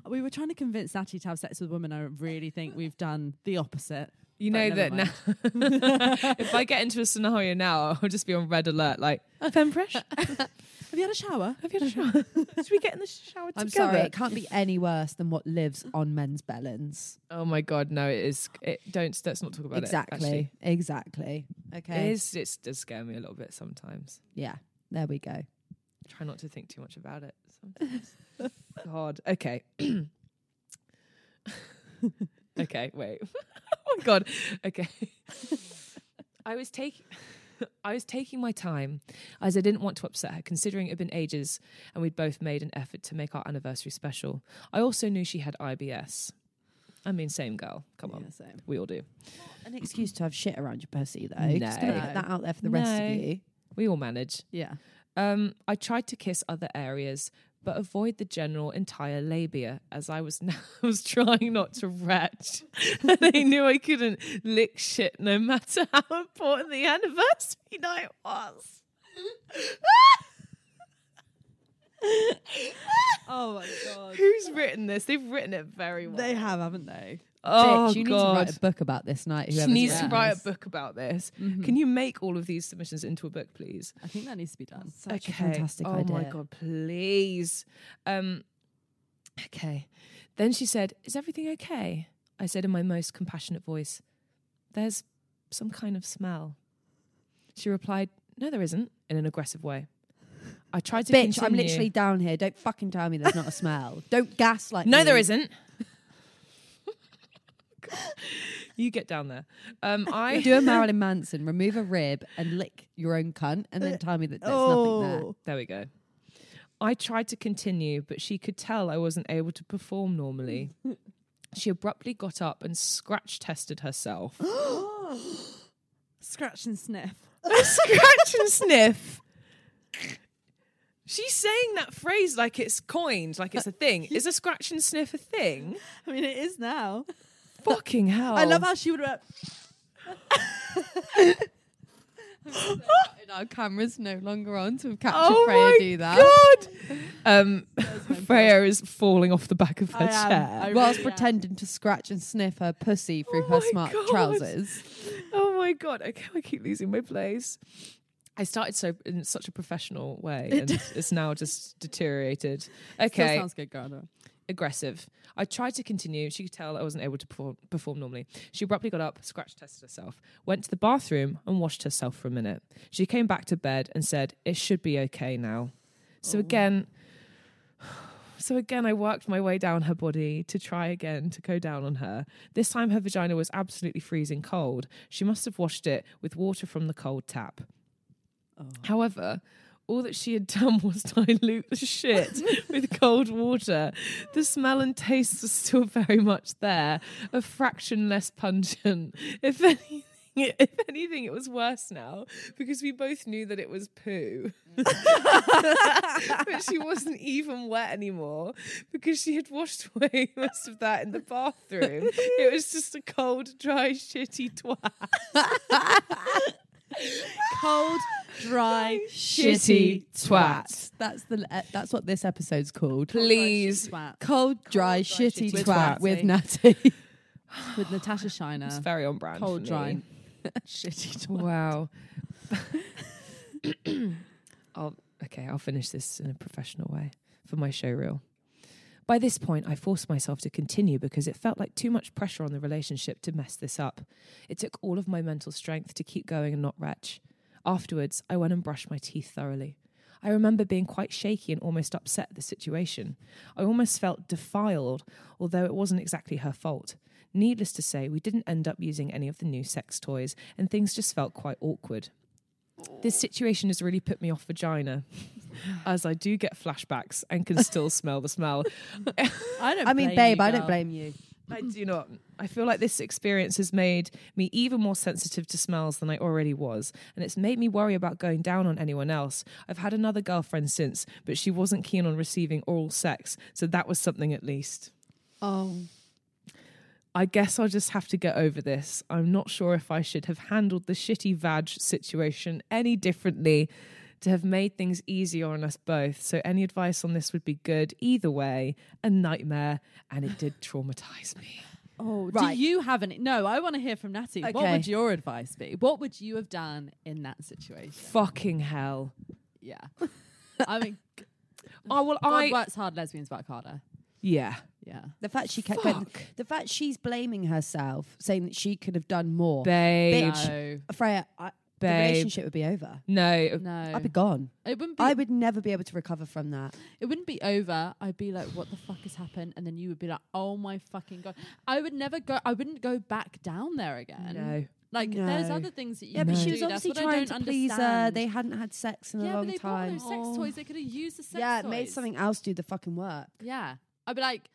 Speaker 1: We were trying to convince Natty to have sex with women. I really think we've done the opposite.
Speaker 3: You
Speaker 1: But
Speaker 3: know that
Speaker 1: never
Speaker 3: now. if I get into a scenario now, I'll just be on red alert. Like femme fresh.
Speaker 1: Have you had a shower?
Speaker 3: Have you had a shower? Should we get in the shower
Speaker 2: I'm
Speaker 3: together?
Speaker 2: sorry, it can't be any worse than what lives on men's bellens.
Speaker 3: Oh my god, no! It is. It don't. Let's not talk about it.
Speaker 2: exactly. exactly.
Speaker 3: Exactly.
Speaker 2: Okay.
Speaker 3: It is. It does scare me a little bit sometimes.
Speaker 2: Yeah. There we go.
Speaker 3: Try not to think too much about it. Sometimes. god. Okay. okay. Wait. oh my god. Okay. I was taking. I was taking my time as I didn't want to upset her, considering it had been ages and we'd both made an effort to make our anniversary special. I also knew she had IBS. I mean, same girl. Come on.
Speaker 1: Yeah, same.
Speaker 3: We all do.
Speaker 2: An excuse to have shit around your pussy, though. Just
Speaker 3: No.
Speaker 2: gonna get that out there for the rest
Speaker 3: No.
Speaker 2: of you.
Speaker 3: We all manage.
Speaker 1: Yeah.
Speaker 3: Um, I tried to kiss other areas, but avoid the general entire labia as I was I was trying not to retch. and I knew I couldn't lick shit no matter how important the anniversary night was.
Speaker 1: Oh my god.
Speaker 3: Who's written this? They've written it very well.
Speaker 1: They have, haven't they?
Speaker 3: oh,
Speaker 2: Bitch, you need to
Speaker 3: God.
Speaker 2: write a book about this night.
Speaker 3: she
Speaker 2: whoever's Hmm.
Speaker 3: needs to
Speaker 2: written
Speaker 3: write a
Speaker 2: this.
Speaker 3: book about this. Can you make all of these submissions into a book, please?
Speaker 1: I think that needs to be done.
Speaker 2: Such a fantastic
Speaker 3: oh
Speaker 2: idea.
Speaker 3: my god, please. Um, okay. Then she said, "Is everything okay?" I said in my most compassionate voice, "There's some kind of smell." She replied, "No, there isn't," in an aggressive way. I tried to
Speaker 2: Bitch, I'm
Speaker 3: continue.
Speaker 2: literally down here. Don't fucking tell me there's not a smell. Don't gaslight me.
Speaker 3: No, there isn't. You get down there. Um, I
Speaker 2: Do a Marilyn Manson, remove a rib and lick your own cunt, and
Speaker 3: Uh,
Speaker 2: then tell me that there's
Speaker 3: oh.
Speaker 2: nothing there.
Speaker 3: There we go. I tried to continue, but she could tell I wasn't able to perform normally. she abruptly got up and scratch tested herself.
Speaker 1: Scratch and sniff.
Speaker 3: scratch and sniff. She's saying that phrase like it's coined, like it's a thing. Is a scratch and sniff a thing?
Speaker 1: I mean, it is now. Oh.
Speaker 3: Fucking hell.
Speaker 1: I love how she would have.
Speaker 2: And our camera's no longer on to have captured
Speaker 3: Oh
Speaker 2: Freya
Speaker 3: my
Speaker 2: do that.
Speaker 3: God. Um, Freya is falling off the back of her
Speaker 1: I am.
Speaker 3: chair.
Speaker 1: I
Speaker 2: Whilst
Speaker 1: really am.
Speaker 2: pretending to scratch and sniff her pussy through
Speaker 3: Oh
Speaker 2: her
Speaker 3: my
Speaker 2: smart
Speaker 3: God.
Speaker 2: trousers.
Speaker 3: Oh my god! Okay, I keep losing my place. I started so in such a professional way, and it's now just deteriorated.
Speaker 1: Still
Speaker 3: Okay,
Speaker 1: sounds good, girl. though.
Speaker 3: aggressive. I tried to continue. She could tell I wasn't able to perform, perform normally. She abruptly got up, scratch tested herself, went to the bathroom, and washed herself for a minute. She came back to bed and said, "It should be okay now." So again. So again, I worked my way down her body to try again to go down on her. This time, her vagina was absolutely freezing cold. She must have washed it with water from the cold tap. However, all that she had done was dilute the shit with cold water. The smell and taste was still very much there, a fraction less pungent. If anything, if anything, it was worse now because we both knew that it was poo. but she wasn't even wet anymore because she had washed away most of that in the bathroom. It was just a cold, dry, shitty twat.
Speaker 1: Cold, dry,
Speaker 3: Shitty twat.
Speaker 2: That's the. Uh, that's what this episode's called.
Speaker 3: Please.
Speaker 1: twat
Speaker 2: Cold, dry,
Speaker 1: dry,
Speaker 2: shitty,
Speaker 1: shitty
Speaker 2: twat
Speaker 1: twat.
Speaker 2: with Natty.
Speaker 1: with Natasha
Speaker 3: It's
Speaker 1: Shiner.
Speaker 3: very on brand.
Speaker 1: Cold,
Speaker 3: for
Speaker 1: dry,
Speaker 3: me.
Speaker 1: shitty twat.
Speaker 3: Wow. I'll okay, I'll finish this in a professional way for my show reel. By this point, I forced myself to continue because it felt like too much pressure on the relationship to mess this up. It took all of my mental strength to keep going and not retch. Afterwards, I went and brushed my teeth thoroughly. I remember being quite shaky and almost upset at the situation. I almost felt defiled, although it wasn't exactly her fault. Needless to say, we didn't end up using any of the new sex toys, and things just felt quite awkward. This situation has really put me off vagina, as I do get flashbacks and can still smell the smell.
Speaker 1: I don't.
Speaker 2: I mean,
Speaker 1: blame you,
Speaker 2: babe, I don't
Speaker 1: girl.
Speaker 2: blame you.
Speaker 3: I do not. I feel like this experience has made me even more sensitive to smells than I already was, and it's made me worry about going down on anyone else. I've had another girlfriend since, but she wasn't keen on receiving oral sex, so that was something at least.
Speaker 2: Oh,
Speaker 3: I guess I'll just have to get over this. I'm not sure if I should have handled the shitty vag situation any differently to have made things easier on us both. So any advice on this would be good. Either way, a nightmare, and it did traumatize me.
Speaker 1: Oh,
Speaker 2: Right.
Speaker 1: do you have any? No, I want to hear from Natty. What
Speaker 2: Okay.
Speaker 1: would your advice be? What would you have done in that situation?
Speaker 3: Fucking hell.
Speaker 1: Yeah. I mean,
Speaker 3: Oh well,
Speaker 1: God
Speaker 3: I
Speaker 1: works hard, lesbians work harder.
Speaker 3: yeah.
Speaker 1: Yeah.
Speaker 2: the fact she kept going.
Speaker 3: Fuck.
Speaker 2: The fact she's blaming herself, saying that she could have done more.
Speaker 3: Babe,
Speaker 2: Bitch.
Speaker 1: No.
Speaker 2: Freya, I, the
Speaker 3: Babe.
Speaker 2: relationship would be over.
Speaker 3: no,
Speaker 1: No.
Speaker 2: I'd be gone.
Speaker 1: it wouldn't be.
Speaker 2: I would never be able to recover from that.
Speaker 1: it wouldn't be over. I'd be like, "What the fuck has happened?" And then you would be like, "Oh my fucking god!" I would never go. I wouldn't go back down there again.
Speaker 3: no.
Speaker 1: Like there's
Speaker 2: No.
Speaker 1: other things that you.
Speaker 2: Yeah, but
Speaker 1: can
Speaker 2: she
Speaker 1: do.
Speaker 2: was
Speaker 1: That's
Speaker 2: obviously
Speaker 1: what I
Speaker 2: trying to
Speaker 1: don't
Speaker 2: please her.
Speaker 1: understand.
Speaker 2: They hadn't had sex in a
Speaker 1: yeah,
Speaker 2: long
Speaker 1: but they bought
Speaker 2: time. Oh.
Speaker 1: those sex toys. They could have used the sex
Speaker 2: yeah,
Speaker 1: toys.
Speaker 2: it made something else do the fucking work.
Speaker 1: Yeah. I'd be like,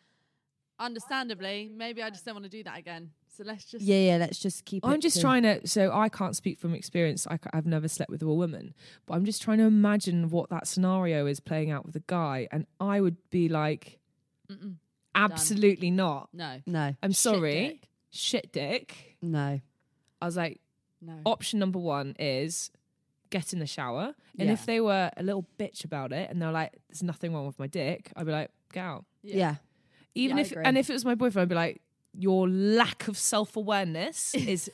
Speaker 1: understandably, maybe I just don't want to do that again. So let's just.
Speaker 2: Yeah, yeah. Let's just keep.
Speaker 3: I'm
Speaker 2: it
Speaker 3: just
Speaker 2: to-
Speaker 3: trying to. So I can't speak from experience. I, have never slept with a woman, but I'm just trying to imagine what that scenario is playing out with a guy, and I would be like,
Speaker 1: Mm-mm.
Speaker 3: absolutely not.
Speaker 1: No.
Speaker 2: No,
Speaker 3: I'm
Speaker 1: Shit
Speaker 3: sorry,
Speaker 1: dick.
Speaker 3: shit dick.
Speaker 2: no.
Speaker 3: I was like,
Speaker 1: No.
Speaker 2: Oh,
Speaker 3: option number one is get in the shower, and
Speaker 1: Yeah.
Speaker 3: if they were a little bitch about it, and they're like, "There's nothing wrong with my dick," I'd be like, "Get out."
Speaker 2: Yeah.
Speaker 3: Even
Speaker 1: Yeah, I
Speaker 3: if
Speaker 2: agree.
Speaker 3: and if it was my boyfriend, I'd be like, your lack of self awareness is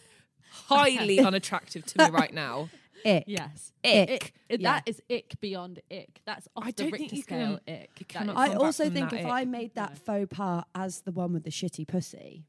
Speaker 3: highly unattractive to me right now.
Speaker 2: It.
Speaker 1: Yes.
Speaker 2: Ick.
Speaker 1: Ick. It-
Speaker 2: Yeah.
Speaker 1: That is ick beyond ick. That's off
Speaker 3: I
Speaker 1: the
Speaker 3: don't
Speaker 1: Richter
Speaker 3: think you
Speaker 1: scale
Speaker 3: can-
Speaker 1: ick.
Speaker 3: you
Speaker 1: That
Speaker 3: cannot
Speaker 1: is-
Speaker 2: I
Speaker 3: come back
Speaker 2: also
Speaker 3: from
Speaker 2: think
Speaker 3: that
Speaker 2: if
Speaker 3: ick.
Speaker 2: I made that
Speaker 1: No.
Speaker 2: faux pas as the one with the shitty pussy,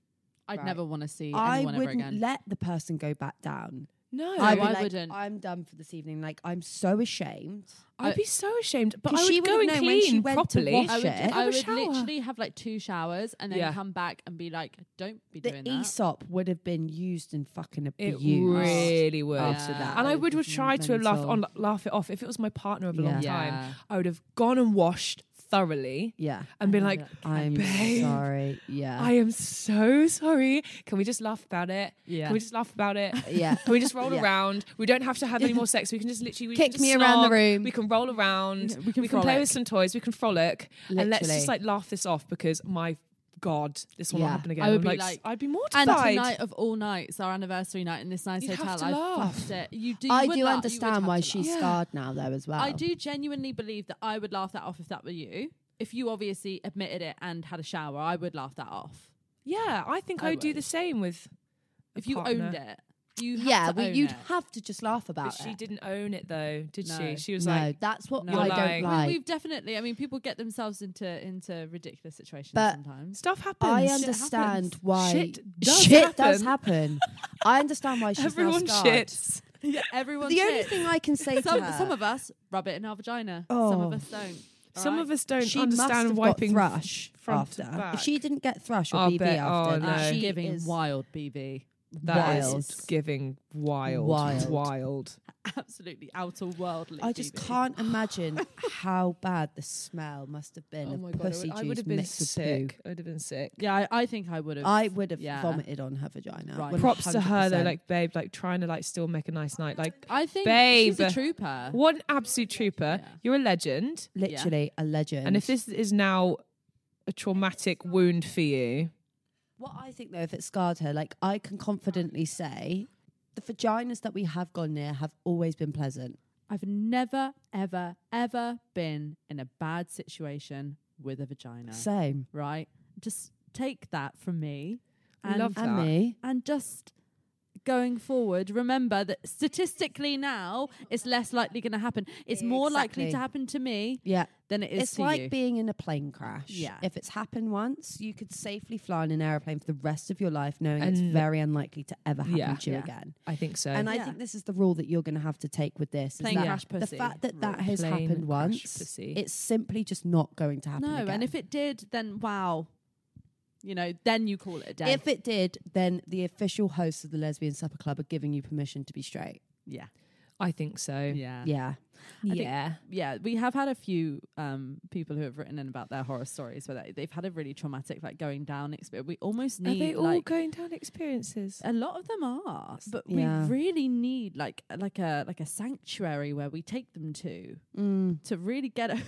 Speaker 1: I'd
Speaker 2: Right.
Speaker 1: never want to see
Speaker 2: I
Speaker 1: anyone ever
Speaker 2: wouldn't
Speaker 1: again.
Speaker 2: let the person go back down.
Speaker 3: No,
Speaker 1: I
Speaker 2: I'd
Speaker 3: I'd,
Speaker 2: be
Speaker 1: I
Speaker 2: like,
Speaker 1: wouldn't.
Speaker 2: I'm done for this evening. Like, I'm so ashamed.
Speaker 1: I-
Speaker 3: be so ashamed. But I
Speaker 2: 'Cause
Speaker 3: would
Speaker 2: she
Speaker 3: go
Speaker 2: would've
Speaker 3: and
Speaker 2: known when she
Speaker 3: clean
Speaker 2: went to
Speaker 3: properly.
Speaker 2: wash
Speaker 1: I would,
Speaker 2: shit.
Speaker 1: I
Speaker 3: Have a
Speaker 1: would
Speaker 3: shower.
Speaker 1: literally have like two showers and then
Speaker 3: Yeah.
Speaker 1: come back and be like, don't be
Speaker 2: The
Speaker 1: doing that.
Speaker 2: Aesop would have been used and fucking
Speaker 3: It
Speaker 2: abused.
Speaker 3: really would.
Speaker 2: after
Speaker 1: Yeah.
Speaker 2: that.
Speaker 3: And I
Speaker 2: Like,
Speaker 3: would have
Speaker 2: it's
Speaker 3: tried to laugh
Speaker 2: mental.
Speaker 3: on laugh it off. If it was my partner of a long
Speaker 2: Yeah.
Speaker 3: time, I would have gone and washed thoroughly
Speaker 2: Yeah.
Speaker 3: and been like,
Speaker 2: I'm
Speaker 3: Babe.
Speaker 2: sorry. Yeah.
Speaker 3: I am so sorry. Can we just laugh about it?
Speaker 1: yeah.
Speaker 3: Can we just laugh about it?
Speaker 2: yeah.
Speaker 3: Can we just roll
Speaker 2: Yeah.
Speaker 3: around? We don't have to have any more sex. We can just literally we can
Speaker 2: Kick
Speaker 3: just
Speaker 2: me around the
Speaker 3: snog.
Speaker 2: room.
Speaker 3: We can roll around.
Speaker 1: we can,
Speaker 3: we can play with some toys. We can frolic, and let's
Speaker 2: Literally.
Speaker 3: just like laugh this off because my god, this will
Speaker 2: Yeah.
Speaker 3: not happen again.
Speaker 1: I would
Speaker 3: I'm
Speaker 1: be
Speaker 3: like,
Speaker 1: like-
Speaker 3: I'd be
Speaker 1: and
Speaker 3: mortified.
Speaker 1: tonight of all nights, our anniversary night in this nice
Speaker 3: You'd have
Speaker 1: hotel,
Speaker 3: to
Speaker 1: I
Speaker 3: laugh.
Speaker 1: fucked it. You do.
Speaker 2: I
Speaker 1: you would
Speaker 2: do
Speaker 1: laugh. You would
Speaker 2: understand
Speaker 1: have to
Speaker 2: why
Speaker 1: laugh.
Speaker 2: she's
Speaker 3: Yeah.
Speaker 2: scarred now, though, as well.
Speaker 1: I do genuinely believe that I would laugh that off if that were you. If you obviously admitted it and had a shower, I would laugh that off.
Speaker 3: yeah, I think I,
Speaker 1: I
Speaker 3: would do
Speaker 1: would.
Speaker 3: the same with a
Speaker 1: If you
Speaker 3: partner.
Speaker 1: owned it, you have
Speaker 2: Yeah,
Speaker 1: to
Speaker 2: well,
Speaker 1: own
Speaker 2: you'd
Speaker 1: it.
Speaker 2: have to just laugh about
Speaker 3: But she
Speaker 2: it.
Speaker 3: didn't own it though, did
Speaker 1: No.
Speaker 3: she? She was
Speaker 2: no,
Speaker 3: like,
Speaker 2: that's what
Speaker 1: No.
Speaker 2: I
Speaker 3: You're
Speaker 2: don't
Speaker 3: lying.
Speaker 1: We-
Speaker 2: like.
Speaker 1: We've definitely. I mean, people get themselves into into ridiculous situations
Speaker 2: But
Speaker 1: sometimes.
Speaker 3: stuff happens.
Speaker 2: I
Speaker 1: shit
Speaker 2: understand
Speaker 1: happens.
Speaker 2: why
Speaker 3: Shit does
Speaker 2: Shit does
Speaker 3: happen.
Speaker 2: happen. I understand why she's now
Speaker 3: Everyone
Speaker 2: scarred.
Speaker 3: shits.
Speaker 1: Yeah,
Speaker 2: The
Speaker 1: everyone.
Speaker 2: only thing I can say
Speaker 1: some
Speaker 2: to her,
Speaker 1: some of us rub it in our vagina. Some
Speaker 2: Oh.
Speaker 1: of us don't.
Speaker 3: Some of us don't
Speaker 2: she must
Speaker 3: understand
Speaker 2: have
Speaker 3: wiping
Speaker 2: got thrush
Speaker 3: front
Speaker 2: after.
Speaker 3: to back.
Speaker 2: If she didn't get thrush or
Speaker 3: I'll
Speaker 2: BB
Speaker 3: bet-
Speaker 2: after,
Speaker 3: oh,
Speaker 2: then
Speaker 3: no.
Speaker 2: she
Speaker 1: giving
Speaker 2: is
Speaker 1: wild BB.
Speaker 3: That is
Speaker 2: Wild.
Speaker 3: giving wild,
Speaker 2: Wild.
Speaker 3: wild,
Speaker 1: Absolutely outer worldly.
Speaker 2: I just
Speaker 1: BB.
Speaker 2: can't imagine how bad the smell must have been of pussy
Speaker 3: Oh I
Speaker 2: juice
Speaker 3: would have been
Speaker 2: mixed with
Speaker 3: sick. I would have been sick.
Speaker 1: Yeah, I, I think I would
Speaker 2: poo.
Speaker 1: have.
Speaker 2: I would have
Speaker 1: Yeah.
Speaker 2: vomited on her vagina.
Speaker 1: Right.
Speaker 2: one
Speaker 3: Props to her though,
Speaker 2: 100%.
Speaker 3: like babe, like trying to like still make a nice night. Like
Speaker 1: I think she's a
Speaker 3: Babe.
Speaker 1: trooper.
Speaker 3: one absolute trooper.
Speaker 1: Yeah.
Speaker 3: You're a legend.
Speaker 2: literally a legend.
Speaker 3: And if this is now a traumatic wound for you,
Speaker 2: What I think though, if it scarred her, like I can confidently say, the vaginas that we have gone near have always been pleasant.
Speaker 1: I've never, ever, ever been in a bad situation with a vagina.
Speaker 2: Same.
Speaker 1: right? Just take that from me.
Speaker 3: We love
Speaker 2: And
Speaker 3: that.
Speaker 2: me.
Speaker 1: and just going forward, remember that statistically now it's less likely going to happen. It's more likely
Speaker 2: Exactly.
Speaker 1: to happen to me
Speaker 2: Yeah.
Speaker 1: than it is
Speaker 2: it's
Speaker 1: to
Speaker 2: like
Speaker 1: you.
Speaker 2: being in a plane crash.
Speaker 1: Yeah.
Speaker 2: If it's happened once, you could safely fly in an airplane for the rest of your life, knowing it's
Speaker 3: And-
Speaker 2: very unlikely to ever happen
Speaker 3: Yeah.
Speaker 2: to you
Speaker 1: Yeah.
Speaker 2: again.
Speaker 3: I think so.
Speaker 2: And I
Speaker 1: Yeah.
Speaker 2: think this is the rule that you're going to have to take with this. is
Speaker 1: Plane
Speaker 2: that
Speaker 1: crash
Speaker 2: the
Speaker 1: pussy
Speaker 2: fact that that
Speaker 1: rule.
Speaker 2: has
Speaker 3: Plane
Speaker 2: happened
Speaker 3: crash
Speaker 2: once,
Speaker 3: pussy.
Speaker 2: it's simply just not going to happen
Speaker 1: no,
Speaker 2: again.
Speaker 1: and if it did, then wow, you know, then you call it a day.
Speaker 2: If it did, then the official hosts of the Lesbian Supper Club are giving you permission to be straight.
Speaker 1: yeah,
Speaker 3: I think so.
Speaker 1: yeah, yeah,
Speaker 2: Yeah.
Speaker 1: think-
Speaker 3: Yeah.
Speaker 1: We have had a few um, people who have written in about their horror stories where they, they've had a really traumatic, like going down experience. We almost
Speaker 3: Are
Speaker 1: need
Speaker 3: they all
Speaker 1: like,
Speaker 3: going down experiences?
Speaker 2: Uh,
Speaker 1: A lot of them are, but
Speaker 2: Yeah.
Speaker 1: we really need like like a like a sanctuary where we take them to
Speaker 2: Mm,
Speaker 1: to really get. A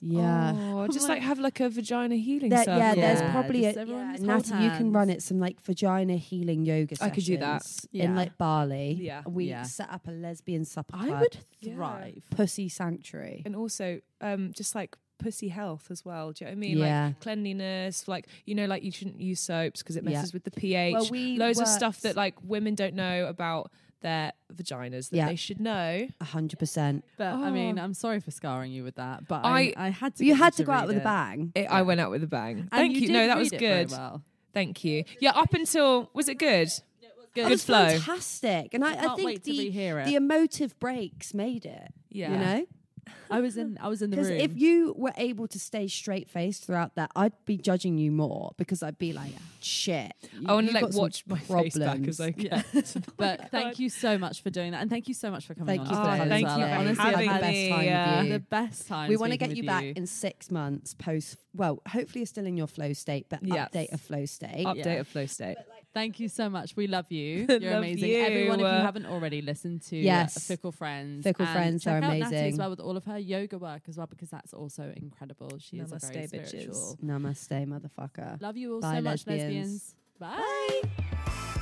Speaker 2: yeah.
Speaker 3: Oh, just like have like a vagina healing
Speaker 2: There-
Speaker 3: circle.
Speaker 2: yeah,
Speaker 1: Yeah,
Speaker 2: there's probably a
Speaker 1: just everyone
Speaker 2: yeah,
Speaker 1: just hold
Speaker 2: Natty. You can
Speaker 1: hands.
Speaker 2: run it some like vagina healing yoga.
Speaker 3: I could do that.
Speaker 2: sessions in
Speaker 1: Yeah.
Speaker 2: like Bali.
Speaker 3: Yeah.
Speaker 2: we
Speaker 1: Yeah.
Speaker 2: set up a lesbian supper club,
Speaker 1: I would
Speaker 3: Yeah.
Speaker 1: thrive.
Speaker 2: pussy sanctuary.
Speaker 3: and also um just like pussy health as well. Do you know what I mean?
Speaker 2: Yeah.
Speaker 3: Like cleanliness, like you know, like you shouldn't use soaps because it
Speaker 2: Yeah.
Speaker 3: messes with the pH.
Speaker 2: Well, we
Speaker 3: Loads of
Speaker 2: worked-
Speaker 3: stuff that like women don't know about their vaginas that
Speaker 2: Yeah.
Speaker 3: they should know.
Speaker 2: A hundred percent.
Speaker 1: But I mean,
Speaker 3: Oh.
Speaker 1: I'm sorry for scarring you with that. But I I, had to.
Speaker 2: You
Speaker 1: get
Speaker 2: had
Speaker 1: you
Speaker 2: to go out with a
Speaker 1: read it.
Speaker 2: bang.
Speaker 3: It, I went out with a bang.
Speaker 1: And
Speaker 3: Thank you.
Speaker 1: did
Speaker 3: no, that
Speaker 1: read
Speaker 3: was
Speaker 1: it very
Speaker 3: good.
Speaker 1: well.
Speaker 3: Thank you. Yeah, up until was it good?
Speaker 1: Good.
Speaker 2: It was
Speaker 3: flow.
Speaker 2: fantastic, and I, I
Speaker 1: Can't
Speaker 2: think
Speaker 1: wait to
Speaker 2: the
Speaker 1: rehear it.
Speaker 2: the emotive breaks made it.
Speaker 3: Yeah.
Speaker 2: You know,
Speaker 1: I was in I was in the
Speaker 2: Because
Speaker 1: room.
Speaker 2: if you were able to stay straight faced throughout that, I'd be judging you more because I'd be like, shit. you-
Speaker 3: I want to
Speaker 2: you've
Speaker 3: like
Speaker 2: got some
Speaker 3: watch my face back
Speaker 2: problems."
Speaker 3: as I can.
Speaker 1: yeah. but thank you so much for doing that, and thank you so much for coming
Speaker 2: Oh Thank
Speaker 1: on.
Speaker 2: you for
Speaker 1: today
Speaker 2: coming
Speaker 1: as
Speaker 2: thank
Speaker 1: well.
Speaker 2: you for
Speaker 1: Honestly, I've
Speaker 2: having
Speaker 1: had
Speaker 2: me. best time with
Speaker 3: yeah.
Speaker 2: you.
Speaker 1: The best time.
Speaker 2: We want to
Speaker 1: speaking
Speaker 2: get you
Speaker 1: with
Speaker 2: back in six months post, well, hopefully you're still in your flow state, but
Speaker 3: Yes.
Speaker 2: update a flow state.
Speaker 3: Update
Speaker 1: Yeah.
Speaker 3: of flow state.
Speaker 1: Thank you so much. We love you.
Speaker 3: Love
Speaker 1: You're amazing.
Speaker 3: you.
Speaker 1: Everyone, if you
Speaker 3: Uh,
Speaker 1: haven't already listened to
Speaker 2: Yes.
Speaker 1: yes. Fickle Friends,
Speaker 2: Fickle
Speaker 1: and
Speaker 2: Friends
Speaker 1: check
Speaker 2: are
Speaker 1: out Natty as
Speaker 2: amazing.
Speaker 1: well with all of her yoga work as well because that's also incredible. She is a very
Speaker 3: Namaste, bitches.
Speaker 1: spiritual.
Speaker 2: Namaste, motherfucker.
Speaker 1: Love you all
Speaker 2: Bye,
Speaker 1: so much,
Speaker 2: lesbians.
Speaker 1: lesbians. Bye.